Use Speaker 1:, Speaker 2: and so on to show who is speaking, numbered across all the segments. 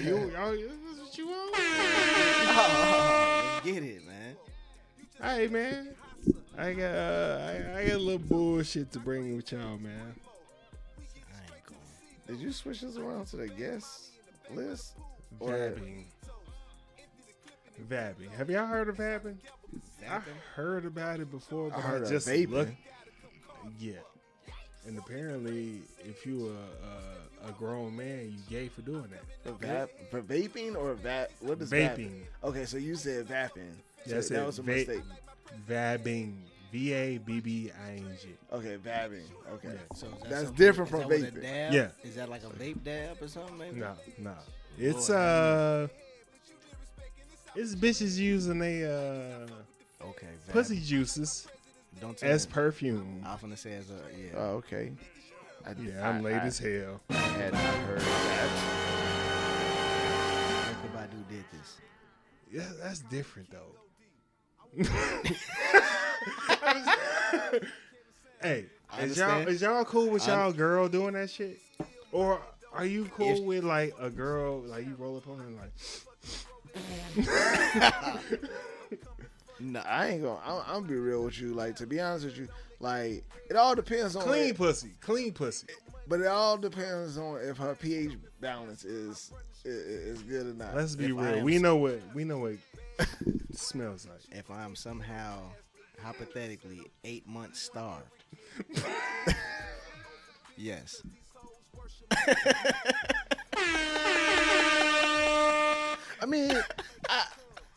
Speaker 1: you, y'all, that's what you want.
Speaker 2: Oh, let's get it, man.
Speaker 1: Hey man, I got uh, I, I got a little bullshit to bring with y'all, man.
Speaker 2: I ain't going.
Speaker 3: Did you switch this around to the guest list? Or
Speaker 1: Vabbing. Vabbing. Have y'all heard of vabbing? I heard about it before, but
Speaker 3: I
Speaker 1: I,
Speaker 3: heard of
Speaker 1: just
Speaker 3: vaping.
Speaker 1: looked. Yeah. And apparently, if you were a, a grown man, you gay for doing that.
Speaker 3: for, va- for vaping or va- what is
Speaker 1: Vaping.
Speaker 3: Vaping? Okay, so you said vaping. So
Speaker 1: That's
Speaker 3: that
Speaker 1: it.
Speaker 3: was a
Speaker 1: Va-
Speaker 3: mistake.
Speaker 1: Vabbing. V a b b i n g.
Speaker 3: Okay, vabbing. Okay.
Speaker 1: Yeah.
Speaker 2: So is that
Speaker 3: That's
Speaker 2: something-
Speaker 3: different
Speaker 2: is
Speaker 3: from
Speaker 2: that with a
Speaker 3: vaping.
Speaker 2: dab?
Speaker 1: Yeah.
Speaker 2: Is that like a vape dab or something? Maybe?
Speaker 1: No, no. It's
Speaker 2: Lord.
Speaker 1: uh, it's bitches using they uh
Speaker 2: Okay. Vape.
Speaker 1: pussy juices
Speaker 2: Don't tell
Speaker 1: as
Speaker 3: Mm.
Speaker 2: me.
Speaker 1: perfume.
Speaker 2: I was gonna say as a yeah.
Speaker 3: Oh, okay. I,
Speaker 1: Yeah, I'm
Speaker 3: I-
Speaker 1: late
Speaker 3: I
Speaker 1: as hell.
Speaker 3: Had not heard that.
Speaker 2: Erica Badu did this.
Speaker 1: Yeah, that's different though. hey,
Speaker 2: I
Speaker 1: is y'all
Speaker 2: understand.
Speaker 1: is y'all cool with
Speaker 2: I-
Speaker 1: y'all girl doing that shit, or are you cool
Speaker 2: If-
Speaker 1: with like a girl like you roll up on her and like
Speaker 3: No, I ain't gonna. I'm, I'm gonna be real with you. Like to be honest with you, like it all depends on
Speaker 1: clean pussy, clean pussy?
Speaker 3: But it all depends on if her pH balance is i- i- is good or not.
Speaker 1: Let's be
Speaker 2: If I
Speaker 1: real.
Speaker 2: am-
Speaker 1: We know what we know what smells like.
Speaker 2: If I'm somehow hypothetically eight months starved. yes.
Speaker 3: I mean, I,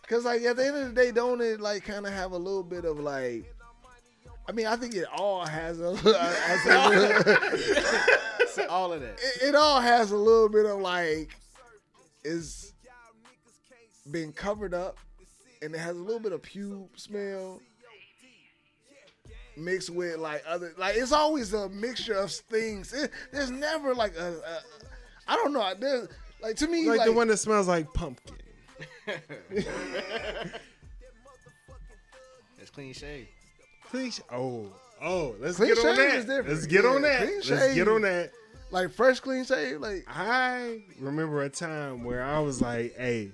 Speaker 3: cause like at the end of the day, don't it like kind of have a little bit of like. I mean, I think it all has a. I say-
Speaker 2: So all of that.
Speaker 3: it, it all has a little bit of like, is been covered up, and it has a little bit of pube smell. Mixed with like other, like it's always a mixture of things. It, there's never like a, a, I don't know. There's like to me
Speaker 1: Like,
Speaker 3: like,
Speaker 1: the one that smells like pumpkin.
Speaker 2: That's clean shave.
Speaker 1: Clean sh- oh oh. Let's
Speaker 3: Clean
Speaker 1: get on
Speaker 3: shave is
Speaker 1: that.
Speaker 3: different.
Speaker 1: Let's get
Speaker 3: Yeah,
Speaker 1: on that.
Speaker 3: clean
Speaker 1: Let's
Speaker 3: shave.
Speaker 1: get on that.
Speaker 3: like fresh clean shave. Like
Speaker 1: I remember a time where I was like, hey,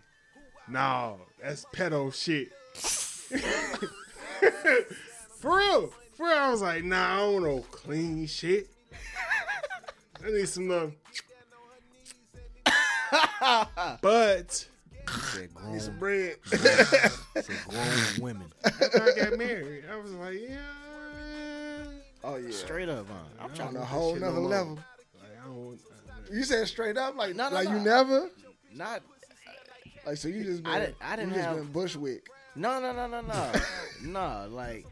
Speaker 1: no, that's pedo shit. for real. For real, I was like, nah, I don't know clean shit. I need some love. but
Speaker 2: Said grown,
Speaker 3: some bread.
Speaker 2: said grown women.
Speaker 1: after I got married, I was like, yeah.
Speaker 3: oh yeah,
Speaker 2: Straight up, huh? I'm trying
Speaker 3: on a
Speaker 2: to
Speaker 3: whole
Speaker 1: Shit
Speaker 3: nother
Speaker 1: no more.
Speaker 3: level.
Speaker 1: Like, I don't, uh,
Speaker 3: You said straight up, like
Speaker 2: No, no,
Speaker 3: like
Speaker 2: no.
Speaker 3: you never,
Speaker 2: not.
Speaker 3: like so you just been,
Speaker 2: I didn't- I didn't
Speaker 3: you just
Speaker 2: have-
Speaker 3: been Bushwick.
Speaker 2: No, no, no, no, no, no. Like,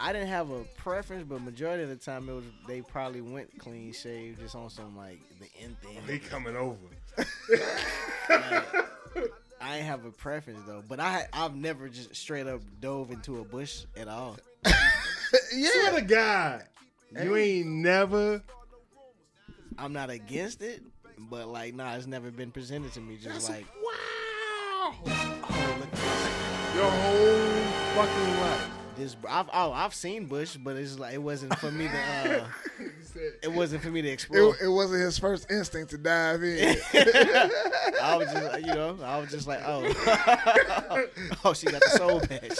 Speaker 2: I didn't have a preference, but majority of the time it was they probably went clean shave, just on some like the end
Speaker 1: they
Speaker 2: thing.
Speaker 1: coming over.
Speaker 2: I ain't have a preference though, but I I've never just straight up dove into a bush at all.
Speaker 1: Swear to God, you ain't never.
Speaker 2: I'm not against it, but like, nah, it's never been presented to me. Just like,
Speaker 1: wow.
Speaker 2: oh, look at this.
Speaker 1: Your whole fucking life.
Speaker 2: this I've oh, I've seen bush, but it's like it wasn't for me to. Uh, it wasn't for me to explore.
Speaker 3: It, it wasn't his first instinct to dive in.
Speaker 2: I was just, you know, I was just like, oh, oh, she got the soul patch.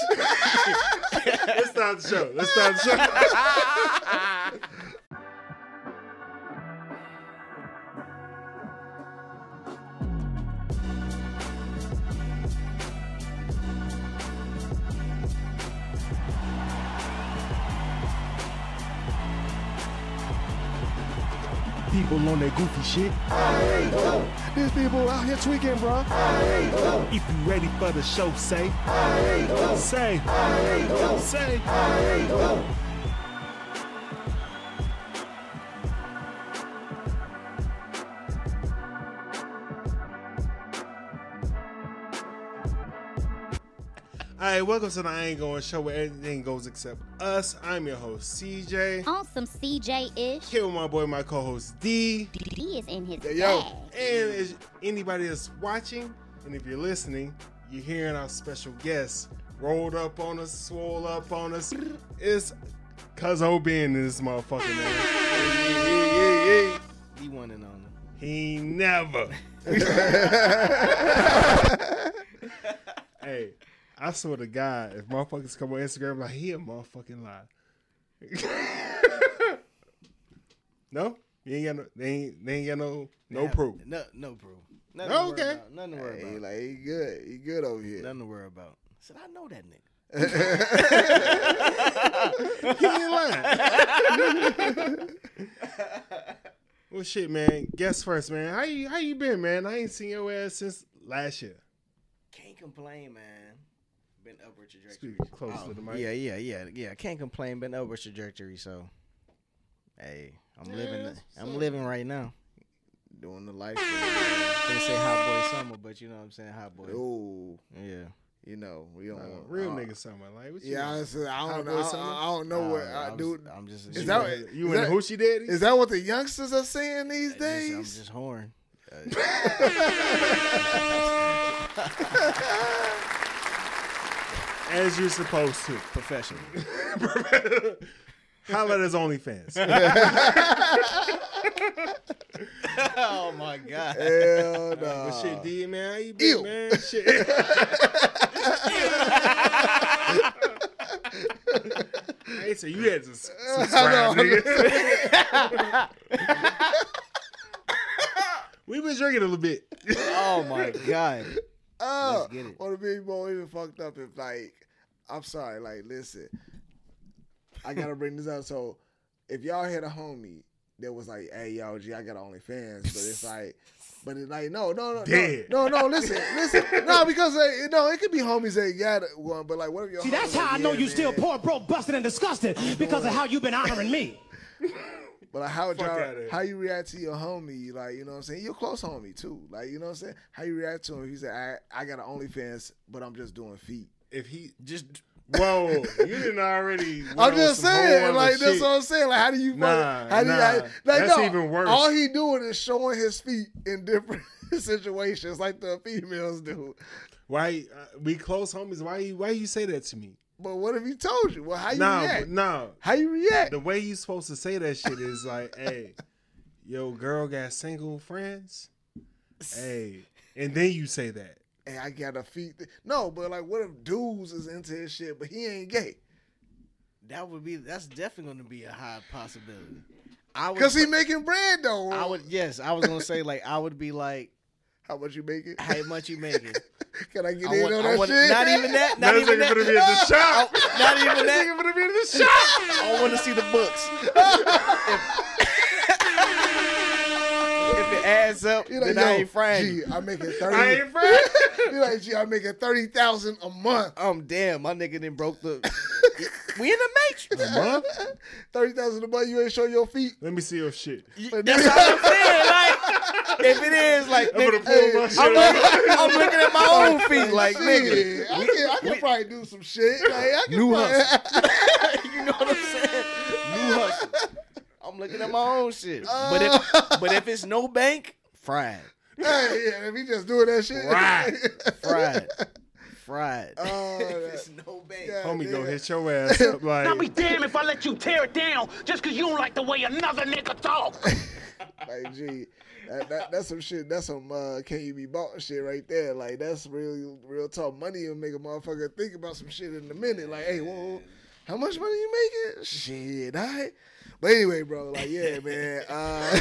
Speaker 1: Let's start the show. Let's start the show.
Speaker 4: People on that goofy shit.
Speaker 3: These people out here tweaking, bro.
Speaker 4: If you ready for the show, say. Say. Say.
Speaker 1: All right, welcome to the I Ain't Going Show where everything goes except us. I'm your host, CJ.
Speaker 5: on some CJ ish.
Speaker 1: Here with my boy, my co host, D.
Speaker 5: He is in his
Speaker 3: Yeah, yo.
Speaker 5: bag.
Speaker 1: And as anybody that's watching, and if you're listening, you're hearing our special guest rolled up on us, swole up on us. It's cuz O being in this motherfucker, man.
Speaker 2: He one and only.
Speaker 1: He never. hey, I swear to God, if motherfuckers come on Instagram like he a motherfucking lie. no, you ain't got no. They ain't, they ain't got no no
Speaker 2: Yeah,
Speaker 1: proof.
Speaker 2: No, no proof. Nothing to worry
Speaker 1: Okay.
Speaker 2: about, Nothing to worry
Speaker 3: Hey,
Speaker 2: about.
Speaker 3: like he good. He good over here.
Speaker 2: Nothing to worry about. I said, I know that nigga.
Speaker 1: He ain't lying. well, shit, man. Guess first, man. How you how you been, man? I ain't seen your ass since last year.
Speaker 2: Can't complain, man. Been upward trajectory. Oh,
Speaker 1: Speak close to the mic.
Speaker 2: Yeah, yeah, yeah, yeah. Can't complain. Been upward trajectory. So, hey, I'm living.
Speaker 1: that's
Speaker 2: I'm living right now.
Speaker 3: Doing the life.
Speaker 2: Gonna say hot boy summer, but you know what I'm saying, hot boy.
Speaker 3: Oh,
Speaker 2: Yeah.
Speaker 3: you know we don't.
Speaker 1: Uh,
Speaker 3: want-
Speaker 1: real
Speaker 3: uh,
Speaker 1: nigga summer. Like what you
Speaker 3: Yeah, honestly, I
Speaker 1: Hot
Speaker 3: don't
Speaker 1: boy
Speaker 3: know. I,
Speaker 1: summer?
Speaker 3: I- I don't know what I,
Speaker 2: I'm
Speaker 3: do.
Speaker 2: just- I'm just.
Speaker 3: Is
Speaker 1: you
Speaker 3: that-
Speaker 1: in-
Speaker 3: is
Speaker 1: you in
Speaker 3: that-
Speaker 1: Hoochie Daddy?
Speaker 3: Is that what the youngsters are saying these
Speaker 2: I just- I'm
Speaker 3: days?
Speaker 2: just horn.
Speaker 1: As you're supposed to.
Speaker 2: Professional.
Speaker 1: Holla at his OnlyFans.
Speaker 2: oh my god.
Speaker 3: Hell no.
Speaker 1: But shit, D man, how you been,
Speaker 3: Ew.
Speaker 1: man? Shit. hey, so you had to s- subscribe, nigga. We've been drinking a little bit.
Speaker 2: Oh my god.
Speaker 3: Oh,
Speaker 2: Let's get it.
Speaker 3: Or the big boy even fucked up if like, I'm sorry, like listen, I gotta bring this up. So if y'all had a homie that was like, hey yo, G, I got OnlyFans, but it's like. But it's like no, no, no, no,
Speaker 1: Dead.
Speaker 3: no, no. Listen, listen, no, because like, no, it could be homies that got one, but like, what if your
Speaker 6: See, that's
Speaker 3: homie
Speaker 6: how I
Speaker 3: like,
Speaker 6: know
Speaker 3: yeah,
Speaker 6: you
Speaker 3: man,
Speaker 6: still poor, broke, busted, and disgusted because of how you've been honoring me.
Speaker 3: But like, how would
Speaker 1: Fuck outta
Speaker 3: y'all,
Speaker 1: here.
Speaker 3: how you react to your homie? Like, you know what I'm saying? Your close homie too. Like, you know what I'm saying? How you react to him? If he said, I, I got an OnlyFans, but I'm just doing feet.
Speaker 1: If he,
Speaker 2: Just
Speaker 1: whoa, you didn't already. went
Speaker 3: I'm
Speaker 1: on
Speaker 3: just
Speaker 1: some whole
Speaker 3: saying,
Speaker 1: other
Speaker 3: like that's
Speaker 1: shit.
Speaker 3: what I'm saying. Like, how do you? fuck-
Speaker 1: Nah,
Speaker 3: how do you,
Speaker 1: nah.
Speaker 3: how- like,
Speaker 1: That's
Speaker 3: no,
Speaker 1: even worse.
Speaker 3: All he doing is showing his feet in different situations, like the females do.
Speaker 1: Why uh, we close homies? Why you? Why you say that to me?
Speaker 3: But what if he told you? Well, how you
Speaker 1: No,
Speaker 3: react?
Speaker 1: but no.
Speaker 3: How you react?
Speaker 1: The way you supposed to say that shit is like, hey, yo, girl got single friends. Hey, and then you say that.
Speaker 3: Hey, I got a feet. No, but like, what if dudes is into his shit, but he ain't gay?
Speaker 2: that would be. That's definitely going to be a high possibility. I would.
Speaker 3: Cause he making bread though.
Speaker 2: I would. Yes, I was going to say like I would be like,
Speaker 3: How much you making?
Speaker 2: how much you making?
Speaker 3: Can I get
Speaker 2: I
Speaker 3: in
Speaker 2: want-
Speaker 3: on
Speaker 2: I
Speaker 3: that
Speaker 2: want-
Speaker 3: shit?
Speaker 2: Not even that. Not
Speaker 1: That
Speaker 2: even
Speaker 1: nigga
Speaker 2: that.
Speaker 1: finna be at the shop.
Speaker 2: Not even that.
Speaker 1: Nigga finna be at the shop.
Speaker 2: I want to see the books. if, if it adds up,
Speaker 3: You like,
Speaker 2: then I
Speaker 3: yo,
Speaker 2: ain't frying.
Speaker 3: Gee,
Speaker 2: you.
Speaker 3: I'm making
Speaker 1: I
Speaker 3: thirty.
Speaker 1: ain't friend.
Speaker 3: you like, gee, I'm making thirty thousand a month.
Speaker 2: Um, damn, my nigga then broke the. we in the matrix.
Speaker 1: Huh?
Speaker 3: Thirty thousand a month. You ain't show your feet.
Speaker 1: Let me see your shit.
Speaker 2: That's how I'm saying. Like, if it is like,
Speaker 1: I'm
Speaker 2: nigga,
Speaker 1: gonna pull my shit
Speaker 2: I'm,
Speaker 1: up.
Speaker 2: looking, I'm looking at my own feet, like
Speaker 3: Shit,
Speaker 2: nigga.
Speaker 3: I can, I can probably do some shit. Like, I can
Speaker 2: New
Speaker 3: probably,
Speaker 2: you know what I'm saying? New hustle. I'm looking at my own shit. But if but if it's no bank, fried,
Speaker 3: Hey, yeah, if he just doing that shit,
Speaker 1: Right.
Speaker 2: fried, fried.
Speaker 3: Oh,
Speaker 2: if
Speaker 3: that-
Speaker 2: it's no bank,
Speaker 3: God
Speaker 1: Homie, go
Speaker 3: damn.
Speaker 1: hit your ass up
Speaker 6: I'll be
Speaker 1: like.
Speaker 6: damned if I let you tear it down just because you don't like the way another nigga talk.
Speaker 3: Like, gee, that, that, that's some shit. That's some uh, can you be bought shit right there. Like, that's real, real talk. Money will make a motherfucker think about some shit in a minute. Like, hey, whoa, how much money you making? Shit, all right. But anyway, bro, like, yeah, man. Uh,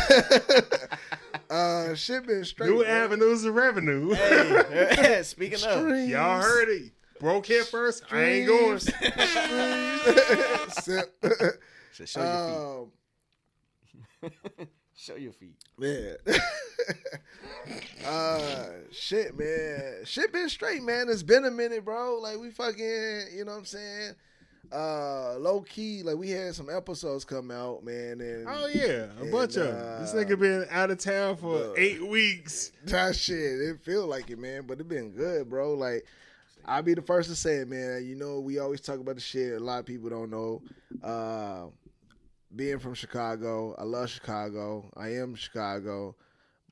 Speaker 3: uh, shit been straight.
Speaker 1: New
Speaker 3: bro.
Speaker 1: avenues of revenue.
Speaker 2: Hey, Speaking of,
Speaker 3: Streams,
Speaker 1: Y'all heard it. Broke here first. I ain't going.
Speaker 3: streams. Sip.
Speaker 2: So show your feet.
Speaker 3: um,
Speaker 2: Show your feet.
Speaker 3: man. uh, shit, man. Shit been straight, man. It's been a minute, bro. Like we fucking, you know what I'm saying? Uh, low key, like we had some episodes come out, man, and
Speaker 1: Oh yeah, a bunch of them. This nigga been out of town for eight weeks.
Speaker 3: that shit, it feel like it, man. But it been good, bro. Like I'll be the first to say it, man. You know, we always talk about the shit. A lot of people don't know. Uh, being from Chicago, I love Chicago. I am Chicago,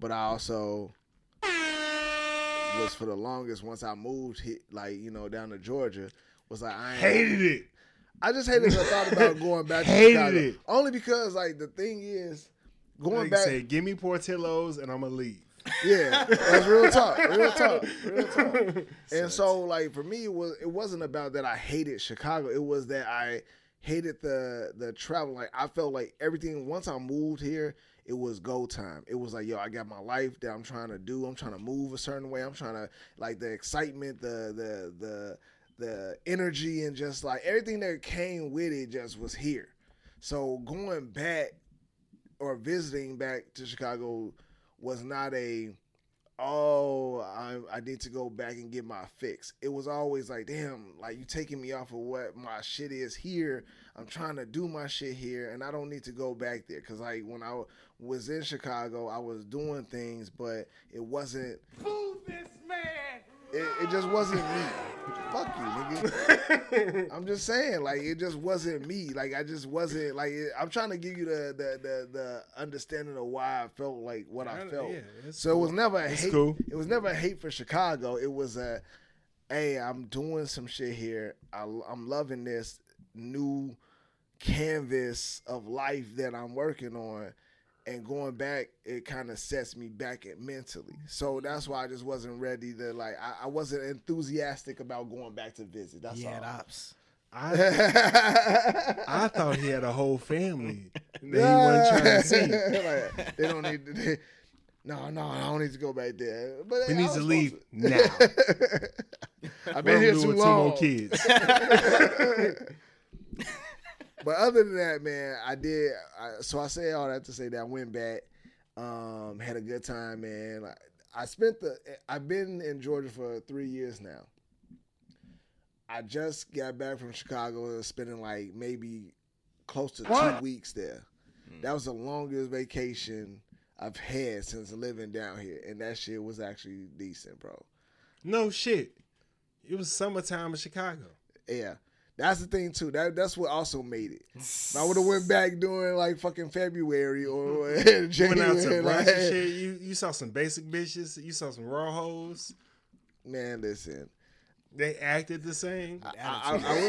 Speaker 3: but I also was for the longest once I moved, hit, like you know, down to Georgia. Was like I ain't,
Speaker 1: Hated it.
Speaker 3: I just hated the thought about going back to
Speaker 1: Hated
Speaker 3: Chicago.
Speaker 1: it.
Speaker 3: Only because like the thing is, going
Speaker 1: Like
Speaker 3: back,
Speaker 1: say, give me Portillo's and I'm gonna leave.
Speaker 3: yeah, that's real talk, real talk, real talk. And so, like for me, it was it wasn't about that I hated Chicago. It was that I hated the the travel. Like I felt like everything once I moved here, it was go time. It was like yo, I got my life that I'm trying to do. I'm trying to move a certain way. I'm trying to like the excitement, the the the the energy, and just like everything that came with it just was here. So going back or visiting back to Chicago was not a oh I, I need to go back and get my fix it was always like damn like you taking me off of what my shit is here i'm trying to do my shit here and i don't need to go back there because like when i was in chicago i was doing things but it wasn't it, it just wasn't me fuck you nigga i'm just saying like it just wasn't me like i just wasn't like it, i'm trying to give you the, the the the understanding of why i felt like what i
Speaker 1: Yeah,
Speaker 3: felt
Speaker 1: it's
Speaker 3: so it was never a hate.
Speaker 1: cool.
Speaker 3: It was never a hate for Chicago. It was a, hey, I'm doing some shit here. I, am loving this new canvas of life that I'm working on, and going back, it kind of sets me back at mentally. So that's why I just wasn't ready to like. I, I wasn't enthusiastic about going back to visit. That's
Speaker 2: Yeah,
Speaker 3: all.
Speaker 2: ops.
Speaker 1: I I thought he had a whole family that he wasn't trying to see.
Speaker 3: Like, they don't need. To, they, no, no, I don't need to go back there. But
Speaker 1: He
Speaker 3: I
Speaker 1: needs
Speaker 3: was
Speaker 1: to
Speaker 3: supposed
Speaker 1: leave now.
Speaker 3: I've
Speaker 1: Been
Speaker 3: been here too
Speaker 1: with two more
Speaker 3: long.
Speaker 1: kids.
Speaker 3: But other than that, man, I did. I, so I say all that to say that I went back, um, had a good time, man. I, I spent the. I've been in Georgia for three years now. I just got back from Chicago, and spending like maybe close to two weeks there. That was the longest vacation I've had since living down here, and that shit was actually decent, bro.
Speaker 1: No shit. It was summertime in Chicago.
Speaker 3: Yeah. That's the thing too. That that's what also made it. If I would have went back during like fucking February or
Speaker 1: Went out to
Speaker 3: January.
Speaker 1: brunch and
Speaker 3: Like,
Speaker 1: shit. You you saw some basic bitches. You saw some raw hoes.
Speaker 3: man, listen.
Speaker 1: They acted the same.
Speaker 3: I, I, I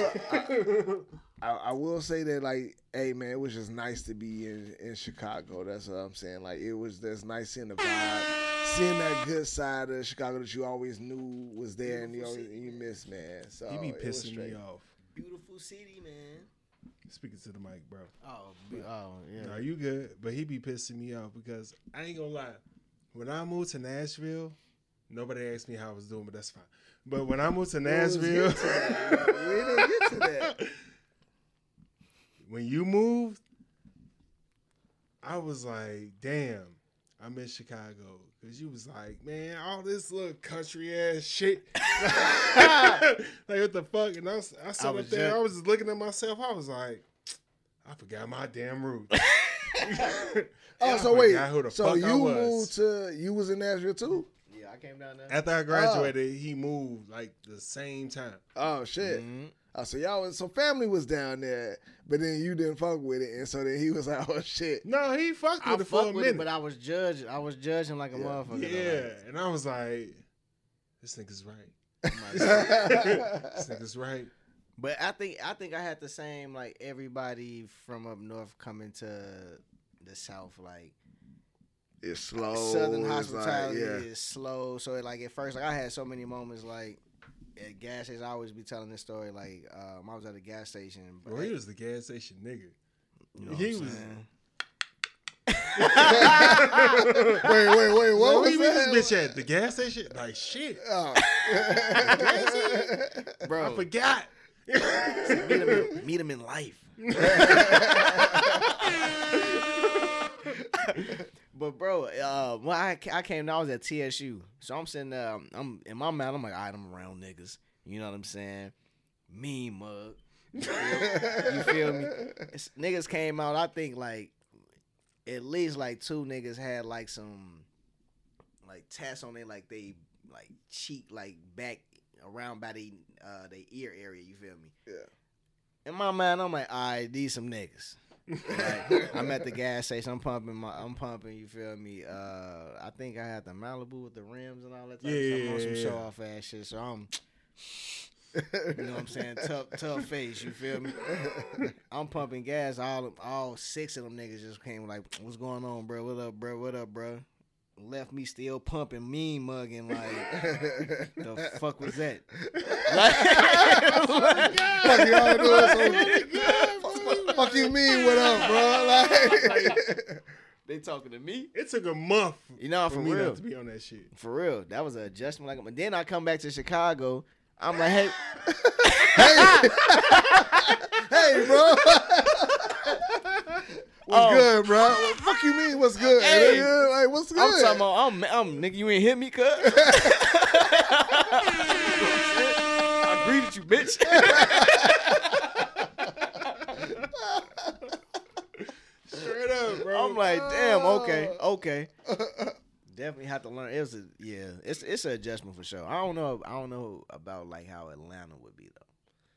Speaker 3: will. I, I- I will say that like, hey man, it was just nice to be in, in Chicago. That's what I'm saying. Like, it was just nice seeing the vibe, seeing that good side of Chicago that you always knew was there and you always, you miss, man. So
Speaker 1: You be
Speaker 3: oh, it was
Speaker 1: pissing
Speaker 3: straight.
Speaker 1: me off.
Speaker 2: Beautiful city, man.
Speaker 1: Speaking to the mic, bro.
Speaker 2: Oh, be- oh yeah.
Speaker 1: Are you good? But he be pissing me off because I ain't gonna lie. When I moved to Nashville, nobody asked me how I was doing, but that's fine. But when I moved to
Speaker 3: Let's get
Speaker 1: Nashville,
Speaker 3: to that. We didn't get to that.
Speaker 1: when you moved, I was like, damn, I'm in Chicago. Cause you was like, man, all this little country ass shit. like what the fuck? And I, was, I sat
Speaker 2: was
Speaker 1: up there,
Speaker 2: ju-
Speaker 1: I was just looking at myself. I was like, I forgot my damn roots.
Speaker 3: Oh,
Speaker 1: I
Speaker 3: so wait.
Speaker 1: forgot who the
Speaker 3: So
Speaker 1: fuck
Speaker 3: you
Speaker 1: I was.
Speaker 3: moved to you was in Nashville too?
Speaker 2: Yeah, I came down there.
Speaker 1: After I graduated, he moved like the same time.
Speaker 3: Oh shit. Oh, so y'all was so family was down there, but then you didn't fuck with it, and so then he was like, "Oh shit."
Speaker 1: No, he fucked
Speaker 2: I
Speaker 1: with it for a
Speaker 2: fucked with it,
Speaker 1: minute.
Speaker 2: but I was judging. I was judging like a motherfucker. though.
Speaker 1: yeah, and I was like, this nigga's right. This nigga's right.
Speaker 2: But I think I think I had the same like everybody from up north coming to the south. Like
Speaker 3: It's slow.
Speaker 2: southern
Speaker 3: Oh, it's
Speaker 2: hospitality
Speaker 3: like, yeah.
Speaker 2: is slow. So it, like at first, like I had so many moments like at gas stations. I always be telling this story. Like um, I was at a gas station. But
Speaker 1: Well, he was the gas station nigga.
Speaker 2: you know what
Speaker 1: he
Speaker 2: I'm
Speaker 1: was-
Speaker 2: saying?
Speaker 3: Wait, wait, wait. What
Speaker 2: Oh,
Speaker 1: Where
Speaker 3: was
Speaker 1: we meet
Speaker 3: that?
Speaker 1: this bitch at? The gas station? Like, shit.
Speaker 3: Oh.
Speaker 1: I
Speaker 2: Oh.
Speaker 1: forgot.
Speaker 2: meet him, in, meet him in life. but bro, uh, when I, ca- I came, down, I was at TSU, so I'm sitting there. um, I'm in my mind. I'm like, all right, I'm around niggas. You know what I'm saying? Mean mug. you feel me? It's- niggas came out. I think like at least like two niggas had like some like tats on it, like they like cheek, like back around by the uh, the ear area. You feel me?
Speaker 3: Yeah.
Speaker 2: In my mind, I'm like, all right, these some niggas. Like, I'm at the gas station. I'm pumping my. I'm pumping. You feel me? Uh, I think I had the Malibu with the rims and all that. Type of stuff. I'm on some
Speaker 1: Yeah.
Speaker 2: show off ass shit. So I'm You know what I'm saying? tough, tough face. You feel me? I'm pumping gas. All all six of them niggas just came like, "What's going on, bro? What up, bro? What up, bro?" Left me still pumping, mean mugging. Like, the fuck was that?
Speaker 3: fuck y'all doing? So, fuck you mean? What up, bro? Like,
Speaker 2: they talking to me?
Speaker 1: It took a month
Speaker 2: You know,
Speaker 1: for
Speaker 2: for
Speaker 1: me
Speaker 2: real.
Speaker 1: not to be on that shit.
Speaker 2: For real, that was an adjustment. Like, then I come back to Chicago. I'm like, hey,
Speaker 3: hey, bro. What's
Speaker 2: Oh.
Speaker 3: good, bro? What fuck you mean? What's good?
Speaker 2: Hey.
Speaker 3: nigga? Like, what's good?
Speaker 2: I'm talking about, I'm, I'm, nigga, you ain't hit me, cuz. I greeted you, bitch.
Speaker 1: Straight up, bro.
Speaker 2: I'm like, damn, okay, okay. Definitely have to learn. It was a, yeah, it's it's an adjustment for sure. I don't know, I don't know about like how Atlanta would be though.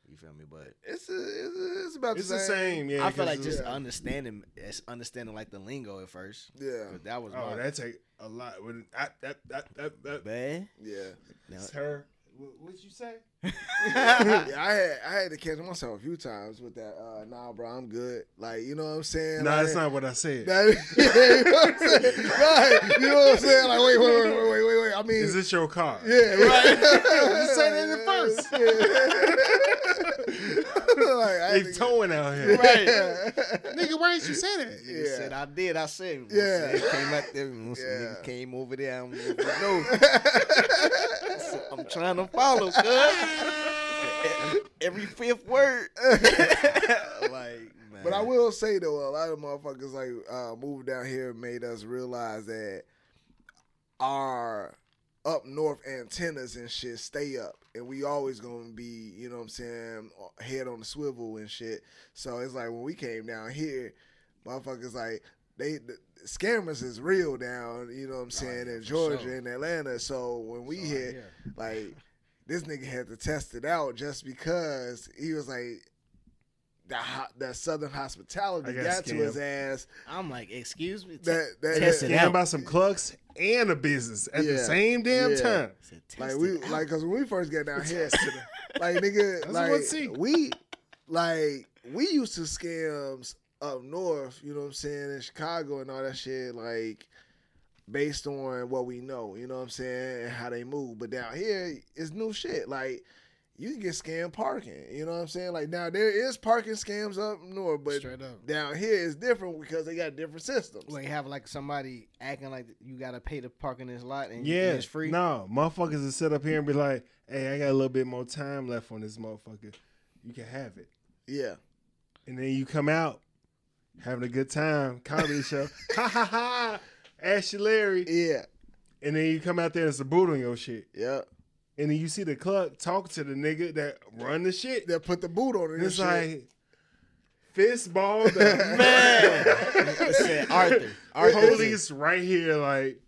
Speaker 2: You feel me? But
Speaker 3: It's, a, it's, a, it's about
Speaker 1: it's
Speaker 3: the
Speaker 1: the same. Yeah,
Speaker 2: I feel
Speaker 1: 'cause
Speaker 2: like
Speaker 1: it's-
Speaker 2: just understanding, it's understanding like the lingo at first.
Speaker 3: Yeah.
Speaker 2: But that was
Speaker 1: Oh,
Speaker 2: my
Speaker 1: that take a lot. When I, that, that, that, that,
Speaker 2: bad.
Speaker 3: Yeah.
Speaker 1: that's her. What, what'd you say?
Speaker 3: yeah, I had I had to catch myself a few times with that. Uh, nah, bro, I'm good. Like, you know what I'm saying?
Speaker 1: No,
Speaker 3: like,
Speaker 1: that's not what I said.
Speaker 3: That, you know what I'm saying? Right, you know what I'm saying? Like, wait, wait, wait, wait, wait, wait, wait. I mean,
Speaker 1: Is this your car?
Speaker 3: yeah, right.
Speaker 1: You said that at first.
Speaker 3: like, I had
Speaker 1: They
Speaker 3: to-
Speaker 1: towing out here.
Speaker 2: Right.
Speaker 1: Nigga, why didn't you say that?
Speaker 2: Nigga
Speaker 3: Yeah.
Speaker 2: said I did. I said. once
Speaker 3: Yeah.
Speaker 2: they Came out there. once the nigga
Speaker 3: Yeah.
Speaker 2: Came over there. I'm, over there, no. I said, I'm trying to follow. cuz. "E-, Every fifth word. like, man.
Speaker 3: But I will say though, a lot of motherfuckers like uh, moving down here made us realize that our up north antennas and shit stay up, and we always gonna be, you know what I'm saying, head on the swivel and shit. So it's like when we came down here, motherfuckers like they. The, Scammers is real down, you know what I'm saying, in Georgia and Atlanta. So when
Speaker 2: Oh,
Speaker 3: we hit, like, this nigga had to test it out just because he was like, the ho- that southern hospitality
Speaker 1: I
Speaker 3: got,
Speaker 1: got
Speaker 3: to
Speaker 1: scammed.
Speaker 3: his ass.
Speaker 2: I'm like, excuse me. T-
Speaker 3: That that,
Speaker 2: Test it
Speaker 3: that-
Speaker 1: Damn
Speaker 2: out.
Speaker 1: about some clucks and a business at the
Speaker 3: Yeah.
Speaker 1: same damn
Speaker 3: Yeah.
Speaker 1: time.
Speaker 2: I said,
Speaker 3: like
Speaker 2: "Test
Speaker 3: we
Speaker 2: it out."
Speaker 3: like because when we first got down here, like nigga,
Speaker 1: That's what I see.
Speaker 3: like we like we used to scams up north. You know what I'm saying in Chicago and all that shit. Like based on what we know, you know what I'm saying, and how they move. But down here, it's new shit. Like you can get scam parking. You know what I'm saying? Like now there is parking scams up north, but
Speaker 1: Straight up.
Speaker 3: down here it's different because they got different systems.
Speaker 2: Like have like somebody acting like you gotta pay to park in this lot and,
Speaker 1: Yeah,
Speaker 2: and it's free.
Speaker 1: No, motherfuckers will sit up here and be like, "Hey, I got a little bit more time left on this motherfucker. You can have it."
Speaker 3: yeah.
Speaker 1: And then you come out having a good time, comedy show, ha ha ha, Ashley Larry.
Speaker 3: Yeah.
Speaker 1: And then you come out there and it's a boot on your shit.
Speaker 3: Yep.
Speaker 1: And then you see the cluck talk to the nigga that run the shit.
Speaker 3: They put the boot on it. and
Speaker 1: It's
Speaker 3: shit.
Speaker 1: like fist ball the
Speaker 2: It said Arthur. Arthur Fist.
Speaker 1: police right here. Like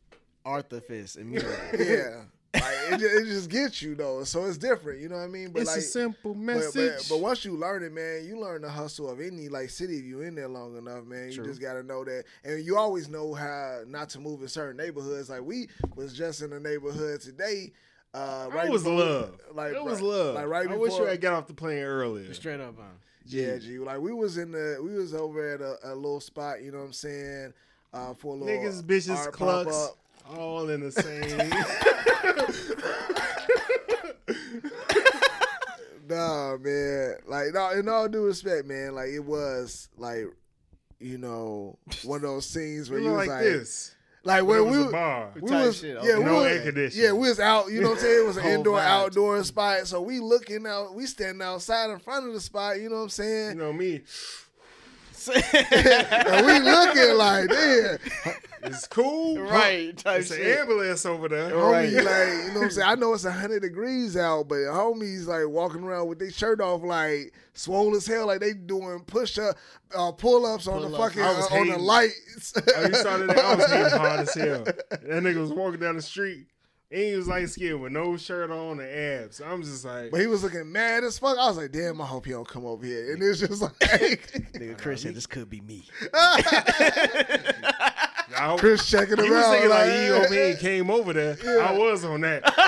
Speaker 2: Arthur Fist. immediately.
Speaker 3: yeah. Like it, ju- it just gets you though, so it's different. You know what I mean? But
Speaker 1: it's
Speaker 3: like,
Speaker 1: a simple
Speaker 3: but,
Speaker 1: message.
Speaker 3: but, but once you learn it, man, you learn the hustle of any like city if you in there long enough, man. You just gotta know that, and you always know how not to move in certain neighborhoods. Like we was just in a neighborhood today. Uh,
Speaker 1: That
Speaker 3: right
Speaker 1: was
Speaker 3: before-
Speaker 1: love.
Speaker 3: Like
Speaker 1: Like it was
Speaker 3: right-
Speaker 1: love.
Speaker 3: Like right
Speaker 1: I
Speaker 3: before,
Speaker 1: wish you had got off the plane earlier.
Speaker 2: Straight up
Speaker 3: um.
Speaker 2: on.
Speaker 3: Yeah, G. Like we was in the we was over at a, a little spot, you know what I'm saying? Uh for a little
Speaker 1: Niggas, bitches,
Speaker 3: art
Speaker 1: clucks,
Speaker 3: pop-up.
Speaker 1: all in the same.
Speaker 3: Nah, man. Like no, in all due respect, man, like it was like you know, one of those scenes where
Speaker 1: We
Speaker 3: you
Speaker 1: look
Speaker 3: was
Speaker 1: like,
Speaker 3: like,
Speaker 1: this.
Speaker 3: like
Speaker 1: Where it
Speaker 3: where
Speaker 1: was
Speaker 3: we
Speaker 1: a bar.
Speaker 3: we
Speaker 2: Type
Speaker 3: was
Speaker 2: shit,
Speaker 3: yeah,
Speaker 2: okay.
Speaker 3: we
Speaker 1: No
Speaker 3: was,
Speaker 1: air conditioning.
Speaker 3: Yeah, we was out. You know what I'm saying? It was an
Speaker 2: Cold
Speaker 3: indoor
Speaker 2: vibes.
Speaker 3: outdoor spot, so we looking out. We standing outside in front of the spot. You know what I'm saying?
Speaker 1: You know me.
Speaker 3: and we looking like, damn,
Speaker 1: It's cool,
Speaker 2: right. Type
Speaker 1: It's an
Speaker 2: shit.
Speaker 1: ambulance over there.
Speaker 3: homie,
Speaker 2: Right.
Speaker 3: like, you know what I'm saying? I know it's 100 degrees out, but homies, like, walking around with their shirt off, like, swole as hell, like, they doing push up, uh, pull ups on the
Speaker 2: Pull-ups.
Speaker 3: fucking,
Speaker 1: I was
Speaker 3: uh, on the
Speaker 1: hating.
Speaker 3: lights.
Speaker 1: Oh, you started that? I was hating hard as hell. That nigga was walking down the street. And he was light skinned with no shirt on and abs. I'm just like,
Speaker 3: but he was looking mad as fuck. I was like, damn, I hope he don't come over here. And it's just like,
Speaker 2: Nigga Chris said this could be me.
Speaker 1: nah, I,
Speaker 3: Chris checking him
Speaker 1: you was
Speaker 3: out.
Speaker 1: thinking like,
Speaker 3: like,
Speaker 1: he on me and came over there. I was on that.
Speaker 3: Hey,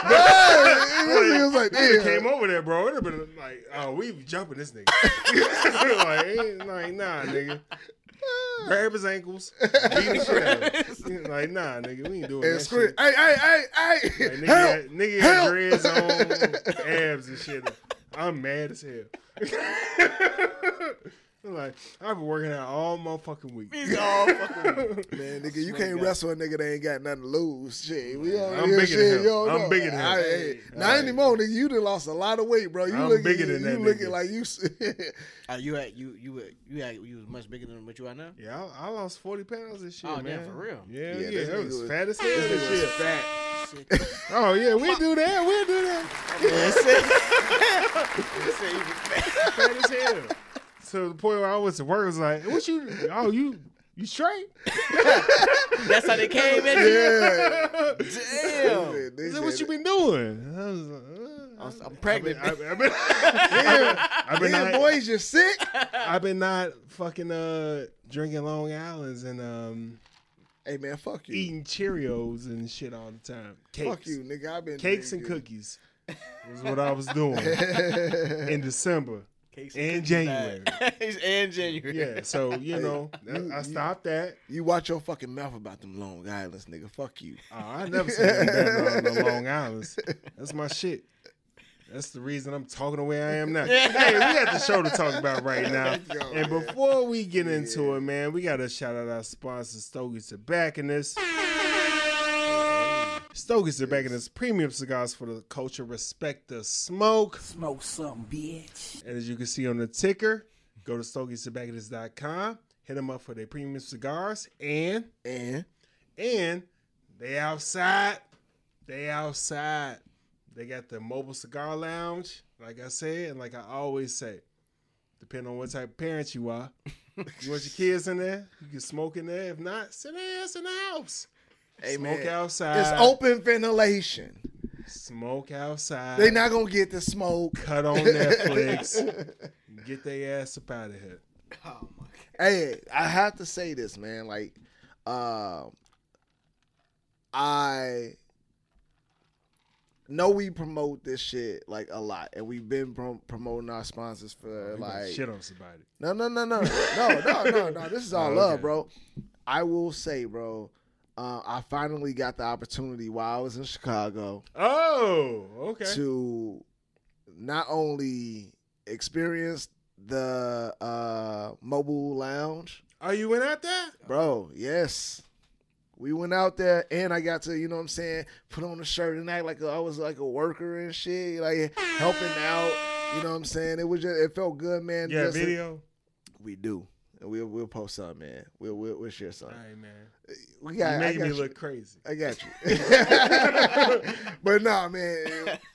Speaker 3: this nigga's like,
Speaker 1: Nigga
Speaker 3: damn.
Speaker 1: came over there, bro. It'd have been like, oh, we jumping this nigga. like, ain't- like, nah, nigga. Grab his ankles, beat the shit out of him. Like, nah, nigga, we ain't doing
Speaker 3: and
Speaker 1: that
Speaker 3: scream,
Speaker 1: shit.
Speaker 3: hey, hey, hey, hey,
Speaker 1: Like, nigga,
Speaker 3: help,
Speaker 1: had, nigga
Speaker 3: help.
Speaker 1: had dreads on, abs and shit. I'm mad as hell. I'm like, I've been working out all motherfucking week.
Speaker 2: He's all fucking.
Speaker 3: man, nigga, you can't wrestle a nigga that ain't got nothing to lose. Shit, we all
Speaker 1: I'm
Speaker 3: yeah,
Speaker 1: bigger
Speaker 3: shit.
Speaker 1: than him.
Speaker 3: you don't
Speaker 1: I'm
Speaker 3: know.
Speaker 1: bigger than him.
Speaker 3: I- hey,
Speaker 1: Hey,
Speaker 3: not
Speaker 1: hey.
Speaker 3: anymore, nigga. You done lost a lot of weight, bro. You
Speaker 1: I'm
Speaker 3: looking,
Speaker 1: bigger than
Speaker 3: you
Speaker 1: that
Speaker 3: looking
Speaker 1: nigga.
Speaker 3: like you. s-
Speaker 2: Are Uh, you at you you at, you at, you was much bigger than what you are now?
Speaker 1: Yeah, I, I lost 40 pounds and shit,
Speaker 2: Oh,
Speaker 1: man.
Speaker 2: damn, for real?
Speaker 1: Yeah,
Speaker 3: Yeah,
Speaker 1: yeah,
Speaker 3: this
Speaker 1: that
Speaker 3: nigga
Speaker 1: was
Speaker 3: was-
Speaker 1: fat as hell. and
Speaker 3: nigga was
Speaker 1: shit.
Speaker 2: Shit.
Speaker 1: Oh, yeah, we do that. We do that.
Speaker 2: That's it.
Speaker 1: fat as hell. So the point where I went to work I was like, "What you? Oh, you you straight?"
Speaker 2: That's how they came in.
Speaker 3: yeah,
Speaker 2: Damn.
Speaker 1: He said, "What you been doing?" I was like, uh,
Speaker 2: I'm, I'm pregnant.
Speaker 1: I've been, I've been, I've been,
Speaker 3: Damn,
Speaker 1: not,
Speaker 3: boys, you're sick.
Speaker 1: I've been not fucking uh, drinking Long Island's and um,
Speaker 3: hey, man, fuck you.
Speaker 1: eating Cheerios and shit all the time. Cakes,
Speaker 3: Fuck you, nigga. I've been
Speaker 1: cakes and
Speaker 3: drinking.
Speaker 1: cookies was what I was doing in December
Speaker 2: Cakes and
Speaker 1: and January.
Speaker 2: He's in January.
Speaker 1: Yeah, so you know, I I stopped that.
Speaker 3: You watch your fucking mouth about them Long Islands, nigga. Fuck you.
Speaker 1: Oh, I never said that about no Long Island's. That's my shit. That's the reason I'm talking the way I am now. Hey, we got the show to talk about right now. And before we get into it, man, we got to shout out our sponsor, Stogie Tobacconist. Stogie Tobacconist, premium cigars for the culture. Respect the smoke.
Speaker 7: Smoke something, bitch.
Speaker 1: And as you can see on the ticker, go to stogiestobacconist.com, hit them up for their premium cigars, and
Speaker 3: And
Speaker 1: and they outside. They outside. They got the mobile cigar lounge, like I said, and like I always say, depending on what type of parent you are. you want your kids in there? You can smoke in there. If not, sit their ass in the house.
Speaker 3: hey,
Speaker 1: Smoke
Speaker 3: man,
Speaker 1: outside.
Speaker 3: it's open ventilation.
Speaker 1: Smoke outside.
Speaker 3: They not gonna get the smoke.
Speaker 1: cut on Netflix. Get their ass up out of here.
Speaker 3: hey, I have to say this, man. Like, uh, I know we promote this shit like a lot, and we've been prom- promoting our sponsors for
Speaker 1: You about to
Speaker 3: like
Speaker 1: Oh, shit on somebody.
Speaker 3: no, no, no, no, no, no, no, no. This is all
Speaker 1: Oh,
Speaker 3: love,
Speaker 1: okay.
Speaker 3: bro. I will say, bro. Uh, I finally got the opportunity while I was in Chicago
Speaker 1: Oh, okay.
Speaker 3: to not only experience the uh, mobile lounge,
Speaker 1: Are you in out there?
Speaker 3: Bro, yes. We went out there and I got to, you know what I'm saying, put on a shirt and act like I was like a worker and shit, like helping out. You know what I'm saying? It was just, it felt good, man.
Speaker 1: Yeah,
Speaker 3: Just-
Speaker 1: video.
Speaker 3: We do. And we'll, we'll post some, man. We'll, we'll, we'll share some.
Speaker 1: All right, man.
Speaker 3: We
Speaker 1: you
Speaker 3: got, I
Speaker 1: making
Speaker 3: got
Speaker 1: me
Speaker 3: you.
Speaker 1: look crazy.
Speaker 3: I got you. but nah, man,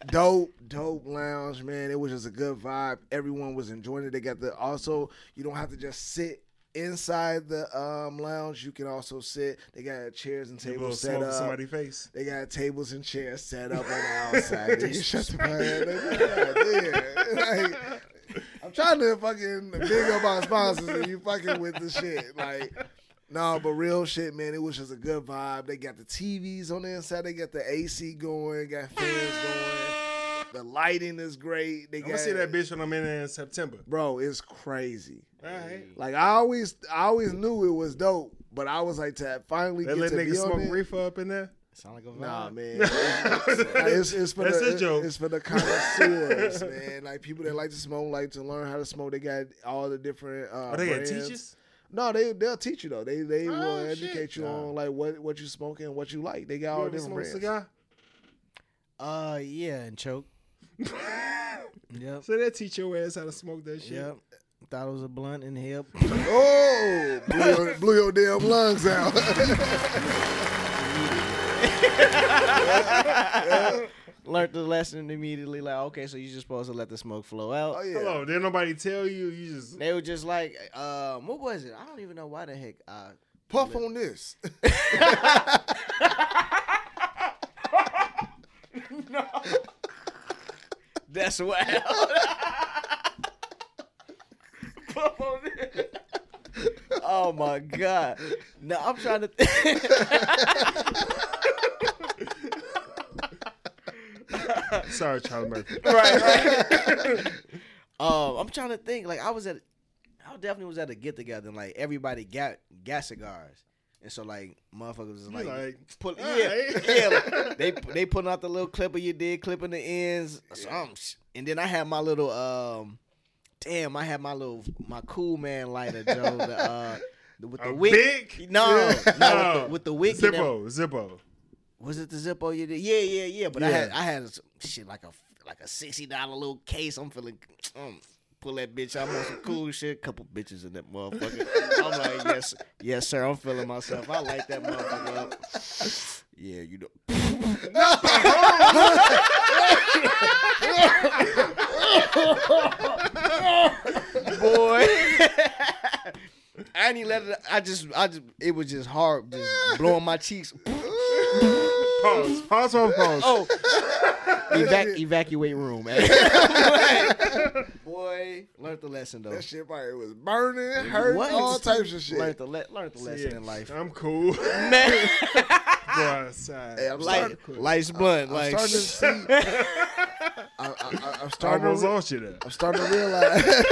Speaker 3: dope, dope lounge, man. It was just a good vibe. Everyone was enjoying it. They got the also. You don't have to just sit inside the um, lounge. You can also sit. They got chairs and
Speaker 1: Blow
Speaker 3: tables set
Speaker 1: smoke in
Speaker 3: up.
Speaker 1: somebody's face.
Speaker 3: They got tables and chairs set up on the outside. Nigga, shut the fuck up. Nigga, God damn. Like, I'm trying to fucking big up our sponsors and you fucking with the shit. Like, no, but real shit, man. It was just a good vibe. They got the TVs on the inside. They got the AC going. Got fans going. The lighting is great. They
Speaker 1: I'm
Speaker 3: got
Speaker 1: gonna see that bitch when I'm in there in September.
Speaker 3: Bro, it's crazy.
Speaker 1: All right.
Speaker 3: Like I always, I always knew it was dope, but I was like to finally
Speaker 1: They
Speaker 3: get
Speaker 1: let
Speaker 3: to be
Speaker 1: niggas
Speaker 3: on
Speaker 1: smoke
Speaker 3: it.
Speaker 1: reefer up in there.
Speaker 2: Sound like a vibe.
Speaker 3: Nah, man. Like, it's, it's for
Speaker 1: That's
Speaker 3: the,
Speaker 1: a joke.
Speaker 3: It's for the connoisseurs, man. Like people that like to smoke, like to learn how to smoke. They got all the different. Uh,
Speaker 1: Oh, they got
Speaker 3: brands.
Speaker 1: teachers?
Speaker 3: No, they they'll teach you though. They they will
Speaker 1: Oh, shit.
Speaker 3: educate you
Speaker 1: Nah.
Speaker 3: on like what what you smoking and what you like. They got
Speaker 1: You
Speaker 3: all
Speaker 1: ever
Speaker 3: different
Speaker 1: smoke a
Speaker 3: brands.
Speaker 1: cigar?
Speaker 2: Uh, yeah, and choke. yep.
Speaker 1: So they teach your ass how to smoke that shit.
Speaker 2: Yep. Thought it was a blunt in hip.
Speaker 3: Oh, blew your, blew your damn lungs out.
Speaker 2: Learned the lesson immediately. Like, okay, so you're just supposed to let the smoke flow out.
Speaker 3: oh yeah.
Speaker 1: Hello, did nobody tell you? You just
Speaker 2: They were just like, um, what was it? I don't even know why the heck. I,
Speaker 3: Puff on this.
Speaker 2: that's what. Come on in. Oh my god! No, I'm trying to.
Speaker 1: Sorry, Charlie Murphy.
Speaker 2: right, right. um, I'm trying to think. Like I was at, I definitely was at a get together, and like everybody got got cigars, and so like motherfuckers was
Speaker 1: Like,
Speaker 2: like,
Speaker 1: pull,
Speaker 2: yeah, yeah. like, they they putting out the little clipper you did, clipping the ends, something. And then I had my little um, damn, I had my little my cool man lighter, Joe. The, uh, the- with the
Speaker 1: A
Speaker 2: wick,
Speaker 1: big?
Speaker 2: no,
Speaker 1: Yeah.
Speaker 2: no, with the, with the wick. in them-
Speaker 1: Zippo, Zippo.
Speaker 2: was it the Zippo you did? Yeah, yeah, yeah. But I
Speaker 1: Yeah.
Speaker 2: had I had some shit like a like a sixty dollar little case. I'm feeling um, pull that bitch out I'm on some cool shit. Couple bitches in that motherfucker. I'm like yes, yes sir. I'm feeling myself. I like that motherfucker up. Yeah, you know. Boy, I didn't let it. I just, I just, it was just hard, just blowing my cheeks.
Speaker 1: Pause, pause, pause, pause.
Speaker 2: Oh, Evac- evacuate room. man. Boy, learned the lesson though.
Speaker 3: That shit probably was burning, hurting, all types of
Speaker 2: Learned
Speaker 3: shit.
Speaker 2: the le- learned the lesson
Speaker 1: Yeah,
Speaker 2: in life.
Speaker 1: I'm cool. Go
Speaker 2: Man,
Speaker 1: outside.
Speaker 3: Hey, I'm
Speaker 2: like,
Speaker 3: starting,
Speaker 2: life's blunt.
Speaker 3: I'm
Speaker 2: Like,
Speaker 3: starting to see. I, I, I, I'm starting to
Speaker 1: almost
Speaker 3: re-
Speaker 1: lost you there.
Speaker 3: I'm starting to realize.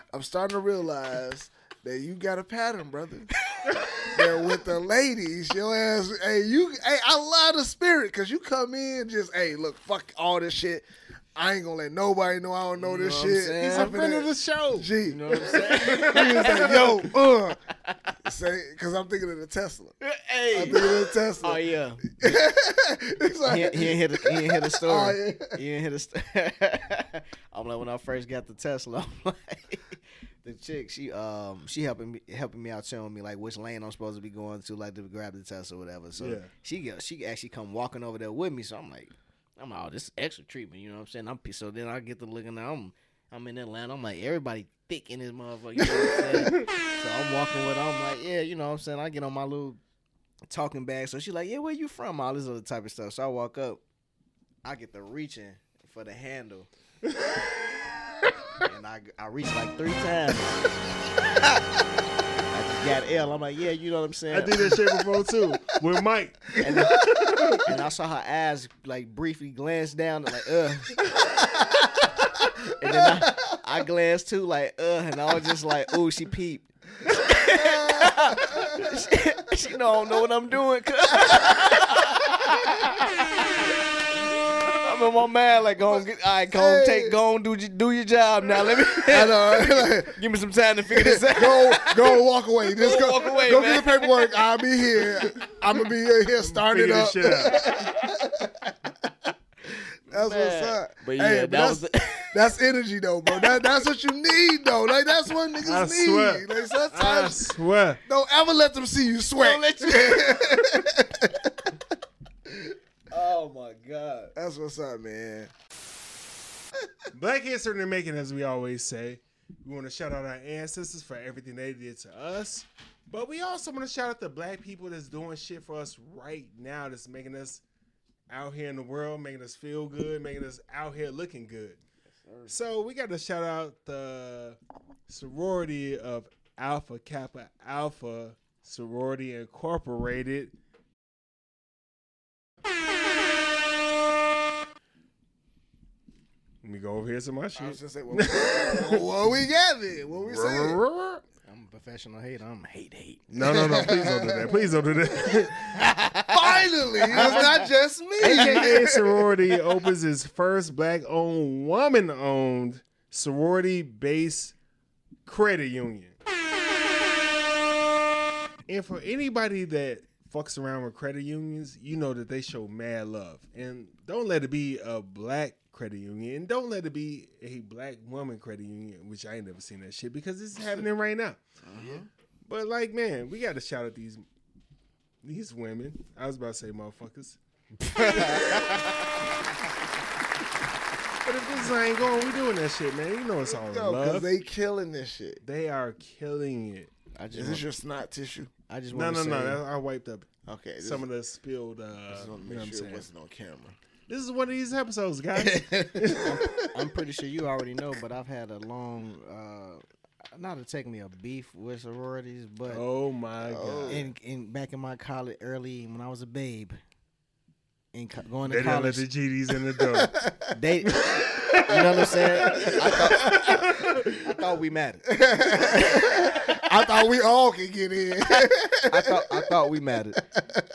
Speaker 3: I'm starting to realize that you got a pattern, brother. that with the ladies, your ass. Hey, you. Hey, I love the spirit because you come in just. Hey, look, fuck all this shit. I ain't gonna let nobody know I don't know this
Speaker 2: know what I'm
Speaker 3: shit.
Speaker 2: saying? He's a
Speaker 3: I'm
Speaker 1: friend
Speaker 3: finna-
Speaker 1: of the show.
Speaker 3: G.
Speaker 2: you know what I'm saying?
Speaker 3: He was like, yo, uh. Say, cause I'm thinking of the Tesla. I'm
Speaker 2: hey.
Speaker 3: thinking of the Tesla.
Speaker 2: Oh yeah,
Speaker 3: It's like,
Speaker 2: he, he didn't hear the he didn't hear the story.
Speaker 3: Oh, yeah.
Speaker 2: He didn't hear the. St- I'm like when I first got the Tesla, I'm like the chick. She um she helping me helping me out, showing me like which lane I'm supposed to be going to, like to grab the Tesla or whatever. So
Speaker 1: Yeah.
Speaker 2: she go she actually come walking over there with me. So I'm like, I'm like, oh, this is extra treatment. You know what I'm saying? I'm pissed. so then I get to looking. I'm I'm in Atlanta. I'm like everybody thick in this motherfucker. You know what I'm saying? so I'm walking with. her. I'm like, yeah, you know what I'm saying. I get on my little talking back. So she like, yeah, where you from? All this other type of stuff. So I walk up, I get the reaching for the handle, and I I reach like three times. I got L. I'm like, yeah, you know what I'm saying.
Speaker 1: I did that shit before too with Mike.
Speaker 2: And, and I saw her eyes like briefly glance down, like uh. and then I, I glanced too, like uh, and I was just like, ooh, she peeped. she, she don't know what I'm doing. 'cause- I'm in my mind, like go on, get, all right, go on, take, go on, do your- do your job now. Let me
Speaker 3: I know. Like,
Speaker 2: give me some time to figure this out.
Speaker 3: go, go, walk away. Just
Speaker 2: Go
Speaker 3: go,
Speaker 2: walk away,
Speaker 3: go
Speaker 2: man.
Speaker 3: get the paperwork. I'll be here. I'm gonna be here starting
Speaker 1: Figure
Speaker 3: it
Speaker 1: this
Speaker 3: up.
Speaker 1: shit out.
Speaker 3: That's what's
Speaker 2: Man.
Speaker 3: up.
Speaker 2: But yeah, that
Speaker 3: that's,
Speaker 2: was the-
Speaker 3: that's energy though, bro. That, that's what you need though. Like that's what niggas
Speaker 1: I
Speaker 3: need.
Speaker 1: swear.
Speaker 3: Like
Speaker 1: I
Speaker 3: sometimes
Speaker 1: swear.
Speaker 3: don't ever let them see you sweat.
Speaker 2: Don't let you- oh my god.
Speaker 3: that's what's up, man.
Speaker 1: Black history in the making, as we always say. We want to shout out our ancestors for everything they did to us. But we also want to shout out the black people that's doing shit for us right now, that's making us out here in the world, making us feel good, making us out here looking good. So we got to shout out the sorority of Alpha Kappa Alpha Sorority Incorporated. Let me go over here to my
Speaker 3: I was
Speaker 1: shit.
Speaker 3: just say, what, what we got there? What we saying?
Speaker 2: I'm a professional hater. I'm hate hate.
Speaker 1: No, no, no! Please don't do that. Please don't do that.
Speaker 3: Finally, it's not just me.
Speaker 1: AKA sorority opens its first black-owned, woman-owned sorority-based credit union. And for anybody that fucks around with credit unions, you know that they show mad love. And don't let it be a black credit union, and don't let it be a black woman credit union, which I ain't never seen that shit because it's happening right now. But like, man, we got to shout out these these women. I was about to say motherfuckers. but if this ain't going, we doing that shit, man. You know it's all
Speaker 3: Yo,
Speaker 1: love.
Speaker 3: cause
Speaker 1: They-,
Speaker 3: they killing this shit.
Speaker 1: are killing it.
Speaker 2: I just
Speaker 3: Is this your snot tissue?
Speaker 2: I just
Speaker 1: No,
Speaker 2: want
Speaker 1: no,
Speaker 2: to say
Speaker 1: no. that- I wiped up
Speaker 3: Okay. This,
Speaker 1: some of the spilled. Uh,
Speaker 3: just wanna
Speaker 1: you know
Speaker 3: make
Speaker 1: what I'm
Speaker 3: sure it
Speaker 1: saying?
Speaker 3: wasn't on camera.
Speaker 1: This is one of these episodes, guys.
Speaker 2: I'm pretty sure you already know, but I've had a long. Uh, not to take me a beef with sororities, but
Speaker 1: Oh my god.
Speaker 2: in in back in my college early when I was a babe, and co- going to
Speaker 1: They done let
Speaker 2: college,
Speaker 1: the GDs in the door.
Speaker 2: they, you know what I'm saying? I thought, I thought we mattered.
Speaker 3: I thought we all could get in.
Speaker 2: I thought I thought we mattered.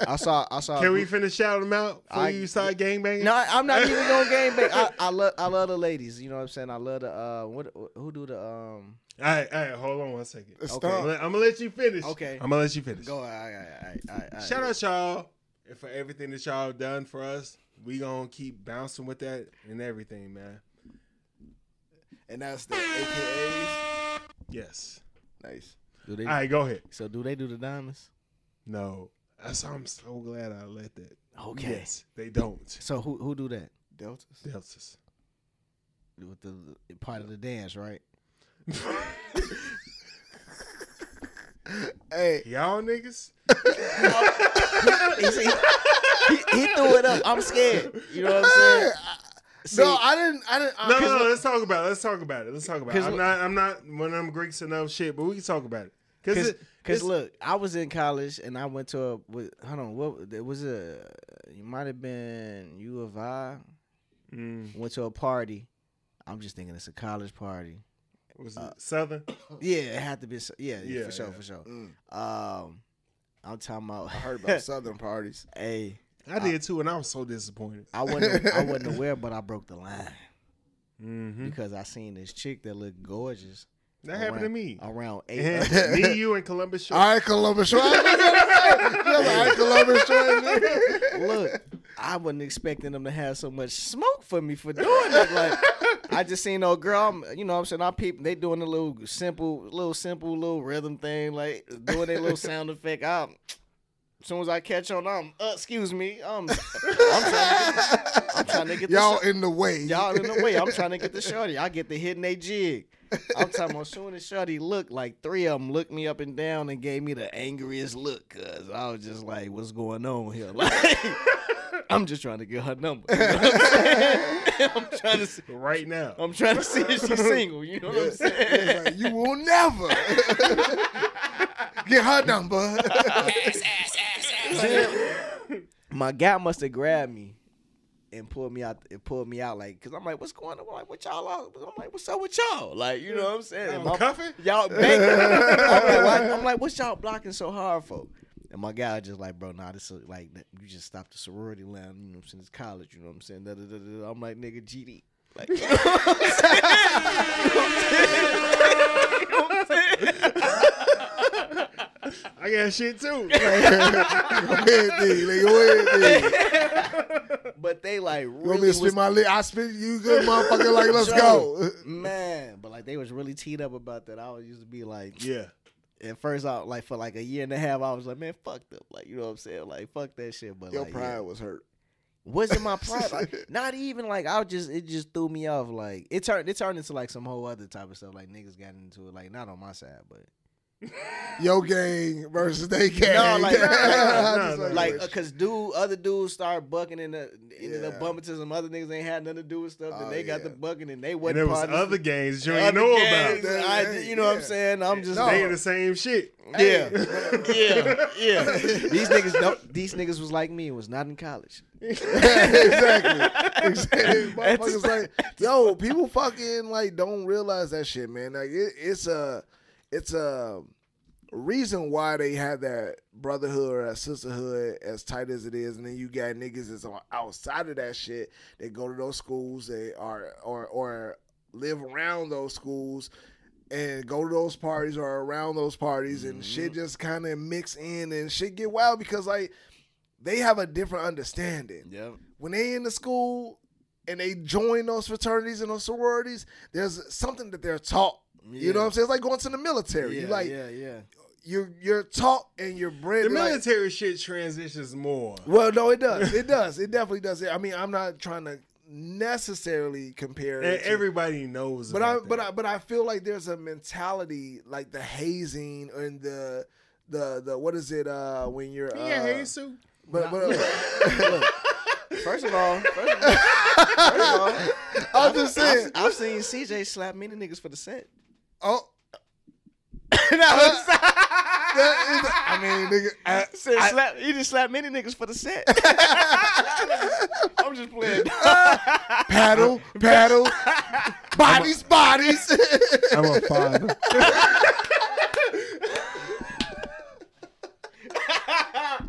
Speaker 2: I saw I saw. a
Speaker 1: Can we
Speaker 2: group-
Speaker 1: finish shouting them out before
Speaker 2: I-
Speaker 1: you start gangbanging?
Speaker 2: No, I- I'm not even going game back. I, I love I love the ladies. You know what I'm saying? I love the uh what who do the um
Speaker 1: All right, all right, hold on one second. I'm
Speaker 3: Stop.
Speaker 1: gonna, I'm gonna let you finish.
Speaker 2: Okay.
Speaker 1: I'm gonna let you finish.
Speaker 2: go. I I I I, I
Speaker 1: Shout out y'all and for everything that y'all have done for us. We gonna keep bouncing with that and everything, man.
Speaker 3: And that's the AKAs.
Speaker 1: Yes.
Speaker 3: Nice.
Speaker 2: Do they,
Speaker 1: All right, go ahead.
Speaker 2: So do they do the diamonds?
Speaker 1: No, that's I'm so glad I let that.
Speaker 2: Okay.
Speaker 1: Yes, they don't.
Speaker 2: So who who do that?
Speaker 3: Deltas.
Speaker 1: Deltas.
Speaker 2: With the, the part of the dance, right?
Speaker 3: Hey,
Speaker 1: Y'all niggas.
Speaker 2: he, he, he threw it up. I'm scared. You know what I'm saying? See,
Speaker 3: no, I didn't. I didn't. I,
Speaker 1: No, no, no. Let's talk about it. Let's talk about it. Let's talk about it.
Speaker 2: 'Cause
Speaker 1: I'm
Speaker 2: look-
Speaker 1: not. I'm not one of them Greeks enough shit, but we can talk about it. Cause,
Speaker 2: Cause,
Speaker 1: it-
Speaker 2: 'cause
Speaker 1: it's-
Speaker 2: look, I was in college and I went to a. With, hold on, what it was a? You might have been U of I.
Speaker 1: Mm,
Speaker 2: Went to a party. I'm just thinking it's a college party.
Speaker 1: was it Southern?
Speaker 2: Yeah, it had to be. so- Yeah, yeah,
Speaker 1: Yeah,
Speaker 2: for sure,
Speaker 1: yeah.
Speaker 2: for sure.
Speaker 3: Mm.
Speaker 2: Um, I'm talking about.
Speaker 3: I heard about Southern parties.
Speaker 2: hey,
Speaker 1: I did too, and uh, I was so disappointed.
Speaker 2: I wasn't. I wasn't aware, but I broke the line
Speaker 1: Mm-hmm.
Speaker 2: because I seen this chick that looked gorgeous.
Speaker 1: That happened to
Speaker 2: around-
Speaker 1: me.
Speaker 2: Around eight. other-
Speaker 1: And me, you, and Columbus Shore.
Speaker 3: All right, Columbus Shores. That's what I'm saying. That's All right, Columbus Shores. nigga.
Speaker 2: Look, I wasn't expecting them to have so much smoke for me for doing it. Like, I just seen old girl. I'm- you know, what I'm saying I peep. They doing a little simple, little simple, little rhythm thing, like doing their little sound effect. I'm. As soon as I catch on, I'm. Uh, excuse me. I'm. I'm trying to get, I'm trying to get the
Speaker 3: Y'all
Speaker 2: shot-
Speaker 3: in the way.
Speaker 2: Y'all in the way. I'm trying to get the shorty. I get the hitting they jig. I'm talking about soon as shorty looked, like three of them looked me up and down and gave me the angriest look. Cause I was just like, what's going on here? Like, I'm just trying to get her number. You know what I'm, saying? I'm trying to see.
Speaker 1: Right now.
Speaker 2: I'm trying to see if she's single. You know what I'm saying?
Speaker 3: It's like, you will never get her number.
Speaker 2: My guy must have grabbed me and pulled me out. And pulled me out like, cause I'm like, what's going on? Like, what y'all? Are? I'm like, what's up with y'all? Like, you know what I'm saying? And
Speaker 1: I'm
Speaker 2: my-
Speaker 1: cuffing?
Speaker 2: y'all bang. I'm, like, why- I'm like, what's y'all blocking so hard for? And my guy just like, bro, nah, this is like that- you just stopped the sorority line, you know what I'm saying? It's college, you know what I'm saying? Da, da, da, da, da. I'm like, nigga, GD. Like, you know what I'm saying? You know what I'm saying? You know what I'm saying?
Speaker 1: I got shit too.
Speaker 3: Go ahead, D. Nigga, go ahead, D.
Speaker 2: But they like
Speaker 3: You want me
Speaker 2: really
Speaker 3: to
Speaker 2: was-
Speaker 3: spit my lip? I spit you good, motherfucker. Like, let's go.
Speaker 2: Joe, man. But like they was really teed up about that. I was used to be like,
Speaker 1: yeah.
Speaker 2: at first I like for like a year and a half, I was like, man, fuck them. Like, you know what I'm saying? Like, fuck that shit. But
Speaker 3: Your
Speaker 2: like,
Speaker 3: pride
Speaker 2: yeah.
Speaker 3: was hurt.
Speaker 2: wasn't my pride. like, not even like I was just it just threw me off. Like it turned it turned into like some whole other type of stuff. Like niggas got into it. Like not on my side, but
Speaker 3: Your gang versus they gang.
Speaker 2: No, like-
Speaker 3: Just
Speaker 1: no, no,
Speaker 2: like because dude, other dudes started bucking and uh, ended
Speaker 3: Yeah.
Speaker 2: up bumping to some other niggas ain't had nothing to do with stuff. Then
Speaker 3: Oh,
Speaker 2: they got
Speaker 3: yeah.
Speaker 2: the bucking and they
Speaker 1: And
Speaker 2: wasn't.
Speaker 1: there was
Speaker 2: part of
Speaker 1: other
Speaker 2: the-
Speaker 1: games you ain't
Speaker 2: other
Speaker 1: know
Speaker 2: gangs.
Speaker 1: about.
Speaker 3: about.
Speaker 2: I- you know what I'm
Speaker 3: Yeah.
Speaker 2: saying? I'm just
Speaker 3: No.
Speaker 2: like,
Speaker 1: They in the same shit.
Speaker 2: Yeah, yeah, yeah. These niggas don't. These niggas was like me. and Was not in college.
Speaker 3: exactly. exactly.
Speaker 2: It's-
Speaker 3: Motherfuckers like, yo, people fucking like don't realize that shit, man. Like it, it's a, it's a reason why they have that brotherhood or that sisterhood as tight as it is, and then you got niggas that's on outside of that shit. They go to those schools. They are or or live around those schools. And go to those parties or around those parties, and shit just kind of mix in and shit get wild because like they have a different understanding
Speaker 2: Yep.
Speaker 3: when they in the school and they join those fraternities and those sororities, there's something that they're taught. You know what I'm saying? It's like going to the military. you like
Speaker 2: yeah, yeah.
Speaker 3: you're you're taught and you're bred.
Speaker 1: The
Speaker 3: like-
Speaker 1: military shit transitions more.
Speaker 3: well, no, it does. It does. It definitely does. I mean, I'm not trying to necessarily compare
Speaker 1: And
Speaker 3: it to-
Speaker 1: everybody knows
Speaker 3: but I
Speaker 1: E, about
Speaker 3: but
Speaker 1: that.
Speaker 3: I but I feel like there's a mentality like the hazing and the the the what is it uh when you're uh,
Speaker 1: Yeah, hey, Sue.
Speaker 3: but, but
Speaker 2: First of all, first of all, first of all
Speaker 3: I'm just saying
Speaker 2: I've, I've seen CJ slap many niggas for the set.
Speaker 3: oh Uh, I mean, nigga, uh, I,
Speaker 2: Said slap, he just slapped many niggas for the set. I'm just playing.
Speaker 3: paddle, paddle, bodies, bodies.
Speaker 1: I'm a father.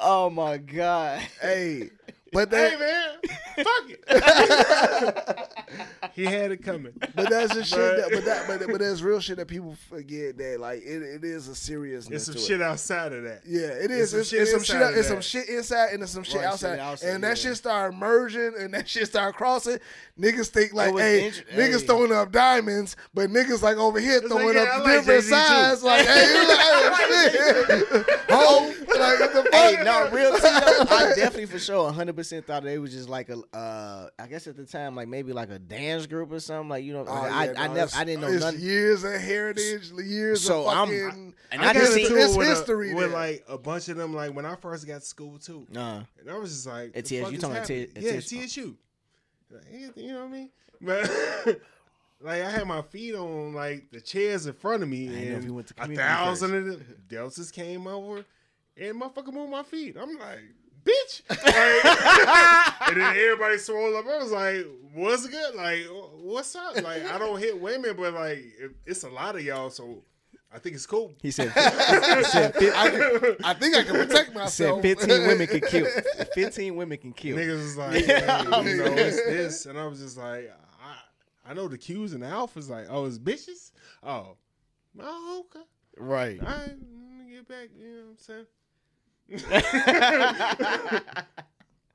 Speaker 2: oh my god.
Speaker 3: hey, but
Speaker 1: hey
Speaker 3: that,
Speaker 1: man, fuck it. he had it coming.
Speaker 3: but that's the shit.
Speaker 1: Bruh.
Speaker 3: That, but that, but, but that's real shit that people forget that like it, it is a seriousness.
Speaker 1: It's some
Speaker 3: to it.
Speaker 1: shit outside of that.
Speaker 3: Yeah, it is.
Speaker 1: There's
Speaker 3: It's,
Speaker 1: some shit
Speaker 3: it's some shit.
Speaker 1: inside of
Speaker 3: It's some
Speaker 1: that.
Speaker 3: shit inside and it's some shit
Speaker 2: Right, shit
Speaker 3: outside.
Speaker 2: outside,
Speaker 3: and that
Speaker 2: yeah.
Speaker 3: shit start merging and that shit start crossing. Niggas think like,
Speaker 2: was
Speaker 3: hey,
Speaker 2: inter-
Speaker 3: niggas
Speaker 2: hey.
Speaker 3: throwing up diamonds, but niggas like over here
Speaker 1: like,
Speaker 3: throwing
Speaker 1: yeah, I
Speaker 3: up
Speaker 1: like
Speaker 3: different
Speaker 1: Jay-Z too.
Speaker 3: sides. Like, hey, you like, oh, shit. oh, like what the fuck?
Speaker 2: Hey, no, real tea, though, I definitely for sure 100% thought they was just like a, uh, I guess at the time, like maybe like a dance group or something. Like, you know,
Speaker 3: Oh,
Speaker 2: I,
Speaker 3: yeah,
Speaker 2: I, never,
Speaker 3: no, it's-
Speaker 2: I didn't know
Speaker 3: it's
Speaker 2: nothing.
Speaker 3: Years of heritage, years
Speaker 2: So
Speaker 3: of
Speaker 2: I'm,
Speaker 3: fucking.
Speaker 2: and
Speaker 1: I,
Speaker 2: I,
Speaker 1: got
Speaker 2: just
Speaker 1: into
Speaker 2: seen,
Speaker 3: it's
Speaker 1: it with,
Speaker 3: history
Speaker 1: a, with
Speaker 3: there.
Speaker 1: like a bunch of them. Like when I first got to school too,
Speaker 2: nah,
Speaker 1: and I was just like,
Speaker 2: At
Speaker 1: the
Speaker 2: TSU,
Speaker 1: fuck
Speaker 2: you
Speaker 1: is
Speaker 2: talking about
Speaker 1: happening?
Speaker 2: T- at
Speaker 1: Yeah,
Speaker 2: TSU.
Speaker 1: TSU. Like, anything, you know what I mean? But like I had my feet on like the chairs in front of me,
Speaker 2: didn't know if
Speaker 1: and
Speaker 2: you went to
Speaker 1: a
Speaker 2: community
Speaker 1: thousand of the Deltas came over, and motherfucker moved my feet. I'm like, bitch. Like, and then everybody swole up. I was like, what's good? Like, what's up? Like, I don't hit women, but like, it- it's a lot of y'all, so I think it's cool.
Speaker 2: he said, he said, fif-
Speaker 3: I, can, I think I can protect
Speaker 2: said
Speaker 3: myself.
Speaker 2: 15 women can kill. 15 women can kill.
Speaker 1: Niggas was like, hey, you know, it's this, and I was just like, I, I know the Q's and the alphas. Like, oh, it's bitches. Oh, oh, okay.
Speaker 2: Right.
Speaker 1: All right, let me get back. You know what I'm saying?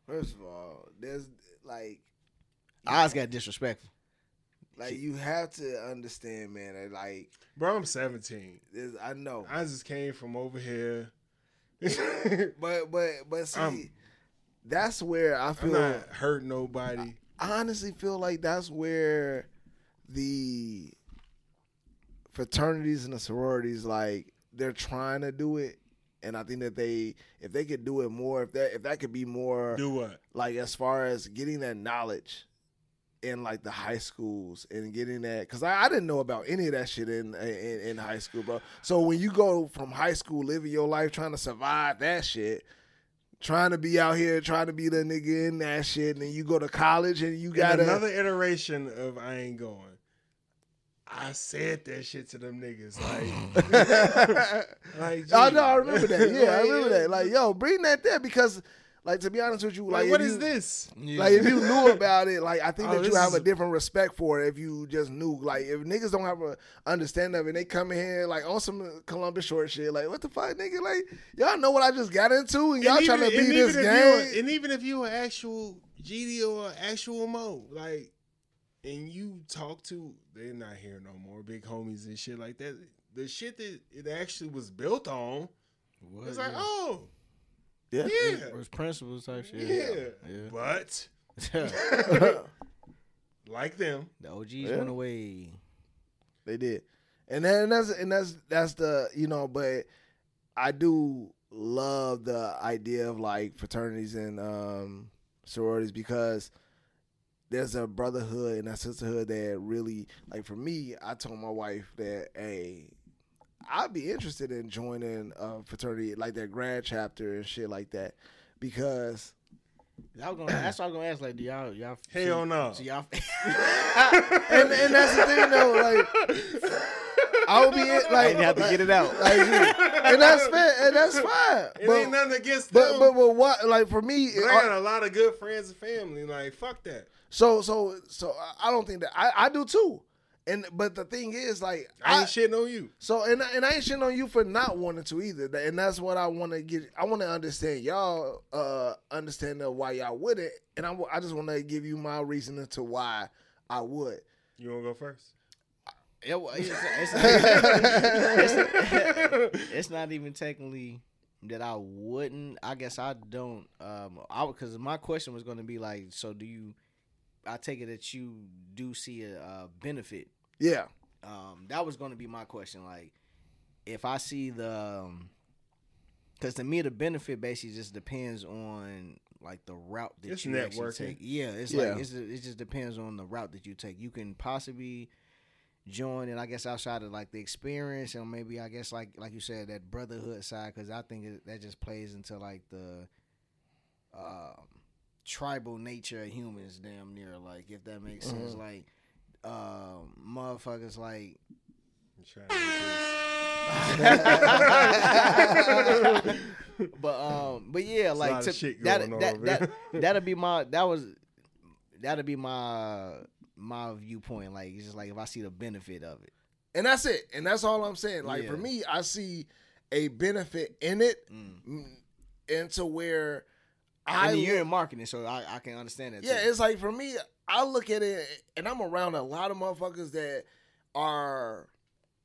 Speaker 3: First of all, there's like.
Speaker 2: Oz got disrespectful.
Speaker 3: Like you have to understand, man. That like,
Speaker 1: Bro, I'm 17.
Speaker 3: this, I know,
Speaker 1: I just came from over here.
Speaker 3: but but but see,
Speaker 1: I'm-
Speaker 3: that's where I
Speaker 1: I'm
Speaker 3: feel.
Speaker 1: not hurting nobody.
Speaker 3: I honestly feel like that's where the fraternities and the sororities, like, they're trying to do it, and I think that they, if they could do it more, if that if that could be more,
Speaker 1: Do what?
Speaker 3: like as far as getting that knowledge in like the high schools and getting that because I, I didn't know about any of that shit in, in in high school bro so when you go from high school living your life trying to survive that shit trying to be out here trying to be the nigga in that shit and then you go to college and you got
Speaker 1: In another iteration of I ain't going. I said that shit to them niggas. Like, like
Speaker 3: oh
Speaker 1: gee.
Speaker 3: no I remember that yeah I
Speaker 1: Like,
Speaker 3: remember
Speaker 1: yeah.
Speaker 3: that like yo bring that there because like to be honest with you like,
Speaker 1: like
Speaker 3: if
Speaker 1: what
Speaker 3: you-
Speaker 1: is this?
Speaker 3: Like if you knew about it, like I think
Speaker 1: Oh,
Speaker 3: that you
Speaker 1: this
Speaker 3: have
Speaker 1: is-
Speaker 3: a different respect for it if you just knew. Like if niggas don't have a understanding of it, and they come in here like on some Columbus short shit. Like what the fuck, nigga? Like y'all know what I just got into, and y'all
Speaker 1: And
Speaker 3: trying to
Speaker 1: even-
Speaker 3: be
Speaker 1: and
Speaker 3: this
Speaker 1: even if
Speaker 3: game.
Speaker 1: you- And even if you were actual GD or actual Mo, like, and you talk to, they're not here no more, big homies and shit like that. The shit that it actually was built on, it's like, oh,
Speaker 3: Yeah.
Speaker 1: yeah,
Speaker 2: principles type shit.
Speaker 1: yeah. But like them,
Speaker 2: the OGs went away.
Speaker 3: They did, and then and that's and that's that's the you know. But I do love the idea of like fraternities and um sororities because there's a brotherhood and a sisterhood that really like for me. I told my wife that hey. I'd be interested in joining a fraternity like that grad chapter and shit like that because
Speaker 2: I was gonna, that's what I was gonna ask. Like, do y'all, y'all,
Speaker 1: Hell no.
Speaker 2: so y'all,
Speaker 3: and, and that's the thing though like I would be in-
Speaker 2: I
Speaker 3: like
Speaker 2: didn't have to get it out.
Speaker 3: like, and that's fair and that's fine
Speaker 1: it
Speaker 3: but-
Speaker 1: ain't nothing against
Speaker 3: But
Speaker 1: them.
Speaker 3: but uh, but what like for me it-
Speaker 1: but I got a lot of good friends and family. Like fuck that.
Speaker 3: so so so I- I don't think that I, I do too. And but the thing is like
Speaker 1: I
Speaker 3: I,
Speaker 1: ain't shitting on you.
Speaker 3: so and I- and I ain't shitting on you for not wanting to either. Tha- And that's what I want to get I want to understand y'all uh understand of why y'all wouldn't and I wa- I just want to give you my reasoning to why I would.
Speaker 1: You wanna go first?
Speaker 2: It wa- it's, it's, it's- it's not even technically that I wouldn't. I guess I don't. Um, I because my question was going to be like, so do you? I take it that you do see a, uh benefit.
Speaker 3: Yeah.
Speaker 2: Um, that was going to be my question. Like, if I um, see the, because to me the benefit basically just depends on like the route that
Speaker 1: It's
Speaker 2: you actually
Speaker 1: networking.
Speaker 2: take. Yeah, it's
Speaker 3: Yeah.
Speaker 2: like it's, it just depends on the route that you take. You can possibly join, and I guess outside of like the experience, and maybe I guess like like you said that brotherhood side, because I think it, that just plays into like the um, tribal nature of humans, damn near. Like if that makes sense, like um, motherfuckers like but um, but yeah, like
Speaker 1: lot
Speaker 2: to,
Speaker 1: of shit
Speaker 2: that
Speaker 1: going on
Speaker 2: that
Speaker 1: over
Speaker 2: that
Speaker 1: there.
Speaker 2: that'll be my that was that'll be my my viewpoint. Like it's just like if I see the benefit of it,
Speaker 3: And that's it. And that's all I'm saying. Like
Speaker 2: Yeah.
Speaker 3: for me, I see a benefit in it, mm, and to where
Speaker 2: I
Speaker 3: I
Speaker 2: and you're
Speaker 3: look-
Speaker 2: in marketing, so I, I can understand that.
Speaker 3: yeah,
Speaker 2: too.
Speaker 3: it's like for me, I look at it, and I'm around a lot of motherfuckers that are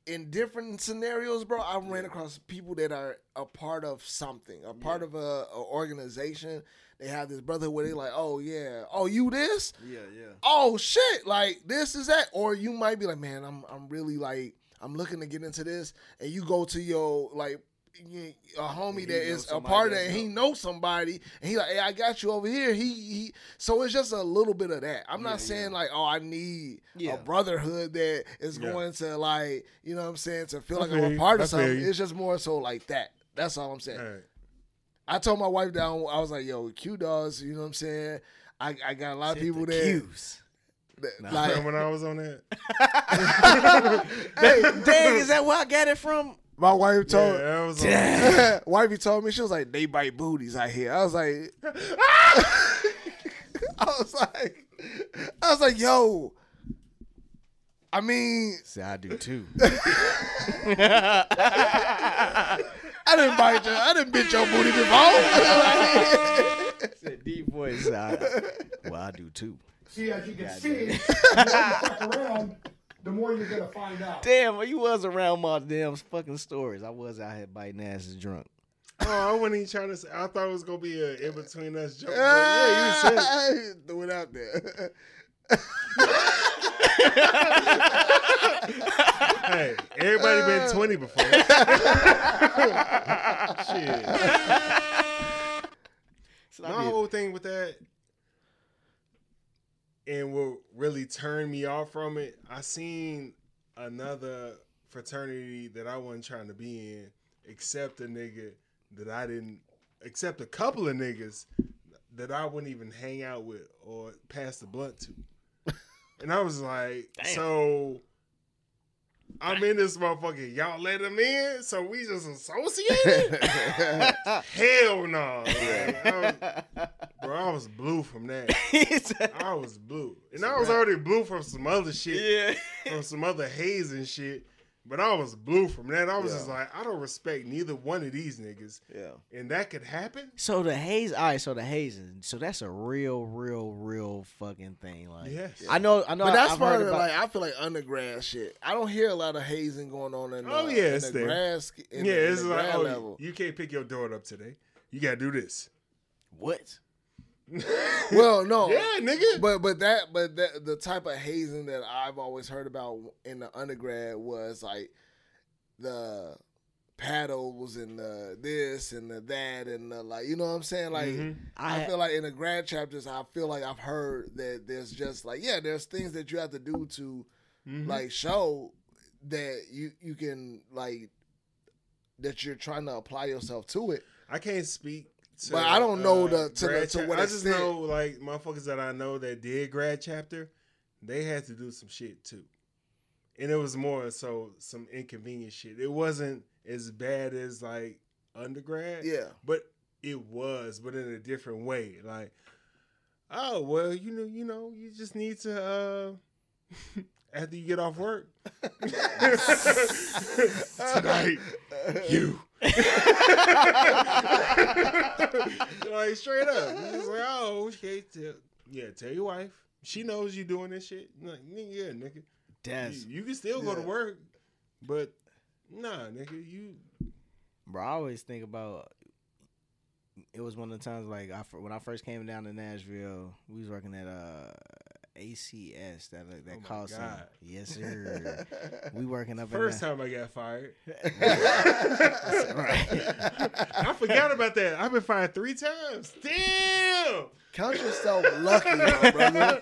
Speaker 3: in different scenarios, bro. I've ran across people that are a part of something, a part of a, a organization. They have this brotherhood where they like, oh yeah, oh you this,
Speaker 2: yeah, yeah.
Speaker 3: oh shit, like this is that, or you might be like, man, I'm I'm really like I'm looking to get into this, and you go to your like y- a homie
Speaker 2: he
Speaker 3: that
Speaker 2: knows
Speaker 3: is a
Speaker 2: somebody
Speaker 3: part of
Speaker 2: that
Speaker 3: that, and he
Speaker 2: knows.
Speaker 3: knows somebody, and he like, hey, I got you over here. He he, so it's just a little bit of that. I'm not saying like, oh, I need
Speaker 2: Yeah.
Speaker 3: a brotherhood that is
Speaker 1: Yeah.
Speaker 3: going to like, you know what I'm saying, to feel
Speaker 1: I
Speaker 3: like
Speaker 1: feel
Speaker 3: I'm a
Speaker 1: you.
Speaker 3: part
Speaker 1: I
Speaker 3: of
Speaker 1: feel
Speaker 3: something.
Speaker 1: you.
Speaker 3: It's just more so like that. That's all I'm saying.
Speaker 1: All right.
Speaker 3: I told my wife down. I was like, "Yo, Q dogs, you know what I'm saying? I, I got a lot of people that, that- like,
Speaker 1: Remember when I was on that?
Speaker 3: hey,
Speaker 2: Dang, is that where I got it from?
Speaker 3: my wife told
Speaker 1: Yeah, I was on that.
Speaker 3: wifey told me she was like, they bite booties out here. I was like, I was like, I was like, yo. I mean,
Speaker 2: See, I do too.
Speaker 3: I didn't bite your, I didn't bit your booty before.
Speaker 2: Said deep voice. I, well, I do too.
Speaker 8: See, as you can see, the more you fuck around, the more you're gonna find out.
Speaker 2: Damn, well, you was around my damn fucking stories. I was out here biting asses drunk.
Speaker 1: oh, I wasn't even trying to say. I thought it was gonna be a in between us joke. but yeah, you said.
Speaker 3: threw it out there.
Speaker 1: Hey, everybody been twenty before. Shit.
Speaker 2: So I
Speaker 1: My
Speaker 2: be-
Speaker 1: whole thing with that, and what really turned me off from it, I seen another fraternity that I wasn't trying to be in, except a nigga that I didn't, except a couple of niggas that I wouldn't even hang out with or pass the blunt to. And I was like, so I'm in this motherfucker. Y'all let him in, so we just associated? Hell no. Like, I was- bro, I was blue from that. I was blue. And I was already blue from some other shit,
Speaker 2: yeah.
Speaker 1: from some other haze and shit. But I was blue from that. I was just like, I don't respect neither one of these niggas.
Speaker 3: Yeah.
Speaker 1: And that could happen?
Speaker 2: So the haze, all right. So the hazing, so that's a real, real, real fucking thing. Like,
Speaker 1: Yes.
Speaker 2: I know, I know.
Speaker 3: But that's
Speaker 2: I've
Speaker 3: part
Speaker 2: heard
Speaker 3: of
Speaker 2: about.
Speaker 3: like I feel like undergrad shit. I don't hear a lot of hazing going on in the,
Speaker 1: Oh, yeah,
Speaker 3: in
Speaker 1: it's
Speaker 3: the
Speaker 1: there.
Speaker 3: grass in
Speaker 1: yeah,
Speaker 3: the, in
Speaker 1: it's
Speaker 3: the
Speaker 1: like,
Speaker 3: grad
Speaker 1: oh,
Speaker 3: level.
Speaker 1: you can't pick your daughter up today. You gotta do this.
Speaker 2: what?
Speaker 3: Well, no,
Speaker 1: Yeah, nigga.
Speaker 3: Oh. But but that but that, the type of hazing that I've always heard about in the undergrad was like the paddles and the this and the that and the like you know what I'm saying like I,
Speaker 2: I-
Speaker 3: feel like in the grad chapters I feel like I've heard that there's just like yeah there's things that you have to do to
Speaker 1: Mm-hmm.
Speaker 3: like show that you you can like that you're trying to apply yourself to it
Speaker 1: I can't speak. To,
Speaker 3: But I don't know
Speaker 1: uh,
Speaker 3: the- to the-
Speaker 1: grad
Speaker 3: to
Speaker 1: chap-
Speaker 3: what
Speaker 1: I just
Speaker 3: extent.
Speaker 1: know like motherfuckers that I know that did grad chapter, they had to do some shit too, and it was more so some inconvenient shit. It wasn't as bad as like undergrad.
Speaker 3: Yeah.
Speaker 1: but it was, but in a different way. Like, oh well, you know, you know, you just need to. uh After you get off work tonight, you like straight up. It's just like, oh, okay. Tell, yeah, tell your wife. She knows you doing this shit. Like, nigga, yeah, nigga.
Speaker 2: That's
Speaker 1: You, you can still go to work, but nah, nigga, you
Speaker 2: bro. I always think about. It was one of the times like I fir- when I first came down to Nashville, we was working at uh ACS that uh, that
Speaker 1: Oh my
Speaker 2: call center.
Speaker 1: God.
Speaker 2: Yes, sir. we working up
Speaker 1: First
Speaker 2: in
Speaker 1: time I got fired.
Speaker 2: that. Right.
Speaker 1: I forgot about that. I've been fired three times. Damn.
Speaker 3: Count yourself lucky, my brother.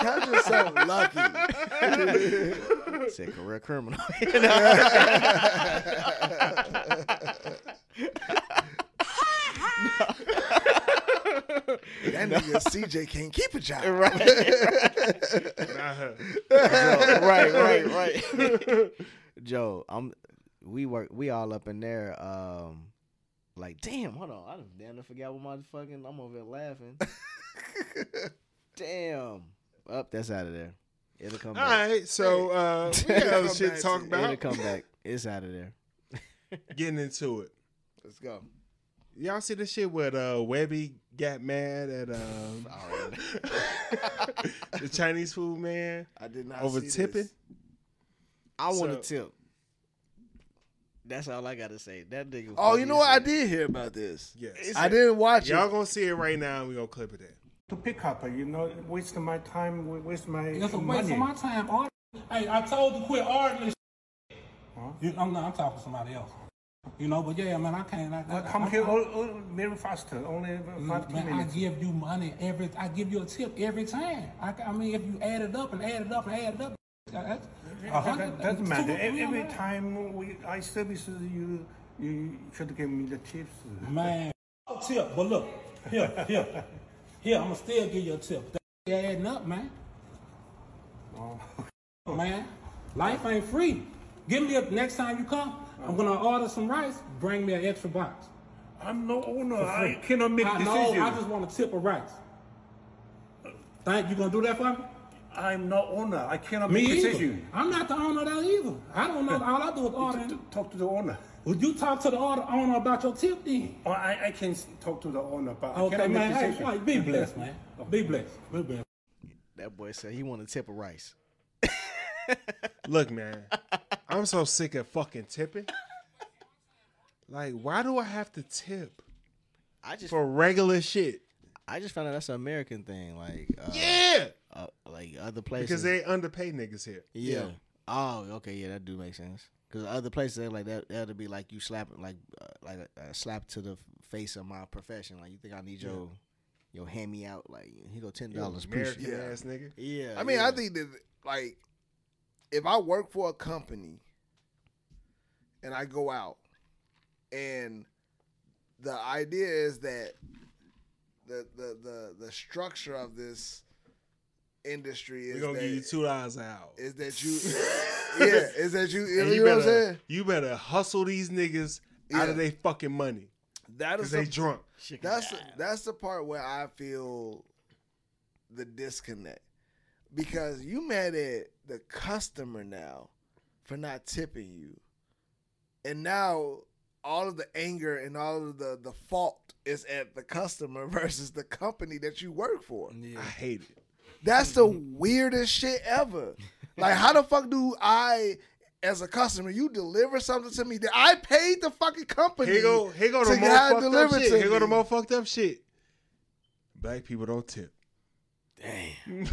Speaker 3: Count yourself lucky.
Speaker 2: Said career criminal.
Speaker 3: That nigga CJ can't keep a job.
Speaker 1: Nah.
Speaker 2: Oh, right, right, right. Joe, I'm we work we all up in there. Um like damn, hold on. I done damn near forgot what my fucking I'm over there laughing. damn. Up, that's out of there. It'll come
Speaker 1: All
Speaker 2: back.
Speaker 1: right, so uh, we got other shit to talk
Speaker 2: It'll
Speaker 1: about.
Speaker 2: come back. It's out of there.
Speaker 1: Getting into it.
Speaker 3: Let's go.
Speaker 1: Y'all see this shit with uh, Webby got mad at um, the Chinese food man
Speaker 3: I did not
Speaker 1: over
Speaker 3: see
Speaker 1: tipping?
Speaker 3: This.
Speaker 2: I want to
Speaker 1: So-
Speaker 2: tip. That's all I gotta say. That nigga.
Speaker 3: Oh, you
Speaker 2: funny
Speaker 3: know
Speaker 2: as
Speaker 3: what? I
Speaker 2: shit.
Speaker 3: did hear about this.
Speaker 1: Yes.
Speaker 3: I didn't watch
Speaker 1: Y'all
Speaker 3: it.
Speaker 1: gonna see it right now and we gonna clip it in.
Speaker 9: to pick up, you know, wasting my time, wa- waste my
Speaker 7: It's a waste
Speaker 9: money.
Speaker 7: of my time. Art. Hey, I told you quit arguing. Huh? You, I'm, no, I'm talking to somebody else. You know, but yeah, man, I can't. I, I,
Speaker 9: But come
Speaker 7: I,
Speaker 9: here
Speaker 7: I,
Speaker 9: all, all very fast, only five
Speaker 7: Man, I
Speaker 9: minutes.
Speaker 7: give you money every. I give you a tip every time. I, I mean, if you add it up and add it up and add it up, that's a
Speaker 9: That-
Speaker 7: hundred.
Speaker 9: Uh-huh, that doesn't matter.
Speaker 7: two-
Speaker 9: Every,
Speaker 7: yeah,
Speaker 9: every
Speaker 7: man.
Speaker 9: time we, I service you, you should give me the tips.
Speaker 7: Man, Oh, tip. But look, here, here, here. I'ma still give you a tip. That shit adding up, man.
Speaker 9: Oh.
Speaker 7: Man, life ain't free. Give me a next time you come. I'm gonna order some rice. Bring me an extra box.
Speaker 9: I'm no owner. I cannot make
Speaker 7: I know.
Speaker 9: decisions.
Speaker 7: I just want a tip of rice. Thank you. Gonna do that for me?
Speaker 9: I'm no owner. I cannot
Speaker 7: Me
Speaker 9: make
Speaker 7: either.
Speaker 9: decisions.
Speaker 7: I'm not the owner of that either. I don't know. All I do is order.
Speaker 9: Talk to the owner.
Speaker 7: Would you talk to the order- owner about your tip then?
Speaker 9: Or I, I can s- talk to the owner, but I
Speaker 7: Okay,
Speaker 9: cannot
Speaker 7: man.
Speaker 9: make
Speaker 7: Hey,
Speaker 9: decisions.
Speaker 7: hey, be blessed, man. Be blessed. Be blessed.
Speaker 2: That boy said he want a tip of rice.
Speaker 1: Look, man, I'm so sick of fucking tipping. Like, why do I have to tip
Speaker 2: I just
Speaker 1: for regular shit?
Speaker 2: I just found out that's an American thing. Like uh,
Speaker 1: Yeah,
Speaker 2: uh, like other places.
Speaker 1: because they underpay niggas here.
Speaker 2: yeah. Oh, okay, yeah, that do make sense. Because other places they're like that, that'll be like you slap like uh, like a, a slap to the f- face of my profession. Like you think I need your your hand me out? Like he go ten dollars.
Speaker 1: American
Speaker 2: Appreciate. it.
Speaker 1: ass nigga.
Speaker 2: Yeah.
Speaker 3: I mean,
Speaker 2: yeah.
Speaker 3: I think that like if I work for a company and I go out and the idea is that the the the, the structure of this industry
Speaker 1: We're
Speaker 3: is
Speaker 1: gonna
Speaker 3: that,
Speaker 1: give you two dollars an hour.
Speaker 3: is that you Yeah, is that you you,
Speaker 1: And you
Speaker 3: know what I'm
Speaker 1: better,
Speaker 3: saying?
Speaker 1: you better hustle these niggas out of
Speaker 3: Yeah.
Speaker 1: their fucking money
Speaker 3: That
Speaker 1: because
Speaker 3: is
Speaker 1: they
Speaker 3: the,
Speaker 1: drunk.
Speaker 3: that's that's the part where I feel the disconnect because you mad at the customer now for not tipping you, and now all of the anger and all of the the fault is at the customer versus the company that you work for.
Speaker 1: I hate it.
Speaker 3: That's the weirdest shit ever. Like, how the fuck do I? As a customer, you deliver something to me that I paid the fucking company.
Speaker 1: Here go, here go the
Speaker 3: to
Speaker 1: more
Speaker 3: have
Speaker 1: fucked up
Speaker 3: delivered
Speaker 1: shit.
Speaker 3: to
Speaker 1: Here go the
Speaker 3: me.
Speaker 1: more fucked up shit. Black people don't tip.
Speaker 2: Damn.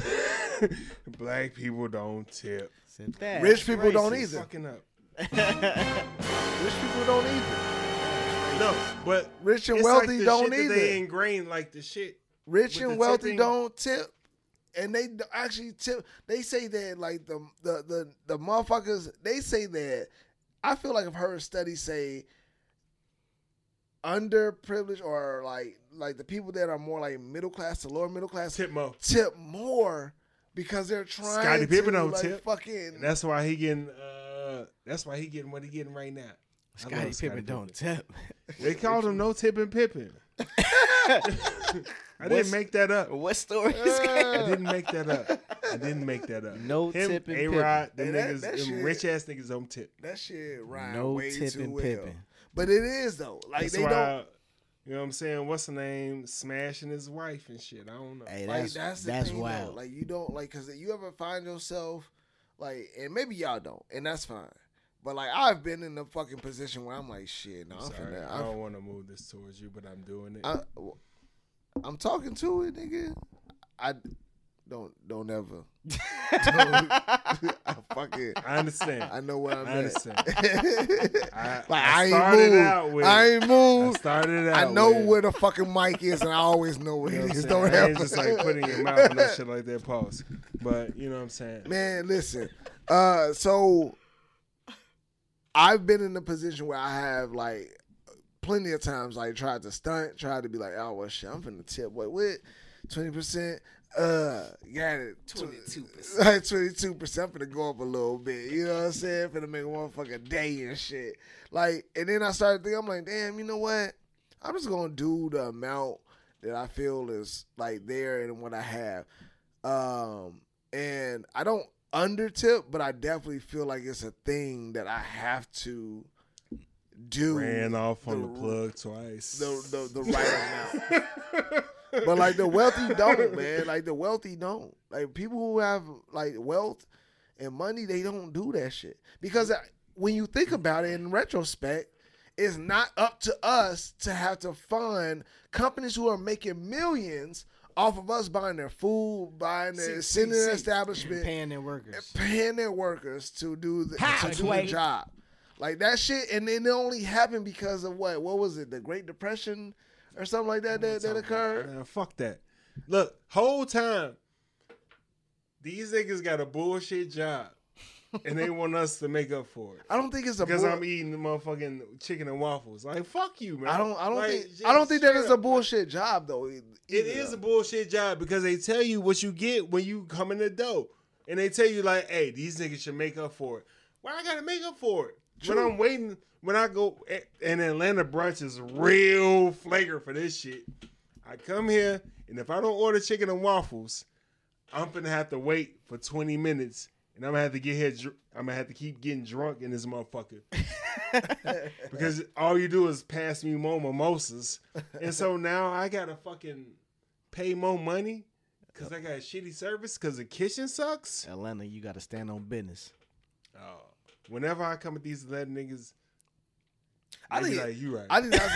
Speaker 1: Black people don't tip.
Speaker 2: Said that.
Speaker 3: Rich people don't
Speaker 1: Racist.
Speaker 3: either.
Speaker 1: Fucking up.
Speaker 3: Rich people don't either.
Speaker 1: No, but
Speaker 3: Rich and
Speaker 1: it's like
Speaker 3: wealthy
Speaker 1: the
Speaker 3: don't
Speaker 1: shit that
Speaker 3: either.
Speaker 1: They ingrained like the shit.
Speaker 3: Rich
Speaker 1: With the
Speaker 3: and wealthy
Speaker 1: tipping-
Speaker 3: don't tip, and they d- actually tip. They say that like the the the the motherfuckers. They say that. I feel like I've heard studies say underprivileged or like like the people that are more like middle class to lower middle class
Speaker 1: Tip mo.
Speaker 3: tip more because they're trying.
Speaker 1: Scottie
Speaker 3: to,
Speaker 1: Pippen don't
Speaker 3: like,
Speaker 1: tip.
Speaker 3: Fucking.
Speaker 1: And that's why he getting. Uh, that's why he getting what he getting right now. I love
Speaker 2: Scotty
Speaker 1: Scottie
Speaker 2: Pippen don't tip.
Speaker 1: They called him no tipping Pippin. I didn't make that up.
Speaker 2: what story
Speaker 3: Uh,
Speaker 2: is
Speaker 1: I didn't make that up. I didn't make that up.
Speaker 2: No
Speaker 1: him,
Speaker 2: tipping
Speaker 1: A Rod, the
Speaker 3: Hey, that-
Speaker 1: niggas,
Speaker 3: that
Speaker 1: them
Speaker 3: shit-
Speaker 1: rich ass niggas don't tip.
Speaker 3: That shit rhyme
Speaker 2: No
Speaker 3: way too
Speaker 2: tipping
Speaker 3: well.
Speaker 2: Pippen.
Speaker 3: But it is though. Like
Speaker 1: That's
Speaker 3: they
Speaker 1: why,
Speaker 3: don't.
Speaker 1: you know what I'm saying? What's the name? Smashing his wife and shit. I don't know.
Speaker 2: Hey,
Speaker 3: Like
Speaker 2: that's
Speaker 3: that's
Speaker 2: that's,
Speaker 3: the thing, though.
Speaker 2: wild.
Speaker 3: Like you don't like because you ever find yourself like, and maybe y'all don't, and that's fine. But like I've been in the fucking position where I'm like, shit, no, I'm,
Speaker 1: Sorry,
Speaker 3: finna,
Speaker 1: I
Speaker 3: I'm,
Speaker 1: don't want to move this towards you, but I'm doing it.
Speaker 3: I, am talking to it, nigga. I don't don't ever. Don't- I fucking
Speaker 1: I understand.
Speaker 3: I know where I'm
Speaker 1: I understand.
Speaker 3: at.
Speaker 1: I,
Speaker 3: Like
Speaker 1: I
Speaker 3: I, ain't
Speaker 1: started
Speaker 3: moved.
Speaker 1: out with.
Speaker 3: I ain't
Speaker 1: I
Speaker 3: moved.
Speaker 1: started out.
Speaker 3: I know
Speaker 1: with,
Speaker 3: where the fucking mic is, and I always know where
Speaker 1: You know
Speaker 3: it
Speaker 1: what I'm
Speaker 3: is.
Speaker 1: saying?
Speaker 3: Don't
Speaker 1: I ain't
Speaker 3: ever.
Speaker 1: just like putting your mouth and that shit like that. Pause. But you know what I'm saying.
Speaker 3: Man, listen. Uh, so I've been in a position where I have like plenty of times like tried to stunt, tried to be like, oh well, shit, I'm finna tip what what twenty percent. Uh, got it.
Speaker 2: 22%.
Speaker 3: Like twenty two percent. I'm finna go up a little bit. You know what I'm saying? Finna make one fucking day and shit. Like, and then I started thinking, I'm like, damn, you know what? I'm just gonna do the amount that I feel is like there and what I have. Um, and I don't under tip, but I definitely feel like it's a thing that I have to do.
Speaker 1: Ran off on the,
Speaker 3: the-
Speaker 1: plug twice.
Speaker 3: the, the, the right amount. but like the wealthy don't, man. Like the wealthy don't. Like people who have like wealth and money, they don't do that shit. Because I- when you think about it in retrospect, it's not up to us to have to fund companies who are making millions off of us buying their food, buying their
Speaker 2: See,
Speaker 3: sending
Speaker 2: see,
Speaker 3: their
Speaker 2: see.
Speaker 3: establishment
Speaker 2: Paying their workers.
Speaker 3: paying their workers to do the,
Speaker 2: Ha,
Speaker 3: to do the
Speaker 2: Dwayne.
Speaker 3: job. Like that shit, and then it only happened because of what? What was it? The Great Depression or something like that that, that occurred.
Speaker 1: Man, fuck that. Look, whole time these niggas got a bullshit job, and they want us to make up for it.
Speaker 3: I don't think it's a.
Speaker 1: Because
Speaker 3: bull-
Speaker 1: I'm eating the motherfucking chicken and waffles. Like fuck you, man.
Speaker 3: I don't. I don't
Speaker 1: Like,
Speaker 3: think.
Speaker 1: just
Speaker 3: I don't think that is
Speaker 1: shut
Speaker 3: a
Speaker 1: up.
Speaker 3: bullshit job though. It
Speaker 1: It is a bullshit job because they tell you what you get when you come in the door, and they tell you like, "Hey, these niggas should make up for it." Well, I gotta make up for it when I'm waiting. When I go and Atlanta brunch is real flagrant for this shit. I come here, and if I don't order chicken and waffles, I'm gonna have to wait for 20 minutes, and I'm gonna have to get here. dr- I'm gonna have to keep getting drunk in this motherfucker because all you do is pass me more mimosas, and so now I gotta fucking pay more money because I got shitty service because the kitchen sucks.
Speaker 2: Atlanta, you got to stand on business.
Speaker 1: Whenever I come with these Atlanta niggas,
Speaker 3: I
Speaker 1: I be
Speaker 3: think.
Speaker 1: like, you right.
Speaker 3: I think that's.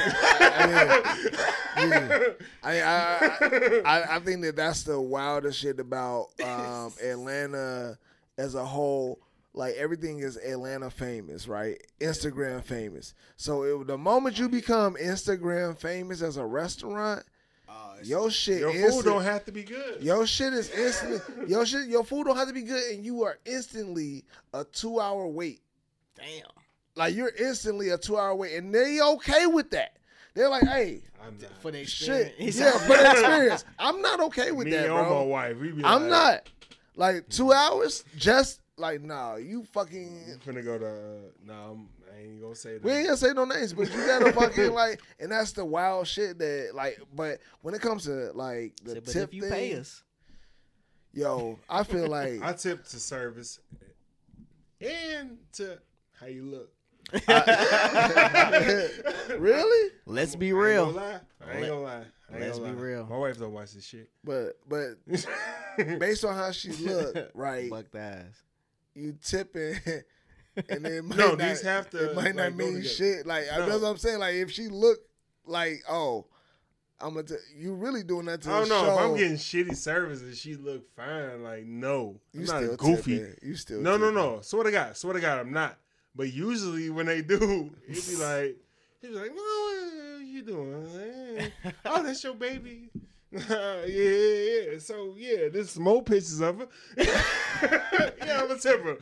Speaker 3: I mean, yeah. I, I, I I think that that's the wildest shit about um, Atlanta as a whole. Like everything is Atlanta famous, right? Instagram famous. So it, the moment you become Instagram famous as a restaurant, your shit
Speaker 1: Uh, Your food
Speaker 3: instant-
Speaker 1: don't have to be good.
Speaker 3: your shit is instant. your shit, your food don't have to be good, and you are instantly a two hour wait.
Speaker 2: Damn.
Speaker 3: Like you're instantly a two hour wait, and they okay with that. They're like, hey,
Speaker 1: I'm not.
Speaker 2: For the
Speaker 3: shit,
Speaker 2: experience. He's
Speaker 3: yeah, for the experience. I'm not okay with
Speaker 1: Me
Speaker 3: that,
Speaker 1: and
Speaker 3: bro.
Speaker 1: my wife, we be like,
Speaker 3: I'm
Speaker 1: Mm.
Speaker 3: not. Like two hours, just like nah, you fucking.
Speaker 1: I'm finna go to. Uh, nah, I'm, I ain't gonna say that.
Speaker 3: We ain't gonna say no names, but you gotta fucking like, and that's the wild shit that like. But when it comes to like the
Speaker 2: But
Speaker 3: tip
Speaker 2: if you
Speaker 3: thing,
Speaker 2: pay us,
Speaker 3: yo, I feel like
Speaker 1: I tip to service and to how you look.
Speaker 3: really,
Speaker 2: let's be
Speaker 1: I ain't
Speaker 2: real.
Speaker 1: gonna lie. I ain't gonna lie. I ain't
Speaker 2: Let's
Speaker 1: gonna
Speaker 2: be
Speaker 1: lie.
Speaker 2: real.
Speaker 1: My wife don't watch this shit.
Speaker 3: but but based on how she look, right?
Speaker 2: Buck the ass.
Speaker 3: you tipping, and then might
Speaker 1: No,
Speaker 3: not,
Speaker 1: these have to,
Speaker 3: It might not
Speaker 1: like, go
Speaker 3: mean
Speaker 1: together.
Speaker 3: shit. Like
Speaker 1: No.
Speaker 3: that's what I'm saying. Like if she look like, oh, I'm gonna, t- you really doing that to
Speaker 1: I don't
Speaker 3: the
Speaker 1: know
Speaker 3: show?
Speaker 1: if I'm getting shitty service and she look fine. Like no,
Speaker 3: you
Speaker 1: I'm not
Speaker 3: still
Speaker 1: goofy.
Speaker 3: tipping. You still
Speaker 1: No, no,
Speaker 3: tipping.
Speaker 1: no. Swear to God, swear to God, I'm not. But usually when they do, it be like, he's like, "Well, what you doing? Eh, Oh, that's your baby. yeah, yeah, yeah. So yeah, there's some more pictures of her. yeah, I'm a tipper.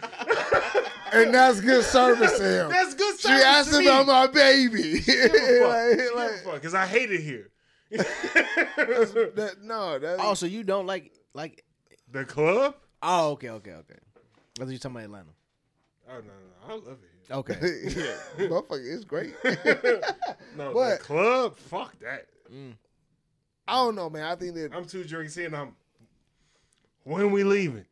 Speaker 3: And that's good service to him.
Speaker 1: That's good
Speaker 3: she
Speaker 1: service.
Speaker 3: asked
Speaker 1: to
Speaker 3: him
Speaker 1: me.
Speaker 3: about my baby. Like, like,
Speaker 1: because I hate it here.
Speaker 3: that- no, that,
Speaker 2: Oh, so you don't like like?
Speaker 1: the club?
Speaker 2: Oh, okay, okay, okay. I thought you were talking about Atlanta.
Speaker 1: Oh no, no, I love it
Speaker 2: Okay.
Speaker 3: yeah, motherfucker, it's great.
Speaker 1: here. no,
Speaker 3: But-
Speaker 1: the club? Fuck that.
Speaker 3: I don't know, man. I think that
Speaker 1: I'm two drinks in. I'm. When we leaving?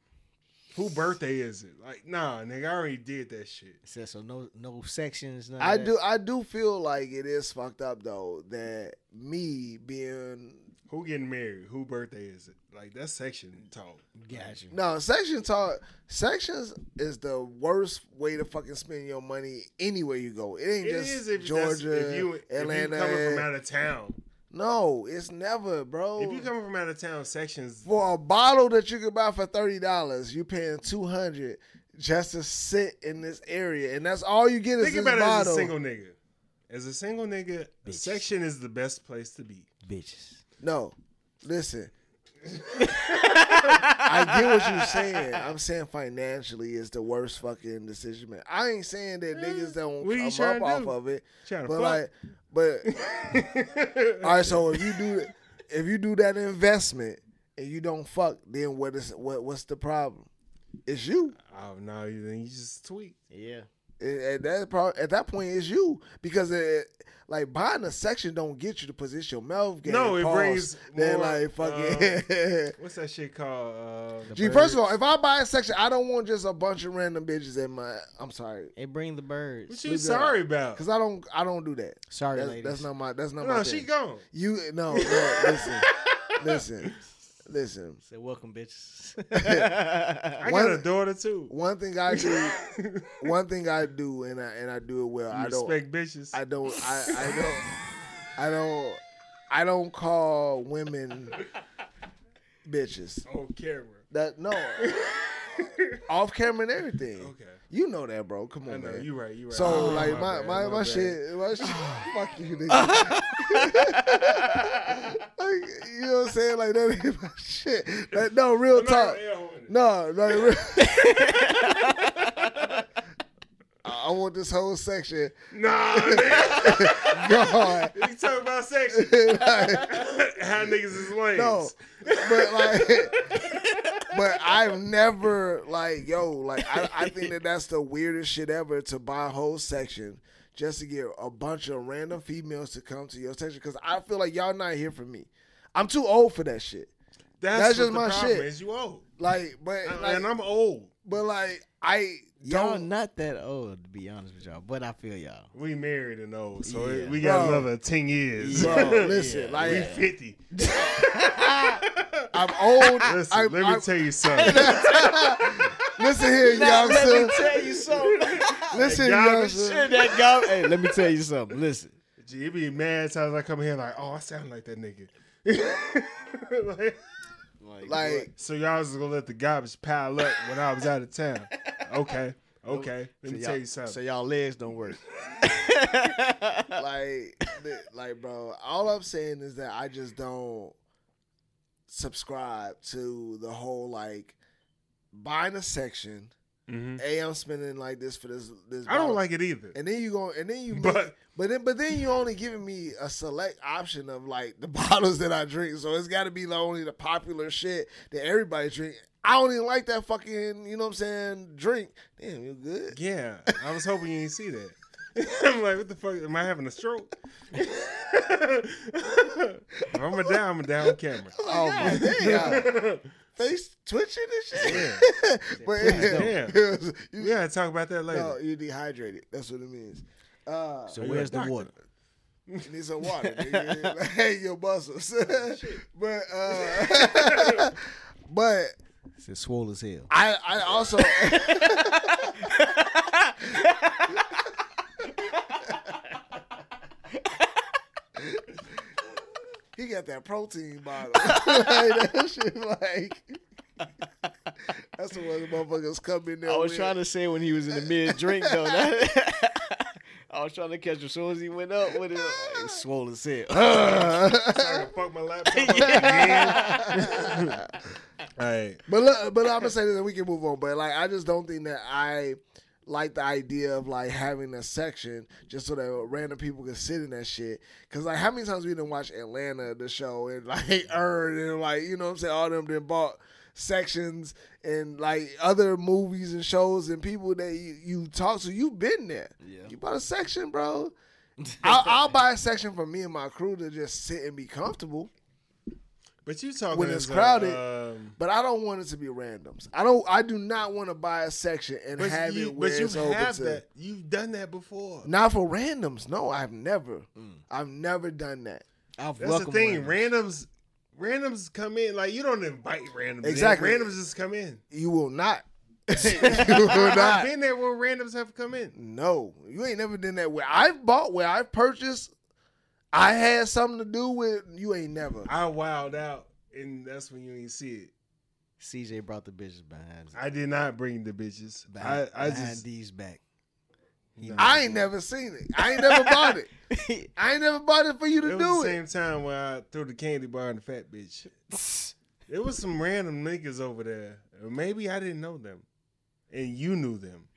Speaker 1: Who birthday is it? Like, nah, nigga, I already did that shit.
Speaker 2: So, so no no sections. None of
Speaker 3: I
Speaker 2: that.
Speaker 3: do, I do feel like it is fucked up though that me being
Speaker 1: Who getting married? Who birthday is it? Like that's section talk.
Speaker 2: Gotcha.
Speaker 3: No, section talk. Sections is the worst way to fucking spend your money anywhere you go. It ain't
Speaker 1: It
Speaker 3: just
Speaker 1: is if that's-
Speaker 3: Georgia,
Speaker 1: if you if
Speaker 3: Atlanta.
Speaker 1: you coming from out of town.
Speaker 3: No, it's never, bro.
Speaker 1: If you coming from out of town sections,
Speaker 3: for a bottle that you could buy for thirty dollars, you paying two hundred just to sit in this area, and that's all you get is
Speaker 1: think
Speaker 3: this
Speaker 1: about it as a
Speaker 3: bottle.
Speaker 1: single nigga. As a single nigga, a section is the best place to be.
Speaker 2: Bitches.
Speaker 3: No, listen. I get what you're saying. I'm saying financially is the worst fucking decision. Man. I ain't saying that niggas don't
Speaker 1: Eh, what are you
Speaker 3: come
Speaker 1: trying to
Speaker 3: up off
Speaker 1: do?
Speaker 3: of it,
Speaker 1: Trying to
Speaker 3: but
Speaker 1: fuck.
Speaker 3: like, but all right. So if you do, if you do that investment and you don't fuck, then what is what? What's the problem? It's you.
Speaker 1: Oh no, you then you just tweak.
Speaker 2: Yeah.
Speaker 3: at that pro- at that point it's you because it, like buying a section don't get you to position your mouth game.
Speaker 1: No, it
Speaker 3: pause,
Speaker 1: brings
Speaker 3: then
Speaker 1: more, uh,
Speaker 3: like fucking.
Speaker 1: What's that shit called? Uh,
Speaker 3: Gee, first of all, if I buy a section, I don't want just a bunch of random bitches in my. I'm sorry,
Speaker 2: They bring the birds.
Speaker 1: what you sorry about?
Speaker 3: cause I don't I don't do that.
Speaker 2: Sorry,
Speaker 3: That's,
Speaker 2: ladies.
Speaker 3: that's not my. That's not my.
Speaker 1: No, she
Speaker 3: thing.
Speaker 1: gone.
Speaker 3: You no no listen listen listen.
Speaker 2: Say welcome, bitches.
Speaker 1: I
Speaker 3: One-
Speaker 1: got a daughter too.
Speaker 3: One thing I do, one thing I do, and I and I do it well.
Speaker 1: I
Speaker 3: I don't
Speaker 1: respect bitches.
Speaker 3: I don't. I, I don't. I don't. I don't call women bitches.
Speaker 1: on camera.
Speaker 3: That no. Off camera and everything.
Speaker 1: Okay.
Speaker 3: You know that, bro. Come on,
Speaker 1: I know
Speaker 3: man.
Speaker 1: you right. You right.
Speaker 3: So
Speaker 1: Oh,
Speaker 3: like my
Speaker 1: bad,
Speaker 3: my my,
Speaker 1: bad.
Speaker 3: shit my shit fuck you nigga. like you know what I'm saying? Like that ain't my shit. Like no real
Speaker 1: I'm not
Speaker 3: talk.
Speaker 1: gonna air horn it.
Speaker 3: No, like real. I I want this whole section
Speaker 1: Nah, nigga,
Speaker 3: gone.
Speaker 1: you talking about section? How niggas is lame?
Speaker 3: No, but like, but I've never like yo like I, I think that that's the weirdest shit ever to buy a whole section just to get a bunch of random females to come to your section because I feel like y'all not here for me. I'm too old for that shit. That's
Speaker 1: that's,
Speaker 3: just
Speaker 1: what the
Speaker 3: my
Speaker 1: problem
Speaker 3: shit.
Speaker 1: Is you old?
Speaker 3: Like, but like,
Speaker 1: and I'm old.
Speaker 3: but like I
Speaker 2: y'all
Speaker 3: don't.
Speaker 2: not that old, to be honest with y'all, but I feel y'all.
Speaker 1: We married and old, so it-
Speaker 2: Yeah.
Speaker 1: we got
Speaker 3: Bro.
Speaker 1: another ten years.
Speaker 3: Bro, listen, like
Speaker 1: we fifty.
Speaker 3: I'm old.
Speaker 1: Listen,
Speaker 3: I'm,
Speaker 1: let me
Speaker 3: I'm-
Speaker 1: tell you something.
Speaker 3: listen here, youngster.
Speaker 2: tell you something.
Speaker 3: Listen,
Speaker 1: Y'all
Speaker 3: youngster.
Speaker 2: that gum. Hey, let me tell you something. Listen,
Speaker 1: Gee, it be mad times I come here like, oh, I sound like that nigga. Like,
Speaker 3: Like
Speaker 1: so y'all was gonna let the garbage pile up when I was out of town? Okay, okay. Let me
Speaker 2: y'all-
Speaker 1: tell you something.
Speaker 2: So y'all legs don't work.
Speaker 3: like, li- like, bro. All I'm saying is that I just don't subscribe to the whole like buying a section.
Speaker 1: Mhm.
Speaker 3: Hey, I'm spending like this for this. This
Speaker 1: I don't
Speaker 3: bottle.
Speaker 1: like it either.
Speaker 3: And then you go, and then you, but
Speaker 1: But-
Speaker 3: but then but then you only giving me a select option of like the bottles that I drink. So it's got to be the only the popular shit that everybody drink. I don't even like that fucking, you know what I'm saying? Drink. Damn, you good?
Speaker 1: Yeah, I was hoping you didn't see that. I'm like, what the fuck? Am I having a stroke? if I'm gonna die, I'm gonna die on camera.
Speaker 3: Oh my damn. Face twitching and shit.
Speaker 1: Yeah.
Speaker 3: but
Speaker 1: Yeah.
Speaker 3: you,
Speaker 1: We gotta talk about that later.
Speaker 3: no, you dehydrated. That's what it means. Uh,
Speaker 2: So where's the water?
Speaker 3: you need some water. nigga. Like, hey, your muscles. but uh, but
Speaker 2: It's swole as hell.
Speaker 3: I I also He got that protein bottle. like, that shit, like that's the one the motherfuckers come in there.
Speaker 2: I was
Speaker 3: with.
Speaker 2: trying to say when he was in the mid drink though. I was trying to catch him as soon as he went up with it. Like, swole as hell.
Speaker 1: Sorry to fuck my laptop up again. All right.
Speaker 3: But look, but I'm gonna say this, and we can move on. But like, I just don't think that I like the idea of like having a section just so that random people can sit in that shit. Cause like, how many times we didn't watch Atlanta the show and like Earn and like you know what I'm saying all them then bought sections and like other movies and shows and people that you, you talk to. You've been there.
Speaker 2: Yeah.
Speaker 3: You bought a section, bro. I'll, I'll buy a section for me and my crew to just sit and be comfortable.
Speaker 1: But you talking
Speaker 3: When it's
Speaker 1: as a,
Speaker 3: crowded,
Speaker 1: um,
Speaker 3: But I don't want it to be randoms. I don't. I do not want to buy a section and
Speaker 1: but
Speaker 3: have
Speaker 1: you,
Speaker 3: it where
Speaker 1: but you
Speaker 3: it's open
Speaker 1: have
Speaker 3: to.
Speaker 1: that. You've done that before.
Speaker 3: Not for randoms. No, I've never.
Speaker 1: Mm.
Speaker 3: I've never done that.
Speaker 2: I've
Speaker 1: That's the thing. Randoms. Randoms come in like you don't invite randoms.
Speaker 3: Exactly.
Speaker 1: In. Randoms just come in.
Speaker 3: You will not. you will
Speaker 1: I've
Speaker 3: not.
Speaker 1: been there where randoms have come in.
Speaker 3: No, you ain't never done that. Where I've bought, where I've purchased, I had something to do with you. Ain't never.
Speaker 1: I wowed out, and that's when you ain't see it.
Speaker 2: CJ brought the bitches behind.
Speaker 1: I did not bring the bitches.
Speaker 2: Behind,
Speaker 1: I, I
Speaker 2: behind
Speaker 1: just
Speaker 2: D's back.
Speaker 1: Nah.
Speaker 3: I ain't never seen it. I ain't never bought it. I ain't never bought it for you to
Speaker 1: It was the
Speaker 3: do it.
Speaker 1: same time when I threw the candy bar in the fat bitch. There was some random niggas over there. Or maybe I didn't know them, and you knew them.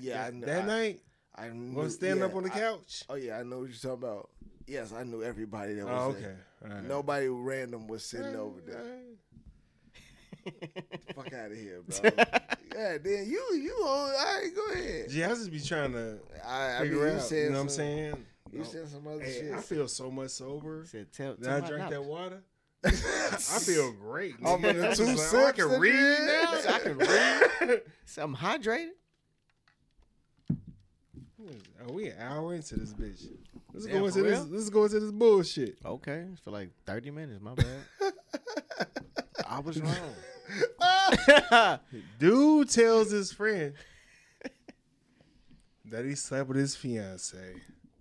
Speaker 3: Yeah, I know.
Speaker 1: that
Speaker 3: I,
Speaker 1: night,
Speaker 3: I knew,
Speaker 1: was standing
Speaker 3: yeah,
Speaker 1: up on the
Speaker 3: I-
Speaker 1: couch.
Speaker 3: oh yeah, I know what you're talking about. Yes, I knew everybody that was
Speaker 1: oh,
Speaker 3: there.
Speaker 1: okay. All right.
Speaker 3: Nobody random was sitting over
Speaker 1: All
Speaker 3: there.
Speaker 1: right.
Speaker 3: Fuck out of here, bro. yeah, then you you on. All right, go ahead.
Speaker 1: Gee, I just be trying to
Speaker 3: I, I mean,
Speaker 1: figure
Speaker 3: you
Speaker 1: out.
Speaker 3: said
Speaker 1: You know what I'm
Speaker 3: some-
Speaker 1: saying?
Speaker 3: You
Speaker 1: No.
Speaker 3: said some other
Speaker 1: Hey,
Speaker 3: shit.
Speaker 1: I feel so much sober.
Speaker 2: Said, tell,
Speaker 1: Did I
Speaker 2: tell my
Speaker 1: drink that
Speaker 2: knowledge.
Speaker 1: water? I feel great.
Speaker 3: I'm
Speaker 1: nigga.
Speaker 3: in the
Speaker 1: I'm just
Speaker 3: two
Speaker 1: like,
Speaker 3: sips
Speaker 1: oh, I can
Speaker 3: that
Speaker 1: read
Speaker 3: you
Speaker 1: now.
Speaker 3: had.
Speaker 1: I can read.
Speaker 2: Said, I'm hydrated.
Speaker 1: Are Oh, we an hour into this bitch? Let's
Speaker 2: Damn,
Speaker 1: go into
Speaker 2: for
Speaker 1: this.
Speaker 2: real?
Speaker 1: Let's go into this bullshit.
Speaker 2: Okay, for like 30 minutes. My bad. I was wrong.
Speaker 1: Dude tells his friend that he slept with his fiance.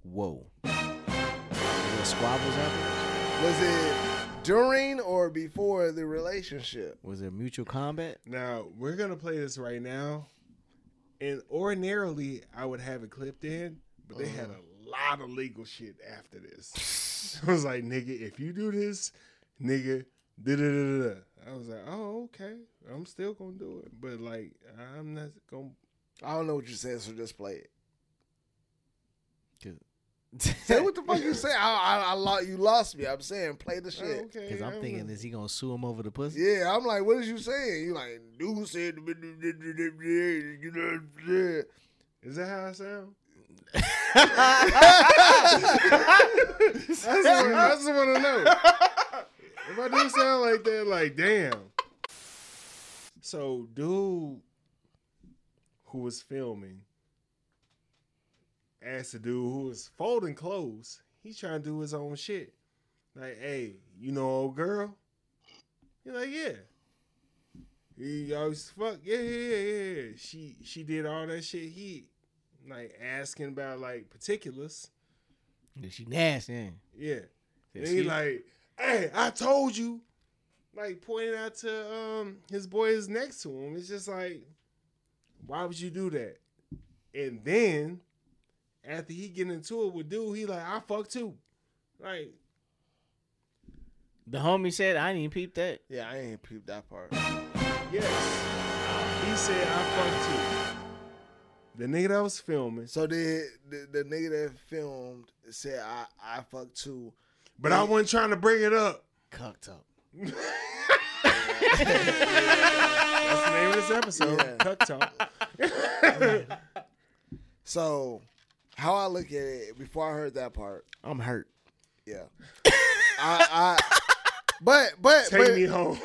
Speaker 2: Whoa. Was there squabbles out
Speaker 3: Was it during or before the relationship?
Speaker 2: there? Was there mutual combat?
Speaker 1: Now we're gonna play this right now, and ordinarily I would have it clipped in, but they had
Speaker 2: Uh.
Speaker 1: a lot of legal shit after this. I was like, nigga, if you do this, nigga, da da da da. I was like, oh okay, I'm still gonna do it, but like I'm not gonna.
Speaker 3: I don't know what you said, so just play it. Say
Speaker 2: Because
Speaker 3: what the fuck you say. I, I, I lo- you lost me. I'm saying play the shit.
Speaker 1: okay,
Speaker 2: I'm thinking,
Speaker 1: gonna-
Speaker 2: is he going to sue him over the pussy?
Speaker 3: Yeah, I'm like, what is you saying? You like, dude said, you know what I'm saying?
Speaker 1: is that how I sound? I just want to know. If I do sound like that, like damn. So, dude, who was filming, asked the dude who was folding clothes. He trying to do his own shit. Like, hey, you know, old girl. He like, yeah. He always fuck, yeah, yeah, yeah, yeah. She she did all that shit. He like asking about like particulars.
Speaker 2: Yeah, she nasty. ain't
Speaker 1: Yeah.
Speaker 2: she?
Speaker 1: Then he like, hey, I told you. Like pointing out to um his boys next to him. It's just like, why would you do that? And then after he get into it with dude, he like, I fuck too. Like,
Speaker 2: the homie said, I didn't even peep that.
Speaker 3: Yeah, I ain't peeped that part.
Speaker 1: yes. He said I fuck too. The nigga that was filming.
Speaker 3: So the, the the nigga that filmed said, I, I fucked too.
Speaker 1: But I wasn't trying to bring it up.
Speaker 2: Cucked up.
Speaker 1: That's the name of this episode.
Speaker 3: Yeah.
Speaker 1: Cuck talk.
Speaker 3: So how I look at it, before I heard that part,
Speaker 2: I'm hurt.
Speaker 3: yeah. I, I, but, but,
Speaker 1: Take
Speaker 3: but,
Speaker 1: me home.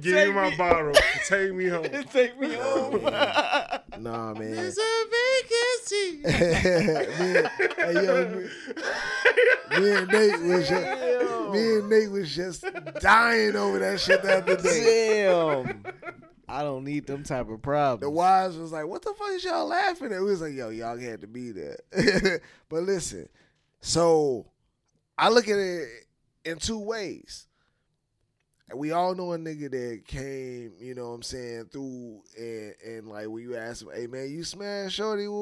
Speaker 1: Give me my bottle. Take me home.
Speaker 2: Take me home.
Speaker 3: Nah, man.
Speaker 1: a vacancy.
Speaker 3: me, and- hey, yo, me, me and Nate was just, me and Nate was just dying over that shit the other day.
Speaker 2: Damn. I don't need them type of problems.
Speaker 3: The wives was like, "What the fuck is y'all laughing at?" We was like, "Yo, y'all had to be there." but listen, so I look at it in two ways. We all know a nigga that came, you know what I'm saying, through and and like when you ask him, hey man, you smash shorty, woo,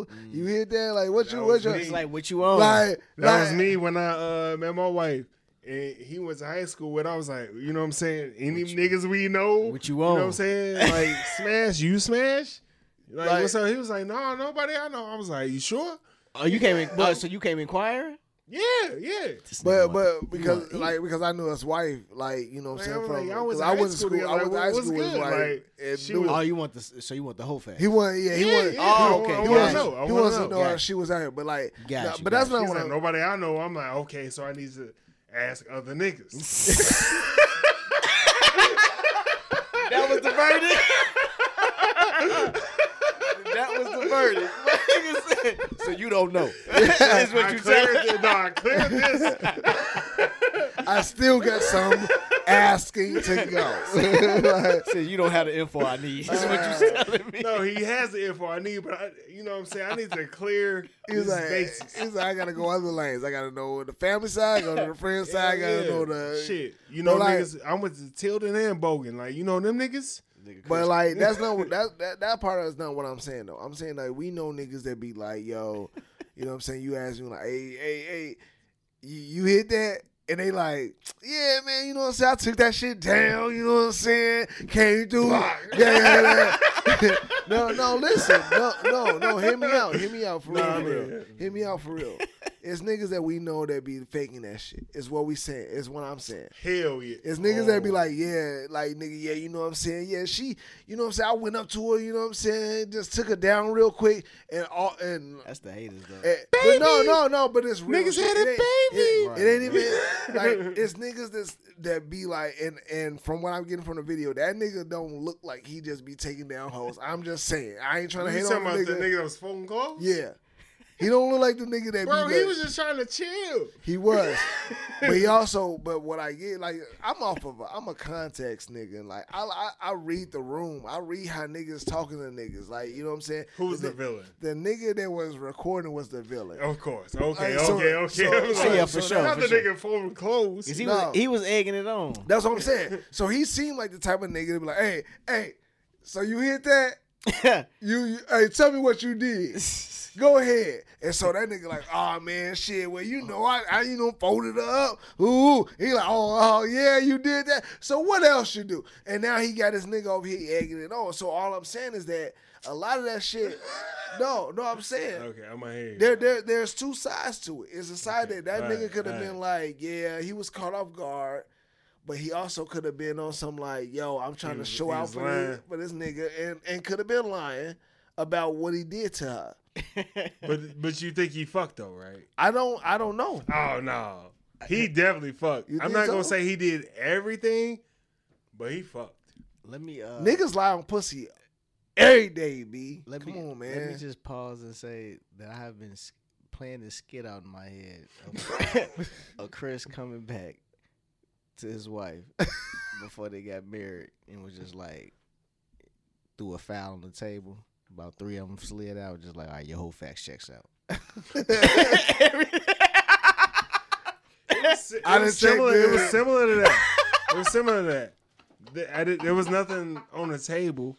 Speaker 3: woo, you hit that, like what
Speaker 1: Mm. That
Speaker 3: you,
Speaker 1: was
Speaker 3: what you,
Speaker 1: me.
Speaker 2: It's like, what you on?
Speaker 3: like,
Speaker 1: That was
Speaker 3: like-
Speaker 1: me when I uh, met my wife. And he went to high school with. I was like, you know what I'm saying? Any niggas we know.
Speaker 2: what you
Speaker 1: know
Speaker 2: on?
Speaker 1: what I'm saying? Like, smash, you smash? Like,
Speaker 3: Like-
Speaker 1: what's up? He was like, no, nobody I know. I was like, you sure?
Speaker 2: oh, you came in, but, so you came inquiring?
Speaker 1: Yeah, yeah.
Speaker 3: But but because like because I knew his wife, like you know what I'm
Speaker 1: Like,
Speaker 3: saying.
Speaker 1: I was like,
Speaker 3: From,
Speaker 1: y'all was
Speaker 3: because
Speaker 1: in
Speaker 3: I
Speaker 1: high
Speaker 3: was in
Speaker 1: school
Speaker 3: school, I
Speaker 1: together,
Speaker 3: was
Speaker 1: like, what's
Speaker 3: in high school with his
Speaker 1: good?
Speaker 3: wife.
Speaker 1: Like,
Speaker 3: and
Speaker 1: she
Speaker 3: knew-
Speaker 1: was-
Speaker 2: Oh, you want the so you want the whole fact?
Speaker 3: he wasn't. Yeah, he wasn't.
Speaker 1: yeah,
Speaker 2: Oh,
Speaker 1: I
Speaker 2: okay,
Speaker 1: wanna- I
Speaker 3: He
Speaker 2: got
Speaker 1: want to
Speaker 2: you.
Speaker 1: know. I want to
Speaker 3: wasn't, he
Speaker 1: know.
Speaker 3: wasn't know
Speaker 2: Got
Speaker 3: how
Speaker 2: you.
Speaker 3: she was out here, but like,
Speaker 2: Got you,
Speaker 3: nah,
Speaker 2: got
Speaker 3: but that's
Speaker 2: you.
Speaker 3: not
Speaker 1: He's
Speaker 3: what
Speaker 1: like,
Speaker 3: I'm.
Speaker 1: nobody I know. I'm like, okay, so I need to ask other niggas.
Speaker 2: That was the verdict. that was the verdict. My nigga said, so you don't know. That's
Speaker 1: I cleared it. No, I cleared this.
Speaker 3: I still got some, asking to go. Like,
Speaker 2: Said you don't have the info I need. That's what you telling me.
Speaker 1: No, he has the info I need, but I, you know what I'm saying? I need to clear
Speaker 3: he's
Speaker 1: his
Speaker 3: like,
Speaker 1: bases.
Speaker 3: he's like, I gotta go other lanes. I gotta know the family side, go to the friend side, I gotta
Speaker 1: Yeah.
Speaker 3: know the
Speaker 1: shit. You
Speaker 3: but
Speaker 1: know,
Speaker 3: like-
Speaker 1: niggas. I went to Tilden and Bogan. Like, you know them niggas.
Speaker 3: But like that's not what that, that that part is not what I'm saying though. I'm saying like we know niggas that be like, yo, you know what I'm saying? You ask me like, hey, hey, hey, you, you hit that? And they like, yeah, man, you know what I'm saying? I took that shit down, you know what I'm saying? Came through. Yeah, yeah, yeah. no, no, listen. No, no, no, hear me out. Hear me out for real.
Speaker 1: Nah,
Speaker 3: for real.
Speaker 1: man.
Speaker 3: Hear me out for real. It's niggas that we know that be faking that shit. It's what we saying. It's what I'm saying.
Speaker 1: Hell yeah.
Speaker 3: It's niggas that be
Speaker 1: Oh.
Speaker 3: like, yeah, like nigga, yeah, you know what I'm saying? Yeah, she, you know what I'm saying? I went up to her, you know what I'm saying? Just took her down real quick and all and,
Speaker 2: That's the haters though.
Speaker 3: and- but no, no, no, but it's real.
Speaker 1: Niggas
Speaker 3: shit.
Speaker 1: had it,
Speaker 3: ain't- It, it
Speaker 1: baby.
Speaker 3: ain't even like it's niggas that's, that be like and and from what I'm getting from the video, that nigga don't look like he just be taking down hoes. I'm just saying. I ain't trying to
Speaker 1: You
Speaker 3: hate
Speaker 1: talking
Speaker 3: on the
Speaker 1: about the
Speaker 3: nigga.
Speaker 1: nigga that was phone call?
Speaker 3: Yeah. He don't look like the nigga that
Speaker 1: Bro,
Speaker 3: be
Speaker 1: he
Speaker 3: that-
Speaker 1: was just trying to chill.
Speaker 3: he was, but he also. But what I get, like, I'm off of. A, I'm a context nigga. and, Like, I, I I read the room. I read how niggas talking to niggas. Like, you know what I'm saying?
Speaker 1: Who was the
Speaker 3: ni-
Speaker 1: villain?
Speaker 3: The nigga that was recording was the villain.
Speaker 1: Of course. Okay,
Speaker 3: Like, so-
Speaker 1: okay, okay.
Speaker 3: so-
Speaker 1: I was
Speaker 3: so-
Speaker 1: like,
Speaker 2: yeah, for sure,
Speaker 1: Not
Speaker 2: for
Speaker 1: the
Speaker 2: sure.
Speaker 1: nigga phone clothes.
Speaker 2: 'Cause he
Speaker 3: No.
Speaker 2: was he was egging it on.
Speaker 3: That's what I'm saying. So he seemed like the type of nigga to be like, hey, hey, so you hit that? You, you hey, tell me what you did. Go ahead. And so that nigga like, oh man, shit. Well, you know, I, I you know, folded her up. Ooh, he like, oh, oh yeah, you did that. So what else you do? And now he got his nigga over here egging it on. So all I'm saying is that a lot of that shit. No, no, I'm saying
Speaker 1: okay, I'm gonna hear you.
Speaker 3: there, there, there's two sides to it. It's a side that that
Speaker 1: right,
Speaker 3: nigga could have been like, yeah, he was caught off guard, but he also could have been on some like, yo, I'm trying
Speaker 1: was-
Speaker 3: to
Speaker 1: he
Speaker 3: show out
Speaker 1: was
Speaker 3: for this,
Speaker 1: lying.
Speaker 3: for this nigga, and and could have been lying about what he did to her.
Speaker 1: But but you think he fucked though, right?
Speaker 3: I don't, I don't know.
Speaker 1: Oh no, he definitely fucked.
Speaker 3: You
Speaker 1: I'm
Speaker 3: think
Speaker 1: not gonna
Speaker 3: so?
Speaker 1: say he did everything, but he fucked.
Speaker 2: Let me uh
Speaker 3: Niggas lie on pussy every day, b.
Speaker 2: let
Speaker 3: Come
Speaker 2: me,
Speaker 3: on, man.
Speaker 2: Let me just pause and say that I have been s- playing this skit out in my head of, of Chris coming back to his wife before they got married and was just like threw a foul on the table. About three of them slid out, just like, all right, your whole fact checks out.
Speaker 1: It
Speaker 3: I
Speaker 1: was
Speaker 3: done checked
Speaker 1: similar. It was
Speaker 3: it.
Speaker 1: similar to that. It was similar to that. Th- I did- there was nothing on the table,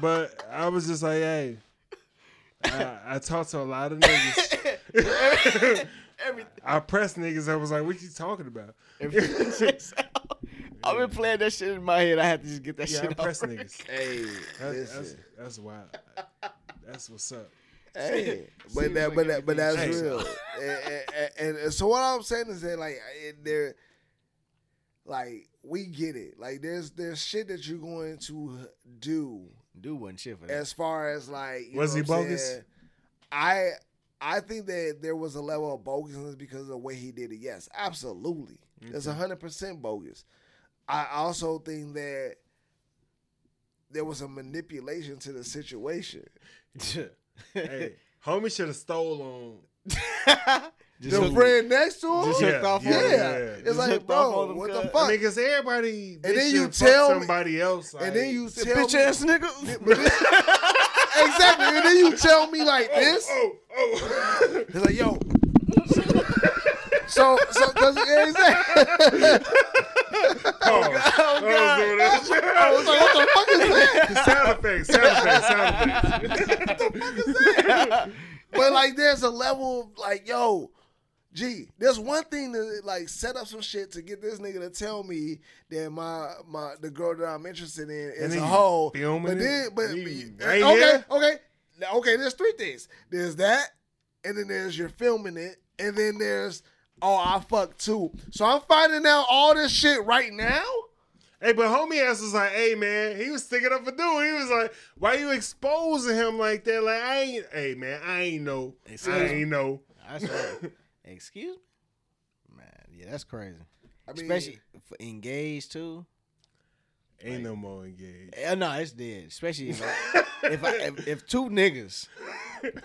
Speaker 1: but I was just like, hey. I, I talked to a lot of niggas. I pressed niggas. I was like, "What you talking about?"
Speaker 2: Everything checks out. I've been playing that shit in my head. I had to just get that
Speaker 1: Yeah, I
Speaker 2: shit out.
Speaker 1: pressed niggas.
Speaker 3: hey,
Speaker 1: That's, that's,
Speaker 3: listen,
Speaker 1: that's wild. That's what's up.
Speaker 3: hey, but that, but that, but that's real. and, and- and so what I'm saying is that like it- there, like we get it. Like there's there's shit that you're going to do
Speaker 2: Dude wasn't shit for that.
Speaker 3: as far as like you
Speaker 1: Was
Speaker 3: know
Speaker 1: he
Speaker 3: what I'm
Speaker 1: bogus?
Speaker 3: saying? I I think that there was a level of bogusness because of the way he did it. Yes, absolutely, it's hundred percent bogus. I also think that there was a manipulation to the situation.
Speaker 1: Hey, homie should have stole on
Speaker 2: Just
Speaker 3: The
Speaker 2: who-
Speaker 3: friend next to him,
Speaker 2: just
Speaker 1: Yeah,
Speaker 2: hooked off on
Speaker 1: yeah, yeah,
Speaker 2: it.
Speaker 1: yeah.
Speaker 3: It's
Speaker 2: Just
Speaker 3: like,
Speaker 2: hooked off
Speaker 3: bro,
Speaker 2: on them
Speaker 3: what
Speaker 2: cut.
Speaker 3: the
Speaker 1: I
Speaker 3: fuck?
Speaker 1: mean, cause everybody and
Speaker 3: then
Speaker 1: then
Speaker 3: you
Speaker 1: you
Speaker 3: tell me-
Speaker 1: somebody else, like, oh,
Speaker 3: and then you
Speaker 2: Said,
Speaker 3: tell
Speaker 2: bitch
Speaker 3: me
Speaker 2: ass nigga.
Speaker 3: but this- exactly, and then you tell me like this.
Speaker 1: oh, oh,
Speaker 3: It's like, yo. so, so, cause yeah, exactly.
Speaker 1: oh, I was doing that shit. I was
Speaker 3: What the fuck is that?
Speaker 1: like, sound effects, sound effects, sound effects.
Speaker 3: But like, there's a level of like, yo. Gee, there's one thing to like set up some shit to get this nigga to tell me that my my the girl that I'm interested in is
Speaker 1: then
Speaker 3: a
Speaker 1: you
Speaker 3: hoe.
Speaker 1: filming
Speaker 3: But
Speaker 1: it?
Speaker 3: then, but,
Speaker 1: You
Speaker 3: but-
Speaker 1: right
Speaker 3: okay,
Speaker 1: here?
Speaker 3: okay, Now, okay. There's three things. There's that, and then there's you're filming it, and then there's oh I fuck too. So I'm finding out all this shit right now.
Speaker 1: Hey, but homie ass was like, hey man, he was sticking up for dude. He was like, why you exposing him like that? Like I ain't, hey man, I ain't know,
Speaker 2: Excuse
Speaker 1: I
Speaker 2: me.
Speaker 1: ain't know.
Speaker 2: I swear. Excuse me? Man, yeah, that's crazy.
Speaker 3: I mean,
Speaker 2: Especially for engaged too.
Speaker 1: Ain't no more engaged.
Speaker 2: Eh, no, it's dead. Especially if I, if, I, if, if two niggas,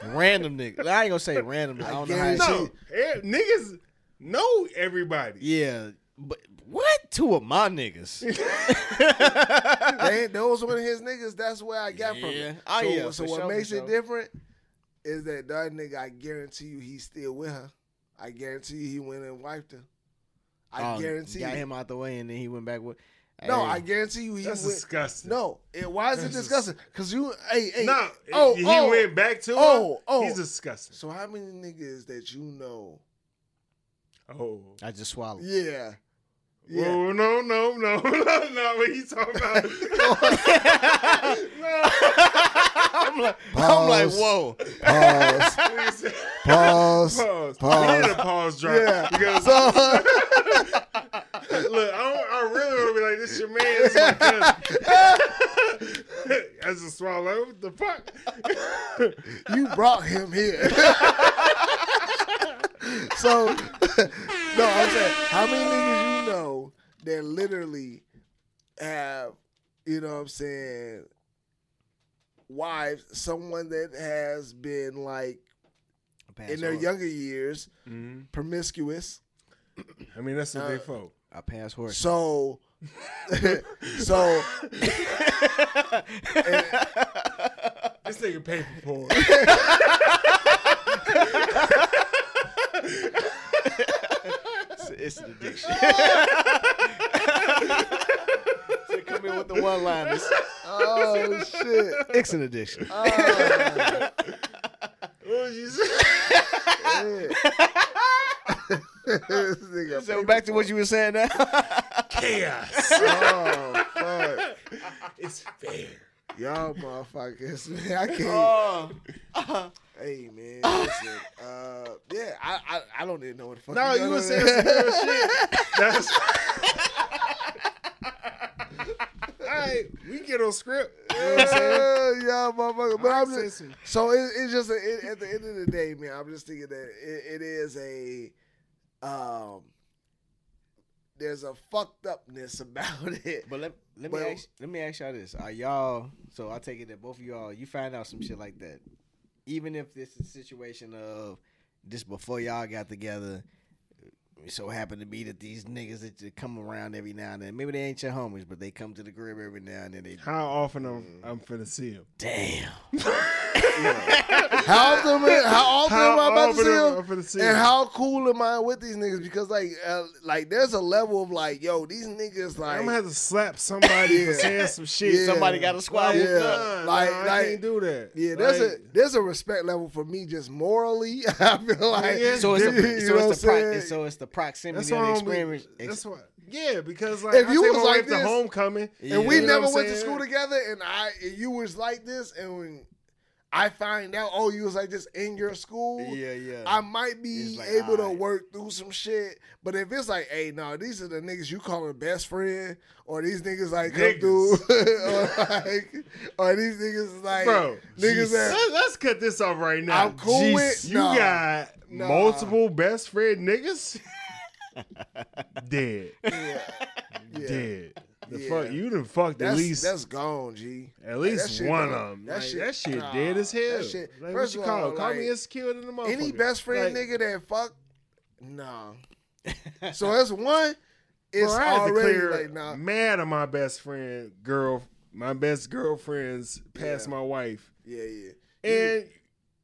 Speaker 2: random niggas. I ain't gonna say random. I don't know how.
Speaker 3: guarantee-
Speaker 2: it's-
Speaker 1: No, eh, niggas know everybody.
Speaker 2: Yeah, but what? two of my niggas.
Speaker 3: They- those were his niggas. That's where I got from
Speaker 2: Yeah.
Speaker 3: it.
Speaker 2: Oh,
Speaker 3: so,
Speaker 2: yeah,
Speaker 3: so
Speaker 2: for
Speaker 3: what
Speaker 2: sure,
Speaker 3: makes
Speaker 2: for
Speaker 3: it
Speaker 2: sure.
Speaker 3: different is that that nigga, I guarantee you, he's still with her. I guarantee you, he went and wiped her. I
Speaker 2: Oh,
Speaker 3: guarantee
Speaker 2: Got
Speaker 3: you.
Speaker 2: him out the way, and then he went back with.
Speaker 3: No,
Speaker 2: Hey.
Speaker 3: I guarantee you, he
Speaker 1: That's
Speaker 3: went.
Speaker 1: disgusting.
Speaker 3: No, it, why is it
Speaker 1: That's dis-
Speaker 3: disgusting? Because you, hey, hey,
Speaker 1: No,
Speaker 3: oh,
Speaker 1: he
Speaker 3: oh.
Speaker 1: went back to
Speaker 3: oh,
Speaker 1: him.
Speaker 3: oh.
Speaker 1: He's disgusting.
Speaker 3: So how many niggas that you know?
Speaker 1: Oh.
Speaker 2: I just swallowed.
Speaker 3: Yeah, yeah.
Speaker 1: Whoa, Oh, no, no, no, no, no, what you talking about?
Speaker 2: I'm like, I'm like,
Speaker 3: Pause.
Speaker 2: whoa.
Speaker 3: Pause.
Speaker 1: Please,
Speaker 3: Pause.
Speaker 1: pause.
Speaker 3: Pause.
Speaker 1: We need a pause drop.
Speaker 3: Yeah.
Speaker 1: Because,
Speaker 3: So,
Speaker 1: look, I, don't, I really want to be like, this your man. This my cousin. As a swallow, what the fuck?
Speaker 3: you brought him here. so, no, I'm saying, how many niggas you know that literally have, you know what I'm saying, wives, someone that has been like in their younger years promiscuous.
Speaker 1: I mean, that's what they for.
Speaker 2: I pass horse.
Speaker 3: So, so
Speaker 1: This nigga paid for porn.
Speaker 2: It's, it's an addiction. so come in with the one liners.
Speaker 3: oh shit. Oh,
Speaker 2: It's an addiction.
Speaker 1: What was you saying?
Speaker 3: This nigga
Speaker 2: so back to what you were saying now.
Speaker 1: Chaos.
Speaker 3: Oh fuck,
Speaker 1: it's fair.
Speaker 3: y'all motherfuckers, man. I can't. Hey man, listen. Uh, yeah, I, I I don't even know what the fuck.
Speaker 1: No, you
Speaker 3: going
Speaker 1: were
Speaker 3: on
Speaker 1: saying
Speaker 3: there.
Speaker 1: some real shit. That's. All right, we get on script. You know what I'm saying?
Speaker 3: Yeah, y'all motherfucker. But I'm
Speaker 1: saying
Speaker 3: just,
Speaker 1: some-
Speaker 3: so it, it's just a, it, at the end of the day, man. I'm just thinking that it, it is a um. There's a fucked upness about it.
Speaker 2: But let, let
Speaker 3: Well-
Speaker 2: me ask, let me ask y'all this: Are y'all? So I take it that both of y'all, you find out some shit like that, even if this is a situation of just before y'all got together. It so happened to be that these niggas that you come around every now and then, maybe they ain't your homies, but they come to the crib every now and then. They
Speaker 1: How often I'm I'm finna see him?
Speaker 2: damn.
Speaker 3: How often, am- how often
Speaker 1: How
Speaker 3: am I
Speaker 1: often am I
Speaker 3: about to see him?
Speaker 1: finna see
Speaker 3: and
Speaker 1: him?
Speaker 3: how cool am I with these niggas? Because like, uh, like there's a level of like, yo, these niggas like,
Speaker 1: I'm gonna have to slap somebody for
Speaker 3: Yeah.
Speaker 1: saying some shit.
Speaker 3: Yeah.
Speaker 2: Somebody got a squad.
Speaker 3: Yeah.
Speaker 2: hooked up.
Speaker 1: Nah,
Speaker 3: Like-
Speaker 1: nah, I
Speaker 3: like-
Speaker 1: can't do that.
Speaker 3: yeah, there's
Speaker 1: Like,
Speaker 3: a there's a respect level for me just morally. I feel like,
Speaker 1: Yeah.
Speaker 2: So it's,
Speaker 1: You
Speaker 2: the
Speaker 3: know
Speaker 2: so,
Speaker 3: what
Speaker 2: it's the pro-
Speaker 3: I'm saying?
Speaker 2: so it's the proximity
Speaker 1: That's
Speaker 2: of
Speaker 1: why
Speaker 2: the
Speaker 1: I'm-
Speaker 2: experience.
Speaker 1: That's why. Yeah, because like
Speaker 3: If
Speaker 1: I
Speaker 3: you
Speaker 1: take
Speaker 3: was
Speaker 1: my
Speaker 3: like
Speaker 1: wife to
Speaker 3: this-
Speaker 1: homecoming,
Speaker 2: Yeah.
Speaker 3: and we
Speaker 1: you know
Speaker 3: never
Speaker 1: what I'm
Speaker 3: went to
Speaker 1: saying?
Speaker 3: school together, and I and you was like this, and when I find out, oh, you was like this in your school.
Speaker 2: yeah, yeah.
Speaker 3: I might be
Speaker 2: It's like,
Speaker 3: able to
Speaker 2: alright.
Speaker 3: work through some shit, but if it's like, hey, no, these are the niggas you calling best friend, or these niggas like come
Speaker 1: Niggas.
Speaker 3: through, or like, or these niggas is like,
Speaker 1: bro,
Speaker 3: niggas that
Speaker 1: Let- let's cut this off right now.
Speaker 3: I'm cool
Speaker 1: Jeez,
Speaker 3: with-
Speaker 1: you
Speaker 3: nah.
Speaker 1: got
Speaker 3: Nah.
Speaker 1: multiple best friend niggas. Dead,
Speaker 3: yeah,
Speaker 1: dead. The
Speaker 3: Yeah.
Speaker 1: fuck you done fucked
Speaker 3: that's
Speaker 1: at least
Speaker 3: that's gone, G.
Speaker 1: at
Speaker 3: Like,
Speaker 1: least
Speaker 3: that shit
Speaker 1: one
Speaker 3: gone.
Speaker 1: of them.
Speaker 3: That shit,
Speaker 1: that shit
Speaker 3: nah,
Speaker 1: dead as hell.
Speaker 3: That shit,
Speaker 1: Like, what
Speaker 3: first
Speaker 1: you
Speaker 3: of
Speaker 1: call?
Speaker 3: all,
Speaker 1: it? call me
Speaker 3: like,
Speaker 1: insecure in the motherfucker.
Speaker 3: any best friend
Speaker 1: Like,
Speaker 3: nigga that fuck, no. so that's one.
Speaker 1: bro,
Speaker 3: It's
Speaker 1: I had to
Speaker 3: already
Speaker 1: clear
Speaker 3: like nah.
Speaker 1: mad at my best friend girl, my best girlfriend's past
Speaker 3: Yeah.
Speaker 1: my wife,
Speaker 3: Yeah, yeah.
Speaker 1: and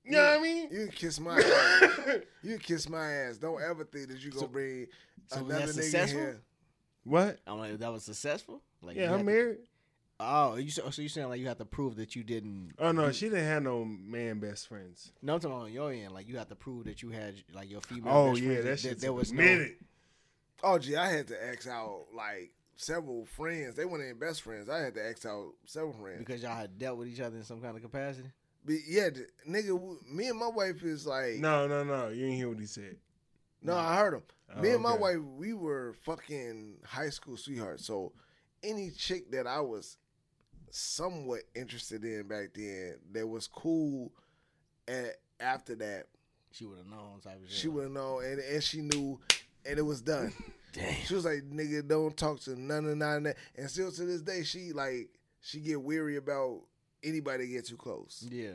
Speaker 1: you know what I mean.
Speaker 3: You can kiss my ass. you can kiss my ass. Don't ever think that you gonna bring
Speaker 2: so was
Speaker 3: another
Speaker 2: that
Speaker 3: nigga
Speaker 2: successful?
Speaker 3: here.
Speaker 1: What?
Speaker 2: I'm like that was successful. Like you
Speaker 1: Yeah,
Speaker 2: had
Speaker 1: I'm
Speaker 2: to-
Speaker 1: married.
Speaker 2: Oh, you so, so you saying like you have to prove that you didn't?
Speaker 1: Oh no, she didn't have no man best friends.
Speaker 2: No, I'm talking on your end. Like you have to prove that you had like your female.
Speaker 1: Oh
Speaker 2: best
Speaker 1: yeah,
Speaker 2: friends,
Speaker 1: that shit.
Speaker 2: there was no-
Speaker 1: minute.
Speaker 3: Oh gee, I had to X out like several friends. They weren't even best friends. I had to X out several friends.
Speaker 2: because y'all had dealt with each other in some kind of capacity.
Speaker 3: But yeah, the, nigga, w- me and my wife is like no,
Speaker 1: No, no, no. You didn't hear what he said.
Speaker 3: I heard him.
Speaker 1: Oh,
Speaker 3: me and my
Speaker 1: okay.
Speaker 3: wife, we were fucking high school sweethearts. So any chick that I was somewhat interested in back then, that was cool. At after that,
Speaker 2: She would have known type of shit.
Speaker 3: She would have known, and, and she knew, and it was done.
Speaker 2: Damn.
Speaker 3: She was like, "Nigga, don't talk to none of none of that." And still to this day, she like she get weary about anybody that get too close.
Speaker 2: Yeah.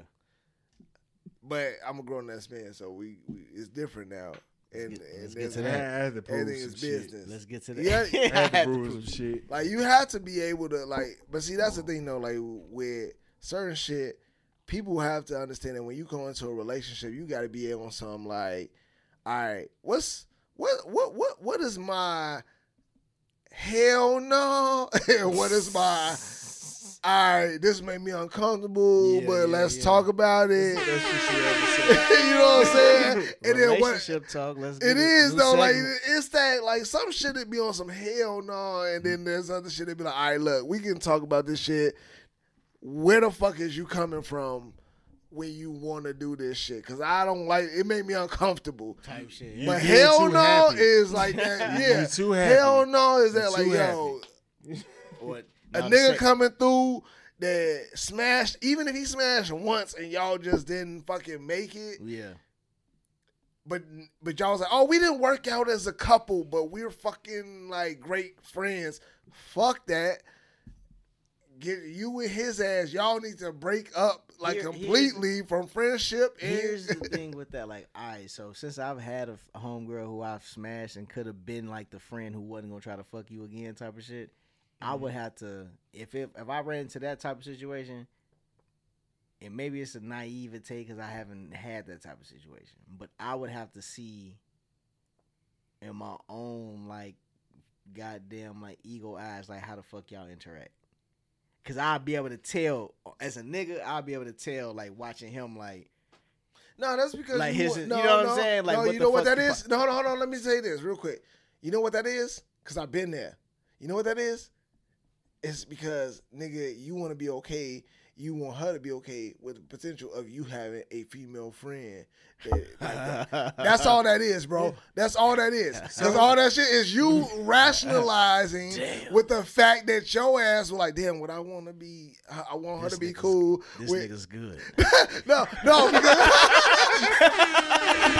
Speaker 3: But I'm a grown ass man, so we, we it's different now. and,
Speaker 2: get-
Speaker 3: and
Speaker 2: let's get to
Speaker 3: then
Speaker 2: that.
Speaker 1: I had to prove
Speaker 3: Everything
Speaker 1: some
Speaker 3: is
Speaker 1: shit.
Speaker 3: business.
Speaker 2: Let's get to that.
Speaker 3: Yeah,
Speaker 2: I
Speaker 1: I had to
Speaker 2: had to
Speaker 1: prove
Speaker 2: prove-
Speaker 1: some shit.
Speaker 3: Like you have to be able to like, but see that's the thing though. Like with certain shit, people have to understand that when you go into a relationship, you got to be able on some like, all right, what's what what what what is my hell no, and what is my all right, this made me uncomfortable,
Speaker 2: Yeah,
Speaker 3: but
Speaker 2: yeah,
Speaker 3: let's
Speaker 2: yeah.
Speaker 3: talk about it.
Speaker 1: That's what she had to say.
Speaker 3: you know what I'm saying? And then what?
Speaker 2: Relationship talk. Let's. get
Speaker 3: It is
Speaker 2: new
Speaker 3: though, like
Speaker 2: segment.
Speaker 3: it's that like some shit that be on some hell no, and then there's other shit that be like, all right, look, we can talk about this shit. Where the fuck is you coming from when you want to do this shit? Cause I don't like it. Made me uncomfortable.
Speaker 2: type shit.
Speaker 1: You
Speaker 3: but
Speaker 1: get
Speaker 3: hell
Speaker 1: too
Speaker 3: no
Speaker 1: happy.
Speaker 3: is like that.
Speaker 1: You
Speaker 3: Yeah,
Speaker 1: get too happy.
Speaker 3: hell no is that
Speaker 1: You're
Speaker 3: like
Speaker 1: too
Speaker 3: yo,
Speaker 2: Or-
Speaker 3: a
Speaker 2: now the
Speaker 3: nigga
Speaker 2: sec-
Speaker 3: coming through that smashed. Even if he smashed once and y'all just didn't fucking make it,
Speaker 2: Yeah.
Speaker 3: but but y'all was like, oh, we didn't work out as a couple, but we're fucking like great friends. Fuck that. Get you and his ass. Y'all need to break up like
Speaker 2: Here- here's-
Speaker 3: completely from friendship. And
Speaker 2: Here's the thing with that, like, all right, so since I've had a f- a homegirl who I've smashed and could have been like the friend who wasn't gonna try to fuck you again, type of shit, I would have to if if if I ran into that type of situation, and maybe it's a naivete because I haven't had that type of situation, but I would have to see in my own like goddamn like ego eyes like how the fuck y'all interact. Cause I'll be able to tell as a nigga, I'll be able to tell like watching him like
Speaker 3: no, that's because
Speaker 2: Like
Speaker 3: you,
Speaker 2: his-
Speaker 3: want-
Speaker 2: you
Speaker 3: no,
Speaker 2: know what
Speaker 3: no,
Speaker 2: I'm saying? Like,
Speaker 3: no,
Speaker 2: what
Speaker 3: you
Speaker 2: the
Speaker 3: know what
Speaker 2: fuck
Speaker 3: that
Speaker 2: you
Speaker 3: is?
Speaker 2: fu-
Speaker 3: No, hold on, hold on. Let me say this real quick. You know what that is? Because I've been there. You know what that is? It's because nigga, you want to be okay. You want her to be okay with the potential of you having a female friend that, like, That's all that is, bro. That's all that is. Because all that shit is you rationalizing with the fact that your ass was like, damn, would I want to be, I I want her
Speaker 2: This
Speaker 3: to be
Speaker 2: nigga's-
Speaker 3: cool.
Speaker 2: This
Speaker 3: with,
Speaker 2: nigga's good.
Speaker 3: no, no, because,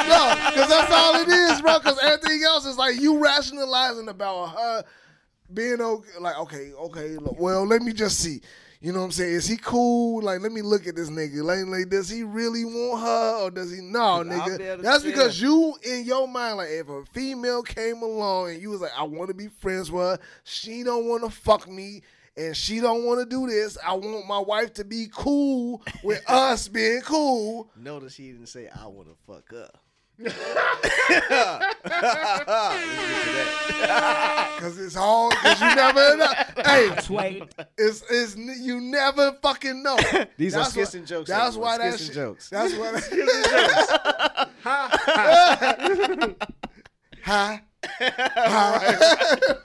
Speaker 3: no, because that's all it is, bro. Because everything else is like you rationalizing about her being okay. Like, okay, okay, look, well, let me just see. You know what I'm saying? Is he cool? Like, let me look at this nigga. Like, like does he really want her or does he? No,
Speaker 2: I'll be able
Speaker 3: nigga.
Speaker 2: to
Speaker 3: That's
Speaker 2: tell.
Speaker 3: because you in your mind, like, if a female came along and you was like, I want to be friends with her, she don't want to fuck me. And she don't want to do this. I want my wife to be cool with us being cool.
Speaker 2: Notice he didn't say I want to fuck up.
Speaker 3: Cause it's all cause you never know. hey, it's it's n- you never fucking know.
Speaker 2: These
Speaker 3: That's
Speaker 2: are skits
Speaker 3: why-
Speaker 2: and jokes.
Speaker 3: That's
Speaker 2: everyone.
Speaker 3: why that
Speaker 2: skits
Speaker 3: shit.
Speaker 2: and jokes.
Speaker 3: That's why. That, ha ha.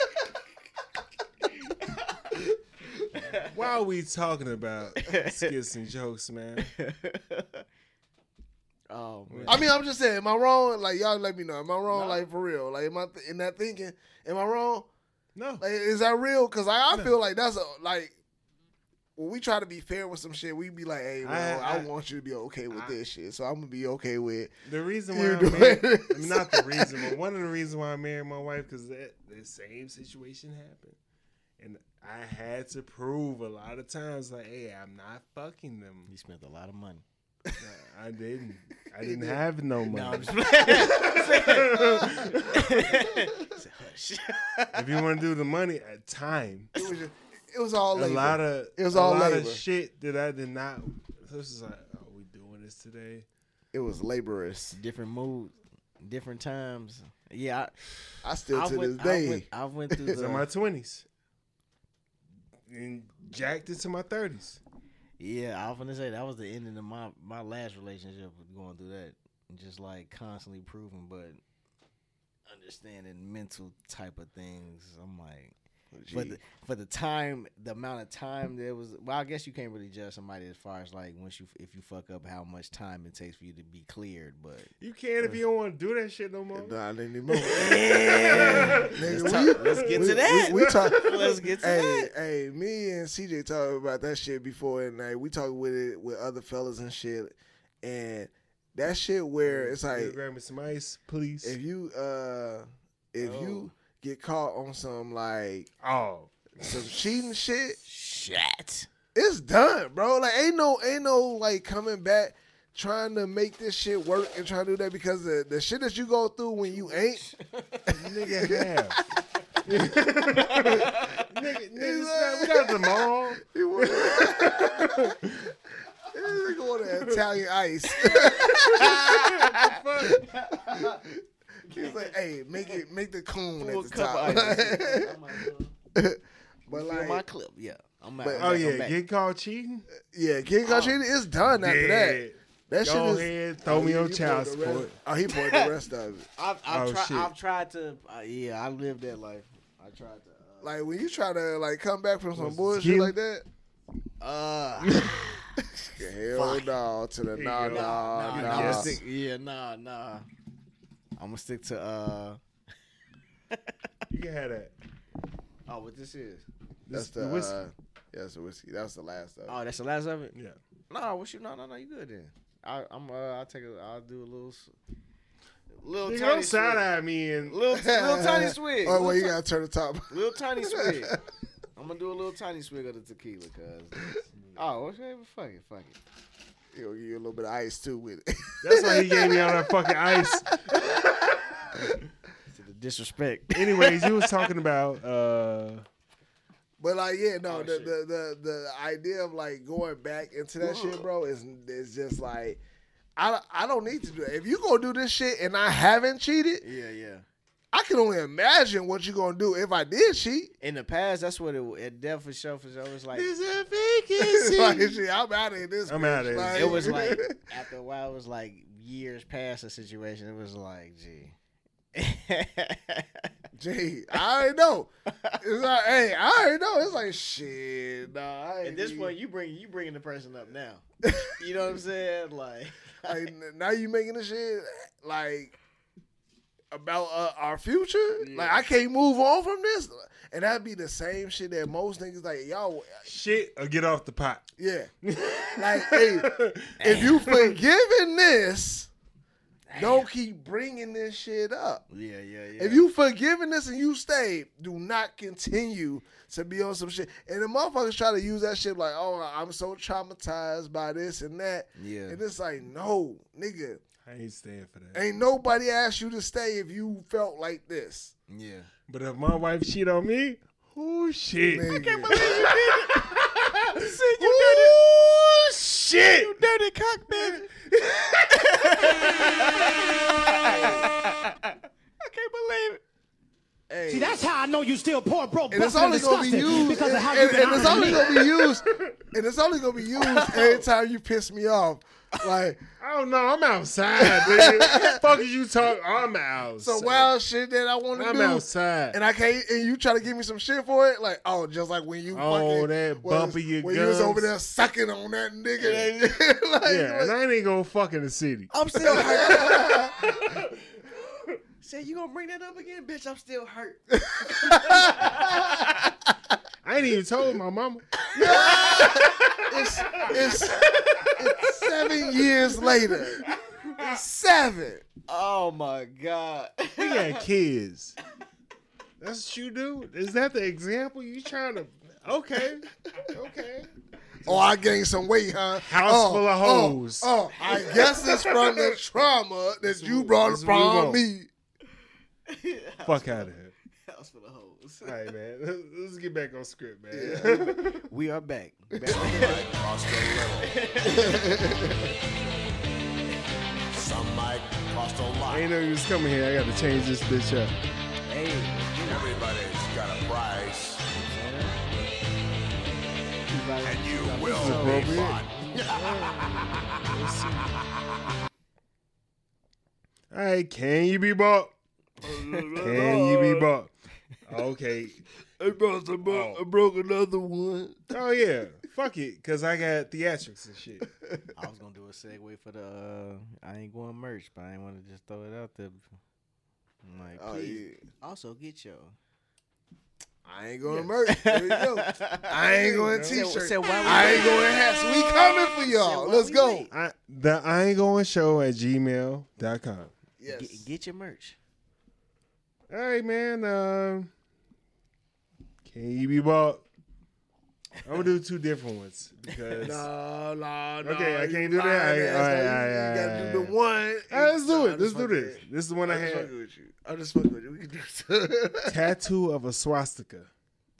Speaker 1: Why are we talking about skits and jokes, man?
Speaker 2: Oh man.
Speaker 3: I mean, I'm just saying. Am I wrong? Like y'all, let me know. Am I wrong? Like for real? Like am I th- in that thinking? Am I wrong?
Speaker 1: No.
Speaker 3: Like, is that real? Because I, I feel like that's a, like when we try to be fair with some shit, we be like, "Hey, bro, I,
Speaker 1: I- I-
Speaker 3: want you to be okay with this shit, so I'm gonna be okay with."
Speaker 1: The reason
Speaker 3: You
Speaker 1: why
Speaker 3: do
Speaker 1: I'm married,
Speaker 3: it.
Speaker 1: I mean, not the reason, but one of the reasons why I married my wife because that the same situation happened, and I had to prove a lot of times like, hey, I'm not fucking them.
Speaker 2: He spent a lot of money.
Speaker 1: I didn't. I didn't have no money. if you want to do the money, at time,
Speaker 3: It was just, it was all
Speaker 1: a
Speaker 3: labor.
Speaker 1: lot of
Speaker 3: It was
Speaker 1: a
Speaker 3: all
Speaker 1: lot
Speaker 3: labor.
Speaker 1: of shit that I did not. This is like, are we doing this today?
Speaker 3: it was laborious.
Speaker 2: Different moods, different times. Yeah,
Speaker 3: I
Speaker 2: I,
Speaker 3: still
Speaker 2: I
Speaker 3: to
Speaker 2: went,
Speaker 3: this
Speaker 2: I
Speaker 3: day.
Speaker 2: went. I went through
Speaker 1: It's in my
Speaker 2: the.
Speaker 1: twenties, and jacked into my thirties.
Speaker 2: Yeah, I was gonna say that was the ending of my my last relationship. was Going through that, and just like constantly proving, but understanding mental type of things. I'm like. for the, for the time, the amount of time there was. Well, I guess you can't really judge somebody as far as like once you if you fuck up how much time it takes for you to be cleared. But
Speaker 1: You can't if you don't want to do that shit no more.
Speaker 3: Nah, I didn't even know. Nigga,
Speaker 2: let's, talk, let's get
Speaker 3: we,
Speaker 2: to that.
Speaker 3: We, we talk.
Speaker 2: let's get to
Speaker 3: Hey,
Speaker 2: that.
Speaker 3: hey, me and CJ talked about that shit before, and like we talked with it with other fellas and shit, and that shit where it's
Speaker 1: You
Speaker 3: like
Speaker 1: grab me some ice, please.
Speaker 3: if you uh if you get caught on some like
Speaker 1: oh,
Speaker 3: some cheating shit,
Speaker 2: Shit.
Speaker 3: it's done, bro. Like ain't no ain't no like coming back trying to make this shit work and trying to do that because the, the shit that you go through when you ain't
Speaker 1: Nigga, yeah. nigga, nigga, stop. we got them all.
Speaker 3: This nigga want an Italian ice. He's like, hey, make it make the cone
Speaker 2: Full
Speaker 3: at the
Speaker 2: cup
Speaker 3: top.
Speaker 2: of ice.
Speaker 3: but
Speaker 2: Feel my
Speaker 3: like,
Speaker 2: clip, yeah. I'm out.
Speaker 3: But-
Speaker 2: I'm
Speaker 1: Oh
Speaker 2: back, I'm
Speaker 1: yeah,
Speaker 2: back.
Speaker 1: get caught cheating.
Speaker 3: yeah, King Country is done after
Speaker 1: Dead.
Speaker 3: that. That
Speaker 1: Go
Speaker 3: shit is.
Speaker 1: ahead, throw
Speaker 3: Oh,
Speaker 1: me
Speaker 3: you-
Speaker 1: on
Speaker 3: you
Speaker 1: child
Speaker 3: poured the rest-
Speaker 1: support.
Speaker 3: Oh, he poured the rest of it.
Speaker 2: I've, I've,
Speaker 1: Oh,
Speaker 2: tried,
Speaker 1: shit.
Speaker 2: I've tried to, uh, yeah, I lived that life. I tried to.
Speaker 3: Like when you try to like come back from some bullshit
Speaker 1: you?
Speaker 3: like that,
Speaker 2: Uh, uh
Speaker 3: hell no to the nah
Speaker 1: you go.
Speaker 2: nah,
Speaker 3: nah nah.
Speaker 2: nah, I'ma
Speaker 1: Yes.
Speaker 2: stick, yeah, nah, nah. I'm gonna stick to uh.
Speaker 1: You can have that.
Speaker 2: Oh, what this is?
Speaker 3: That's
Speaker 1: This-
Speaker 3: the,
Speaker 1: the whiskey.
Speaker 3: Uh, yeah, that's the whiskey. That's the last of it.
Speaker 2: Oh, that's the last of it.
Speaker 1: Yeah.
Speaker 2: Nah, what you? No, no, no. You good then? I, I'm. Uh, I'll take. A, I'll do a little. s- Little
Speaker 1: Nigga,
Speaker 2: tiny
Speaker 1: don't side
Speaker 2: swig.
Speaker 1: eye me and
Speaker 2: Little, little tiny swig.
Speaker 3: Oh, well,
Speaker 2: Little
Speaker 3: you
Speaker 2: ti-
Speaker 3: gotta turn the top.
Speaker 2: Little tiny swig. I'm gonna do a little tiny swig of the tequila, cause. Oh, okay, but fuck it, fuck it.
Speaker 3: He'll give you a little bit of ice too with it.
Speaker 1: that's why he gave me all that fucking ice.
Speaker 2: To the disrespect.
Speaker 1: Anyways, you was talking about uh
Speaker 3: But like, yeah, no,
Speaker 2: Oh,
Speaker 3: the,
Speaker 2: shit.
Speaker 3: the the the idea of like going back into that shit, bro, is is just like. I, don't- I don't need to do that. If you gonna do this shit and I haven't cheated,
Speaker 2: yeah, yeah.
Speaker 3: I can only imagine what you gonna do if I did cheat.
Speaker 2: In the past, that's what it. It def for sure, for sure. It was like.
Speaker 1: It's a
Speaker 3: like,
Speaker 1: vacancy.
Speaker 3: shit, I'm out of this.
Speaker 1: I'm
Speaker 3: bitch.
Speaker 1: outta here.
Speaker 2: It was like after a while, it was like years past the situation. It was like, gee.
Speaker 3: Gee, I already know. It's like, hey, I already know. It's like, shit, nah. I
Speaker 2: At
Speaker 3: ain't
Speaker 2: this
Speaker 3: need-
Speaker 2: point, you bring you bringing the person up now. You know what I'm saying? Like,
Speaker 3: like, n- now you making this shit like about uh, our future. Like, I can't move on from this, and that'd be the same shit that most niggas like y'all.
Speaker 1: Shit or get off the pot.
Speaker 3: Yeah, like, hey, if you forgiving this, don't keep bringing this shit up.
Speaker 2: yeah, yeah, yeah.
Speaker 3: If you forgiving this and you stay, do not continue to be on some shit. And the motherfuckers try to use that shit like, oh, I'm so traumatized by this and that.
Speaker 2: Yeah.
Speaker 3: And it's like, no, nigga,
Speaker 1: I ain't staying for that.
Speaker 3: ain't nobody asked you to stay if you felt like this.
Speaker 2: yeah,
Speaker 1: But if my wife cheat on me, oh shit.
Speaker 3: Nigga.
Speaker 1: Oh shit. You dirty cock baby.
Speaker 2: I can't believe it.
Speaker 3: Hey.
Speaker 10: That's how I know you still poor, broke,
Speaker 3: and it's
Speaker 10: broke,
Speaker 3: only gonna be
Speaker 10: disgusted,
Speaker 3: used,
Speaker 10: because
Speaker 3: and,
Speaker 10: of how
Speaker 3: and-
Speaker 10: you
Speaker 3: and it's only gonna be used, and it's only gonna be used every time you piss me off. Like
Speaker 1: Oh no, I'm outside, nigga. Fuck is you talking? I'm outside.
Speaker 3: some wild shit that I want to
Speaker 1: I'm
Speaker 3: do.
Speaker 1: outside.
Speaker 3: and I can't. And you try to give me some shit for it, like oh, just like when you
Speaker 1: Oh,
Speaker 3: fucking
Speaker 1: that
Speaker 3: was-
Speaker 1: bump of your
Speaker 3: when you was
Speaker 1: gums.
Speaker 3: over there sucking on that nigga. like,
Speaker 1: yeah, and I ain't even gonna fuck in the city.
Speaker 2: I'm still hurt. Say you gonna bring that up again, bitch? I'm still hurt.
Speaker 1: I ain't even told my mama.
Speaker 3: it's, it's, it's seven years later. It's seven.
Speaker 2: Oh my god.
Speaker 1: We got kids. That's what you do? Is that the example you trying to? Okay, okay.
Speaker 3: Oh, I gained some weight, huh?
Speaker 1: House
Speaker 3: oh,
Speaker 1: full of
Speaker 3: oh,
Speaker 1: hoes.
Speaker 3: Oh, I guess it's from the trauma that you brought
Speaker 1: that's what we
Speaker 3: upon
Speaker 1: want.
Speaker 3: me.
Speaker 1: Fuck out of here.
Speaker 2: House for the hoes.
Speaker 1: All right, man. Let's, let's get back on script, man.
Speaker 2: We are back.
Speaker 10: Some might cost a
Speaker 1: I
Speaker 10: lot.
Speaker 1: ain't know you was coming here. I got to change this bitch up.
Speaker 10: Everybody's got a price, and you will
Speaker 1: be appropriate.
Speaker 10: bought.
Speaker 1: bought. All right, can you be bought? Can you be bought? Okay.
Speaker 3: I brought some,
Speaker 10: Oh.
Speaker 3: I broke another one.
Speaker 1: Oh yeah. Fuck it, cause I got theatrics and shit.
Speaker 2: I was gonna do a segue for the. Uh, I ain't going merch, but I ain't want to just throw it out there. I'm like,
Speaker 3: Oh,
Speaker 2: please.
Speaker 3: yeah.
Speaker 2: Also get your.
Speaker 3: I ain't going to murder. There you go. I ain't going
Speaker 2: Said-
Speaker 3: t-shirt.
Speaker 2: said, why we-
Speaker 3: I ain't going hats. We coming for
Speaker 2: Said,
Speaker 3: y'all.
Speaker 2: why
Speaker 3: Let's
Speaker 2: we
Speaker 3: go.
Speaker 2: wait?
Speaker 1: I, the I ain't going show at gmail.com.
Speaker 3: Yes.
Speaker 2: Get, get your merch.
Speaker 1: All right, man. Um, can you be bought? I'm gonna do two different ones because
Speaker 3: No, no, no.
Speaker 1: Okay, I
Speaker 3: you
Speaker 1: can't do that.
Speaker 3: lying
Speaker 1: All right,
Speaker 3: ass.
Speaker 1: all right,
Speaker 3: You-
Speaker 1: all right,
Speaker 3: you
Speaker 1: all
Speaker 3: gotta
Speaker 1: right, all
Speaker 3: do the
Speaker 1: right.
Speaker 3: one.
Speaker 1: All right, let's do
Speaker 3: Nah,
Speaker 1: it.
Speaker 3: I'm
Speaker 1: Let's
Speaker 3: just
Speaker 1: do
Speaker 3: fucking
Speaker 1: this.
Speaker 3: with you.
Speaker 1: This is one I
Speaker 3: I'm just
Speaker 1: had.
Speaker 3: fucking with you. I'm just fucking with you. We can do this.
Speaker 1: Tattoo of a swastika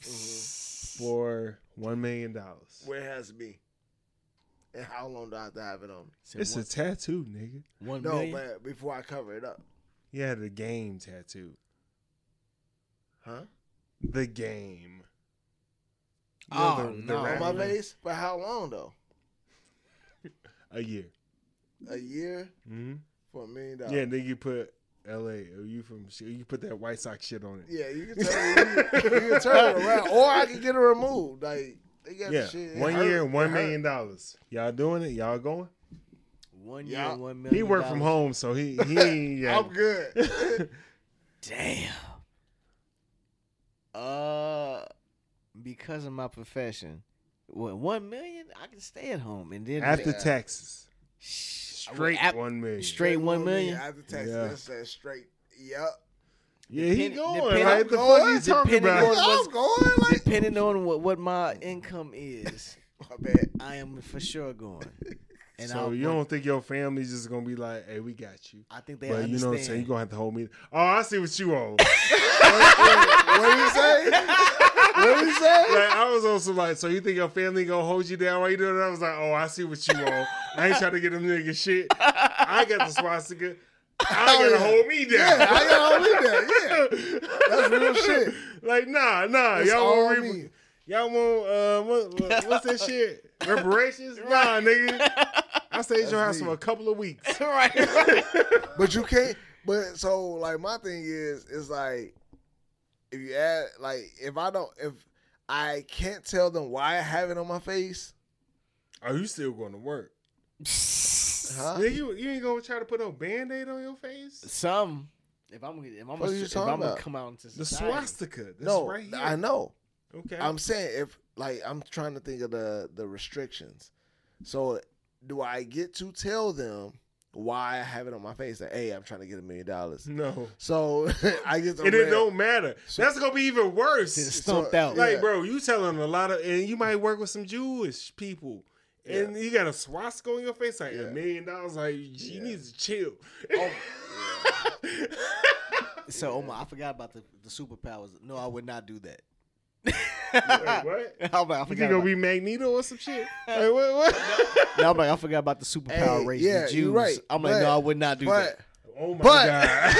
Speaker 3: Mm-hmm.
Speaker 1: for one million dollars.
Speaker 3: Where it has to be. And how long do I have to have it on? me?
Speaker 1: It's a tattoo, nigga.
Speaker 2: One
Speaker 3: No,
Speaker 2: million?
Speaker 3: but before I cover it up.
Speaker 1: Yeah, the game tattoo.
Speaker 3: Huh?
Speaker 1: The game.
Speaker 2: Oh,
Speaker 1: the- the
Speaker 2: no.
Speaker 1: rapper.
Speaker 3: On my face? For how long though?
Speaker 1: A year.
Speaker 3: A year
Speaker 1: hmm
Speaker 3: for a million dollars.
Speaker 1: Yeah, and then you put L.A. Or you from you put that White Sox shit on it.
Speaker 3: Yeah, you can turn it, you, can turn it around. Or I can get it removed. Like they got
Speaker 1: Yeah,
Speaker 3: shit. it
Speaker 1: one
Speaker 3: hurt.
Speaker 1: year,
Speaker 3: It
Speaker 1: one
Speaker 3: hurt.
Speaker 1: million dollars. Y'all doing it? Y'all going?
Speaker 2: One year,
Speaker 3: Yeah.
Speaker 2: one million.
Speaker 1: He worked from
Speaker 2: dollars.
Speaker 1: home, so he he ain't yeah.
Speaker 3: I'm good.
Speaker 2: Damn. Uh, because of my profession, what one million? I can stay at home and then
Speaker 1: after taxes.
Speaker 2: Shh.
Speaker 1: Straight
Speaker 2: Ap-
Speaker 1: one million.
Speaker 2: straight one million.
Speaker 3: After tax,
Speaker 1: Yeah.
Speaker 3: that's that straight. Yep.
Speaker 1: Yeah, he
Speaker 2: Depend-
Speaker 1: going.
Speaker 2: depend-
Speaker 1: like, the fuck you
Speaker 2: depending
Speaker 1: talking
Speaker 2: on
Speaker 1: about?
Speaker 2: what's-
Speaker 3: I'm going like
Speaker 2: Depending on what, what my income is,
Speaker 3: my bad.
Speaker 2: I am for sure going. And
Speaker 1: so
Speaker 2: I,
Speaker 1: you don't think your family's just gonna be like, "Hey, we got you,"
Speaker 2: I think they
Speaker 1: but
Speaker 2: understand.
Speaker 1: you know what I'm saying? You gonna have to hold me. Oh, I see what you on.
Speaker 3: What do you say? What do you say?
Speaker 1: like I was also like, so you think your family gonna hold you down while you doing that? I was like, oh, I see what you on. I ain't trying to get them niggas shit. I got the swastika. I gotta hold me down.
Speaker 3: Yeah, I got all in there. Yeah, that's real shit.
Speaker 1: like nah, nah.
Speaker 3: It's
Speaker 1: y'all
Speaker 3: all
Speaker 1: want
Speaker 3: me.
Speaker 1: re- y'all want uh what, what- what's that shit? Reparations? Nah, nigga. I stayed at your house
Speaker 3: me.
Speaker 1: for a couple of weeks.
Speaker 2: right, right.
Speaker 3: But you can't. But so like my thing is is like if you add like if I don't if I can't tell them why I have it on my face,
Speaker 1: Are Oh, you still going to work?
Speaker 3: huh?
Speaker 1: Nigga, you, you ain't gonna try to put no band aid on your face?
Speaker 2: Some. If I'm if I'm
Speaker 3: What
Speaker 2: gonna,
Speaker 3: are you
Speaker 2: if
Speaker 3: talking
Speaker 2: I'm gonna
Speaker 3: about?
Speaker 2: come out into
Speaker 1: The
Speaker 2: society,
Speaker 1: swastika. That's
Speaker 3: No,
Speaker 1: right here.
Speaker 3: I know.
Speaker 1: Okay.
Speaker 3: I'm saying if like I'm trying to think of the the restrictions. So do I get to tell them why I have it on my face? Like, hey, I'm trying to get a million dollars.
Speaker 1: no.
Speaker 3: So I get to
Speaker 1: Hmm. And it
Speaker 3: wear-
Speaker 1: don't matter. That's gonna be even
Speaker 2: Then
Speaker 1: worse.
Speaker 2: stumped
Speaker 3: so-
Speaker 2: out.
Speaker 1: Like,
Speaker 3: yeah.
Speaker 1: bro, you telling a lot of, and you might work with some Jewish people, and you got a swastika on your face, like a
Speaker 3: Yeah.
Speaker 1: million dollars. Like, you need to chill.
Speaker 3: Oh.
Speaker 2: So Omar, I forgot about the, the superpowers. No, I would not do that.
Speaker 1: Like, what?
Speaker 2: I'm like, Ah. I forgot
Speaker 1: You think
Speaker 2: about,
Speaker 1: gonna be Magneto or some shit? Like, what? what?
Speaker 2: no, I'm like, I forgot about the superpower
Speaker 3: Hey,
Speaker 2: race.
Speaker 3: yeah,
Speaker 2: the
Speaker 3: you
Speaker 2: Jews.
Speaker 3: right,
Speaker 2: I'm like,
Speaker 3: but-
Speaker 2: no, I would not do
Speaker 3: But
Speaker 1: Oh my
Speaker 3: But-
Speaker 1: god!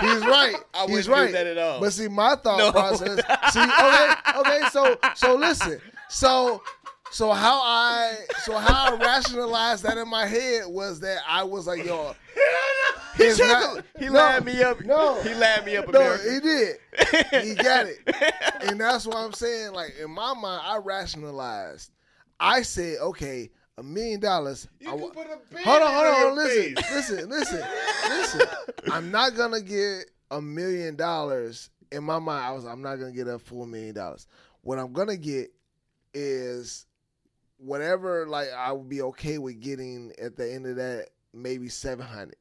Speaker 3: he's right.
Speaker 2: I
Speaker 3: he's
Speaker 2: wouldn't do
Speaker 3: right.
Speaker 2: that at all.
Speaker 3: But see, my thought
Speaker 2: No.
Speaker 3: process. See, okay, okay. So, so listen. So, so how I, so how I rationalized that in my head was that I was like, yo, it's not.
Speaker 2: that. He
Speaker 3: no,
Speaker 2: lined me up.
Speaker 3: No,
Speaker 2: he lined me up.
Speaker 3: no,
Speaker 2: America.
Speaker 3: he did. He got it, and that's what I'm saying. Like in my mind, I rationalized. I said, okay, a million dollars. I
Speaker 1: You
Speaker 3: wa-
Speaker 1: can put a band
Speaker 3: Hold on, hold
Speaker 1: on
Speaker 3: on,
Speaker 1: your
Speaker 3: listen,
Speaker 1: face.
Speaker 3: listen, listen, listen. I'm not gonna get a million dollars in my mind. I was, I'm not gonna get a full million dollars. What I'm gonna get is whatever. Like I would be okay with getting at the end of that, maybe seven hundred.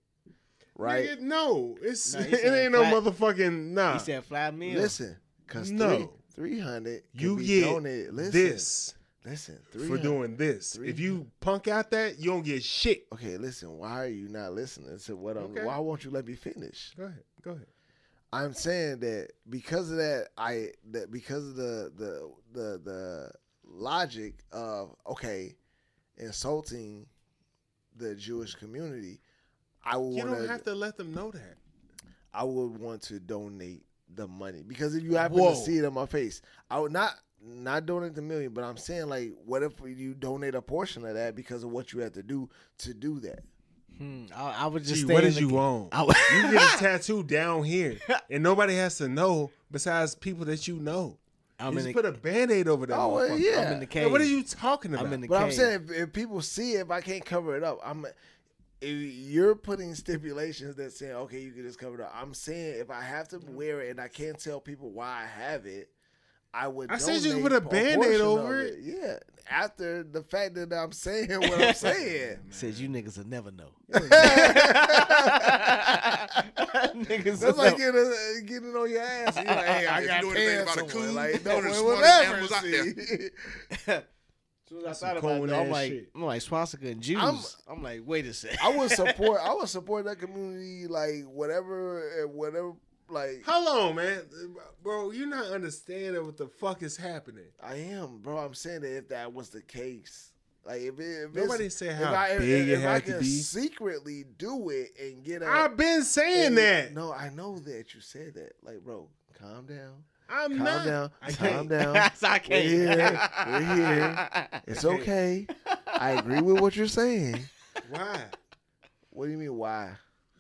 Speaker 3: Right?
Speaker 1: Nigga, no, it's
Speaker 2: Nah, he
Speaker 1: it
Speaker 2: said
Speaker 1: ain't no
Speaker 2: flat.
Speaker 1: motherfucking nah.
Speaker 2: he said, "Fly me."
Speaker 3: Listen, cause
Speaker 1: No.
Speaker 3: three hundred.
Speaker 1: you
Speaker 3: be
Speaker 1: get
Speaker 3: donated. Listen,
Speaker 1: this
Speaker 3: Listen, three
Speaker 1: for doing this. If you punk out that, you don't get shit.
Speaker 3: Okay, listen. Why are you not listening to what I'm?
Speaker 1: Okay.
Speaker 3: Why won't you let me finish?
Speaker 1: Go ahead, go ahead.
Speaker 3: I'm saying that because of that, I that because of the the the the logic of okay, insulting the Jewish community, I would
Speaker 1: You don't
Speaker 3: want
Speaker 1: have
Speaker 3: to
Speaker 1: to let them know that.
Speaker 3: I would want to donate the money because if you happen
Speaker 2: Whoa.
Speaker 3: to see it on my face, I would not not donate the million, but I'm saying like, what if you donate a portion of that because of what you had to do to do that?
Speaker 2: Hmm, I, I would just.
Speaker 1: Gee,
Speaker 2: stay
Speaker 1: what
Speaker 2: in
Speaker 1: did
Speaker 2: the-
Speaker 1: you want?
Speaker 2: I would-
Speaker 1: you get a tattoo down here, and nobody has to know besides people that you know.
Speaker 2: I'm
Speaker 1: you
Speaker 2: in
Speaker 1: just
Speaker 2: the.
Speaker 1: put a band aid over that.
Speaker 3: Oh well,
Speaker 1: motherfucker.
Speaker 3: yeah.
Speaker 2: I'm in the cave.
Speaker 1: Hey, what are you talking about?
Speaker 2: I'm in the
Speaker 3: But I'm
Speaker 2: cave.
Speaker 3: saying if, if people see it, if I can't cover it up, I'm. If you're putting stipulations that saying okay, you can just cover it up. I'm saying if I have to wear it and I can't tell people why I have it, I would.
Speaker 1: I said you
Speaker 3: donate
Speaker 1: put a
Speaker 3: portion
Speaker 1: Band-Aid
Speaker 3: of
Speaker 1: over it.
Speaker 3: Yeah, after the fact that I'm saying what I'm saying.
Speaker 2: Says you niggas will never know.
Speaker 3: niggas That's like getting, a, getting on your ass. You're like, hey, I
Speaker 11: If
Speaker 3: got
Speaker 11: you knew anything
Speaker 3: pants
Speaker 11: about a
Speaker 3: about
Speaker 11: coon,
Speaker 3: Like,
Speaker 11: they
Speaker 3: no
Speaker 11: were the
Speaker 3: one would
Speaker 11: smartest
Speaker 3: ever
Speaker 11: animals out there.
Speaker 3: see.
Speaker 2: I
Speaker 1: some
Speaker 2: thought about
Speaker 1: cold
Speaker 2: it, I'm
Speaker 1: ass
Speaker 2: like,
Speaker 1: shit.
Speaker 2: I'm like swastika and juice. I'm,
Speaker 3: I'm-
Speaker 2: like, wait a second.
Speaker 3: I would support. I would support that community, like whatever, whatever. Like
Speaker 1: Hold on, man, bro. You not understanding what the fuck is happening.
Speaker 3: I am, bro. I'm saying that if that was the case, like if, it, if
Speaker 1: Nobody
Speaker 3: it's,
Speaker 1: said
Speaker 3: if
Speaker 1: how
Speaker 3: I, if-
Speaker 1: big it
Speaker 3: if I
Speaker 1: had to
Speaker 3: can
Speaker 1: be.
Speaker 3: secretly do it and get a
Speaker 1: I've been saying
Speaker 3: and-
Speaker 1: that.
Speaker 3: Oh. No, I know that you said that. Like, bro, calm down.
Speaker 1: I'm
Speaker 3: calm
Speaker 1: not.
Speaker 3: down.
Speaker 1: I
Speaker 3: calm
Speaker 1: can't.
Speaker 3: down.
Speaker 2: So I
Speaker 3: We're
Speaker 2: can't.
Speaker 3: here. We're here. It's okay. I agree with what you're saying.
Speaker 1: Why?
Speaker 3: What do you mean? Why?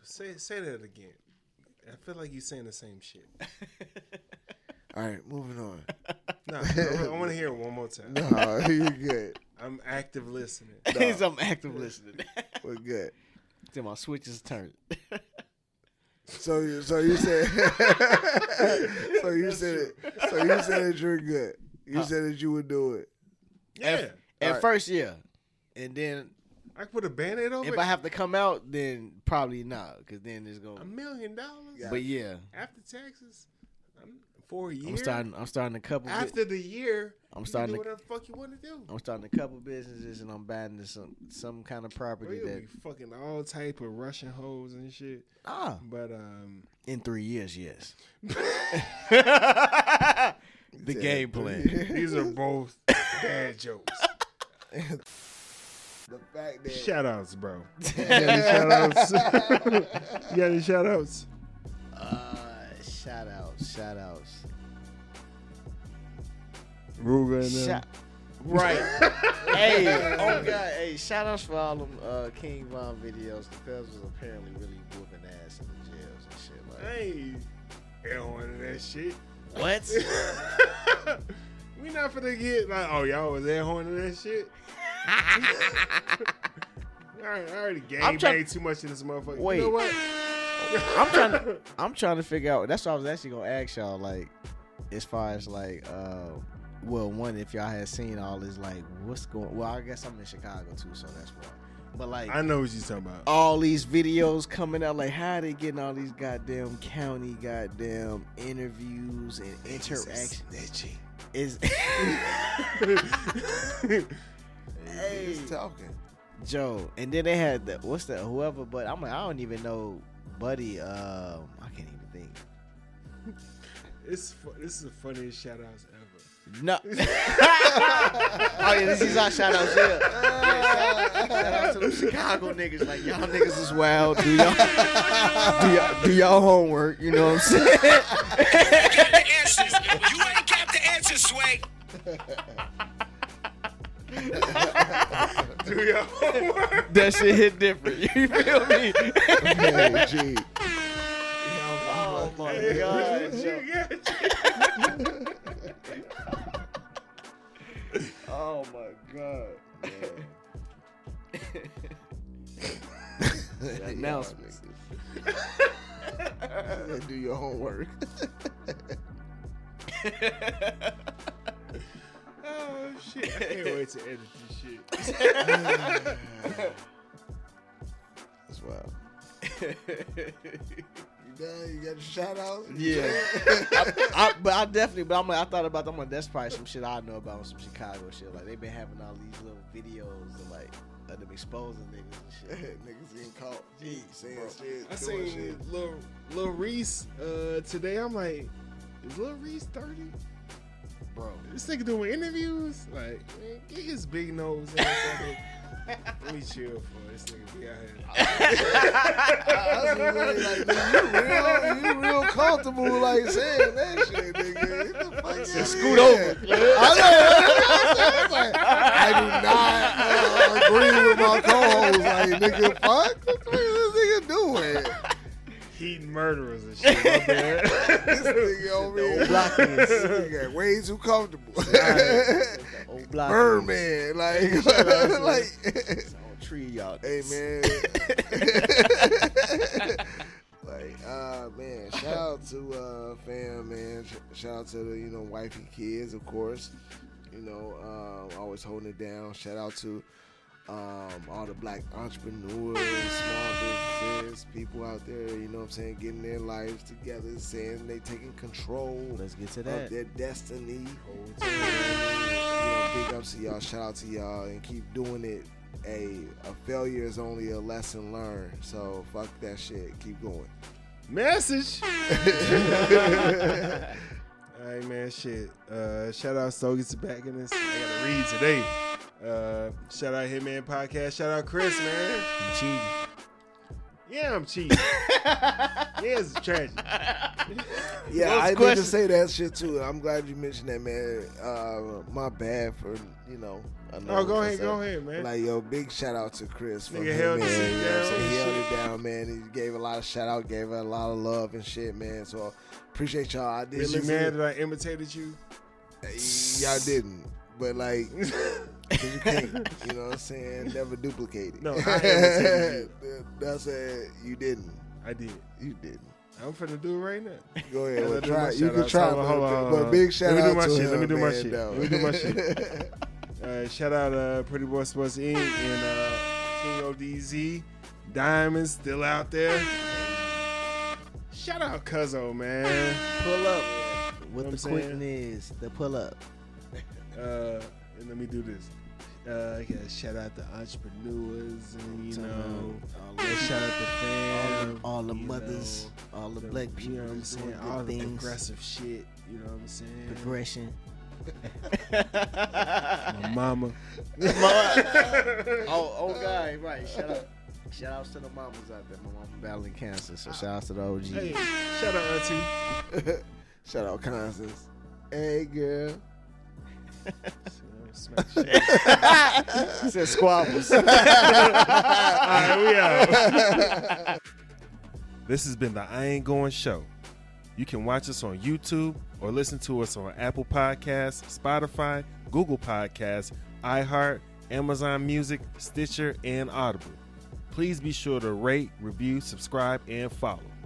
Speaker 1: Say say that again. I feel like you're saying the same shit.
Speaker 3: All right, moving on.
Speaker 1: No, I, want to hear it one more time.
Speaker 3: No, Oh, you're good.
Speaker 1: I'm active listening.
Speaker 2: He's I'm active listening.
Speaker 3: We're good.
Speaker 2: Till my switch is turned.
Speaker 3: So, you- so you said, so you said, so you said that you're good. You said that you would do it.
Speaker 1: Yeah,
Speaker 2: At
Speaker 3: Alright.
Speaker 2: first, yeah, and then
Speaker 1: I can put a band-aid over
Speaker 2: if
Speaker 1: it.
Speaker 2: I have to come out, then probably not, because then it's gonna.
Speaker 1: a million dollars
Speaker 2: but yeah,
Speaker 1: after taxes, I'm, for a year.
Speaker 2: I'm starting. I'm starting a couple. bu-
Speaker 1: after the year.
Speaker 2: I'm
Speaker 1: you can
Speaker 2: starting
Speaker 1: do
Speaker 2: to-
Speaker 1: whatever the fuck you want to do.
Speaker 2: I'm starting a couple businesses, and I'm buying this some some kind of
Speaker 1: Bro,
Speaker 2: property
Speaker 1: you'll
Speaker 2: that
Speaker 1: be fucking all type of Russian hoes and shit.
Speaker 2: ah
Speaker 1: But um,
Speaker 2: in three years, yes. the game plan.
Speaker 1: these are both bad jokes.
Speaker 3: The fact that
Speaker 1: Shout outs, bro. You got any shout outs? you got any shout outs?
Speaker 2: Uh, shout out, shout outs.
Speaker 1: Ruga and them.
Speaker 2: Shout, right. hey, oh god, hey, shout outs for all them uh, King Von videos. The cuz was apparently really whooping ass in the jails and shit. Like,
Speaker 1: Hey, they don't want that shit.
Speaker 2: what?
Speaker 1: we not finna get like, oh y'all was air horning that shit. I already- I already
Speaker 2: I'm
Speaker 1: game
Speaker 2: tryna-
Speaker 1: banged too much in this motherfucker.
Speaker 2: Wait.
Speaker 1: you know what?
Speaker 2: I'm trying to I'm trying to figure out that's what I was actually gonna ask y'all, like, as far as like uh well one, if y'all had seen all this like what's going well, I guess I'm in Chicago too, so that's why. But like
Speaker 1: I know what you're talking about.
Speaker 2: all these videos coming out, like how they getting all these goddamn county goddamn interviews and interactions. Is
Speaker 3: he's talking.
Speaker 2: Joe, and then they had the what's that whoever, but I'm like I don't even know, buddy. Um, I can't even think.
Speaker 1: It's fu- this is the funniest shout outs ever.
Speaker 2: No. oh yeah, this is our shout outs. Yeah. Shout out to them Chicago niggas. Like y'all niggas is wild. Do y'all, do y'all do y'all homework? You know what I'm saying?
Speaker 10: You ain't got the answer, Sway.
Speaker 2: That shit hit different. You feel me?
Speaker 3: Hey, G.
Speaker 2: oh my god. Joe. oh my god. Announcements.
Speaker 3: do your homework.
Speaker 1: Oh shit! I can't wait to edit this shit.
Speaker 3: That's wild. You done? You got your shout out?
Speaker 2: Yeah, I, I- but I definitely. But I'm like, I thought about. That, I'm like, that's probably some shit I know about, some Chicago shit. Like they've been having all these little videos of like of them exposing niggas and shit.
Speaker 3: Niggas getting caught. G, saying shit.
Speaker 1: I
Speaker 3: doing
Speaker 1: seen Lil, Lil Reese uh, today. I'm like, is Lil Reese thirty?
Speaker 2: Bro,
Speaker 1: This nigga doing interviews? Like, man, get his big nose. ass out here. Let me chill for this nigga. Be out here.
Speaker 3: shit. Like, you, real, you real comfortable like saying that shit, nigga. Get the fuck outta
Speaker 2: scoot
Speaker 3: here.
Speaker 2: over.
Speaker 3: I know. I was like, I do not uh, agree with my co-host. Like, nigga, fuck. What the fuck is this nigga doing?
Speaker 1: Heating murderers and shit. My bad.
Speaker 3: This nigga over here.
Speaker 2: blockers.
Speaker 3: This nigga way too comfortable.
Speaker 2: old block
Speaker 3: Birdman, like, like,
Speaker 2: on tree, y'all.
Speaker 3: hey man, like, uh, man, shout out to uh, fam, man. Sh- Shout out to the you know wife and kids, of course. You know, um, always holding it down. Shout out to um, all the black entrepreneurs, small businesses, people out there. You know, what I'm saying, getting their lives together, saying they taking control
Speaker 2: Let's get to
Speaker 3: of
Speaker 2: that.
Speaker 3: their destiny. You know, big ups to y'all. Shout out to y'all and keep doing it. A a failure is only a lesson learned. So fuck that shit. Keep going.
Speaker 1: Message. All right, man. Shit. Uh, shout out Stogies back in this. I gotta read today. Uh, shout out Hitman Podcast. Shout out Chris, man.
Speaker 2: You cheating.
Speaker 1: Yeah, I'm cheating. yeah, it's tragic.
Speaker 3: Yeah,
Speaker 2: Those
Speaker 3: I need
Speaker 2: questions-
Speaker 3: to say that shit too. I'm glad you mentioned that, man. Uh, my bad for you know. another
Speaker 1: No, go ahead,
Speaker 3: person.
Speaker 1: go ahead, man.
Speaker 3: Like yo, big shout out to Chris for
Speaker 1: Nigga
Speaker 3: him,
Speaker 1: held
Speaker 3: man.
Speaker 1: this shit
Speaker 3: You know what I'm
Speaker 1: down
Speaker 3: saying?
Speaker 1: and
Speaker 3: He held it down, man. He gave a lot of shout out, gave her a lot of love and shit, man. So appreciate y'all. I did
Speaker 1: Is you
Speaker 3: listen
Speaker 1: mad
Speaker 3: to-
Speaker 1: that I imitated you?
Speaker 3: y'all didn't, but like. 'cause you can't, you know what I'm saying? Never duplicate it.
Speaker 1: No, I imitated
Speaker 3: That's it. You didn't.
Speaker 1: I did.
Speaker 3: You didn't.
Speaker 1: I'm finna do it right now.
Speaker 3: Go
Speaker 1: Let
Speaker 3: ahead.
Speaker 1: me
Speaker 3: Well,
Speaker 1: do
Speaker 3: try.
Speaker 1: my
Speaker 3: You can
Speaker 1: shout-outs.
Speaker 3: try,
Speaker 1: Hold on, hold on,
Speaker 3: but,
Speaker 1: hold
Speaker 3: but
Speaker 1: on.
Speaker 3: big shout
Speaker 1: Let me
Speaker 3: out
Speaker 1: do my
Speaker 3: to
Speaker 1: shit.
Speaker 3: him.
Speaker 1: Let me do my
Speaker 3: man,
Speaker 1: shit.
Speaker 3: though.
Speaker 1: Let me do my shit. Uh, shout out uh, Pretty Boy Sports Inc. and uh, King ODZ. Diamonds still out there. Shout out Cuzzo, man.
Speaker 2: Pull up. What
Speaker 1: Know
Speaker 2: the
Speaker 1: what I'm saying?
Speaker 2: quickness, the pull up.
Speaker 1: Uh, and let me do this. Uh, I gotta shout out the entrepreneurs and you know, let's shout out the fam,
Speaker 2: All the
Speaker 1: you
Speaker 2: mothers,
Speaker 1: know,
Speaker 2: all the
Speaker 1: the-
Speaker 2: black people.
Speaker 1: You know what I'm
Speaker 2: doing
Speaker 1: saying?
Speaker 2: good
Speaker 1: All the
Speaker 2: things.
Speaker 1: progressive shit. You know what I'm saying?
Speaker 2: Progression.
Speaker 1: My mama.
Speaker 2: Oh, oh, God, right. Shout out. Shout outs to the mamas out there. My mama battling cancer, so shout outs to the OG.
Speaker 1: Hey, shout out Auntie.
Speaker 3: Shout out Constance. Hey girl.
Speaker 2: said squabbles.
Speaker 1: This has been the I Ain't Going Show. You can watch us on YouTube or listen to us on Apple Podcasts, Spotify, Google Podcasts, iHeart, Amazon Music, Stitcher, and Audible. Please be sure to rate, review, subscribe, and follow.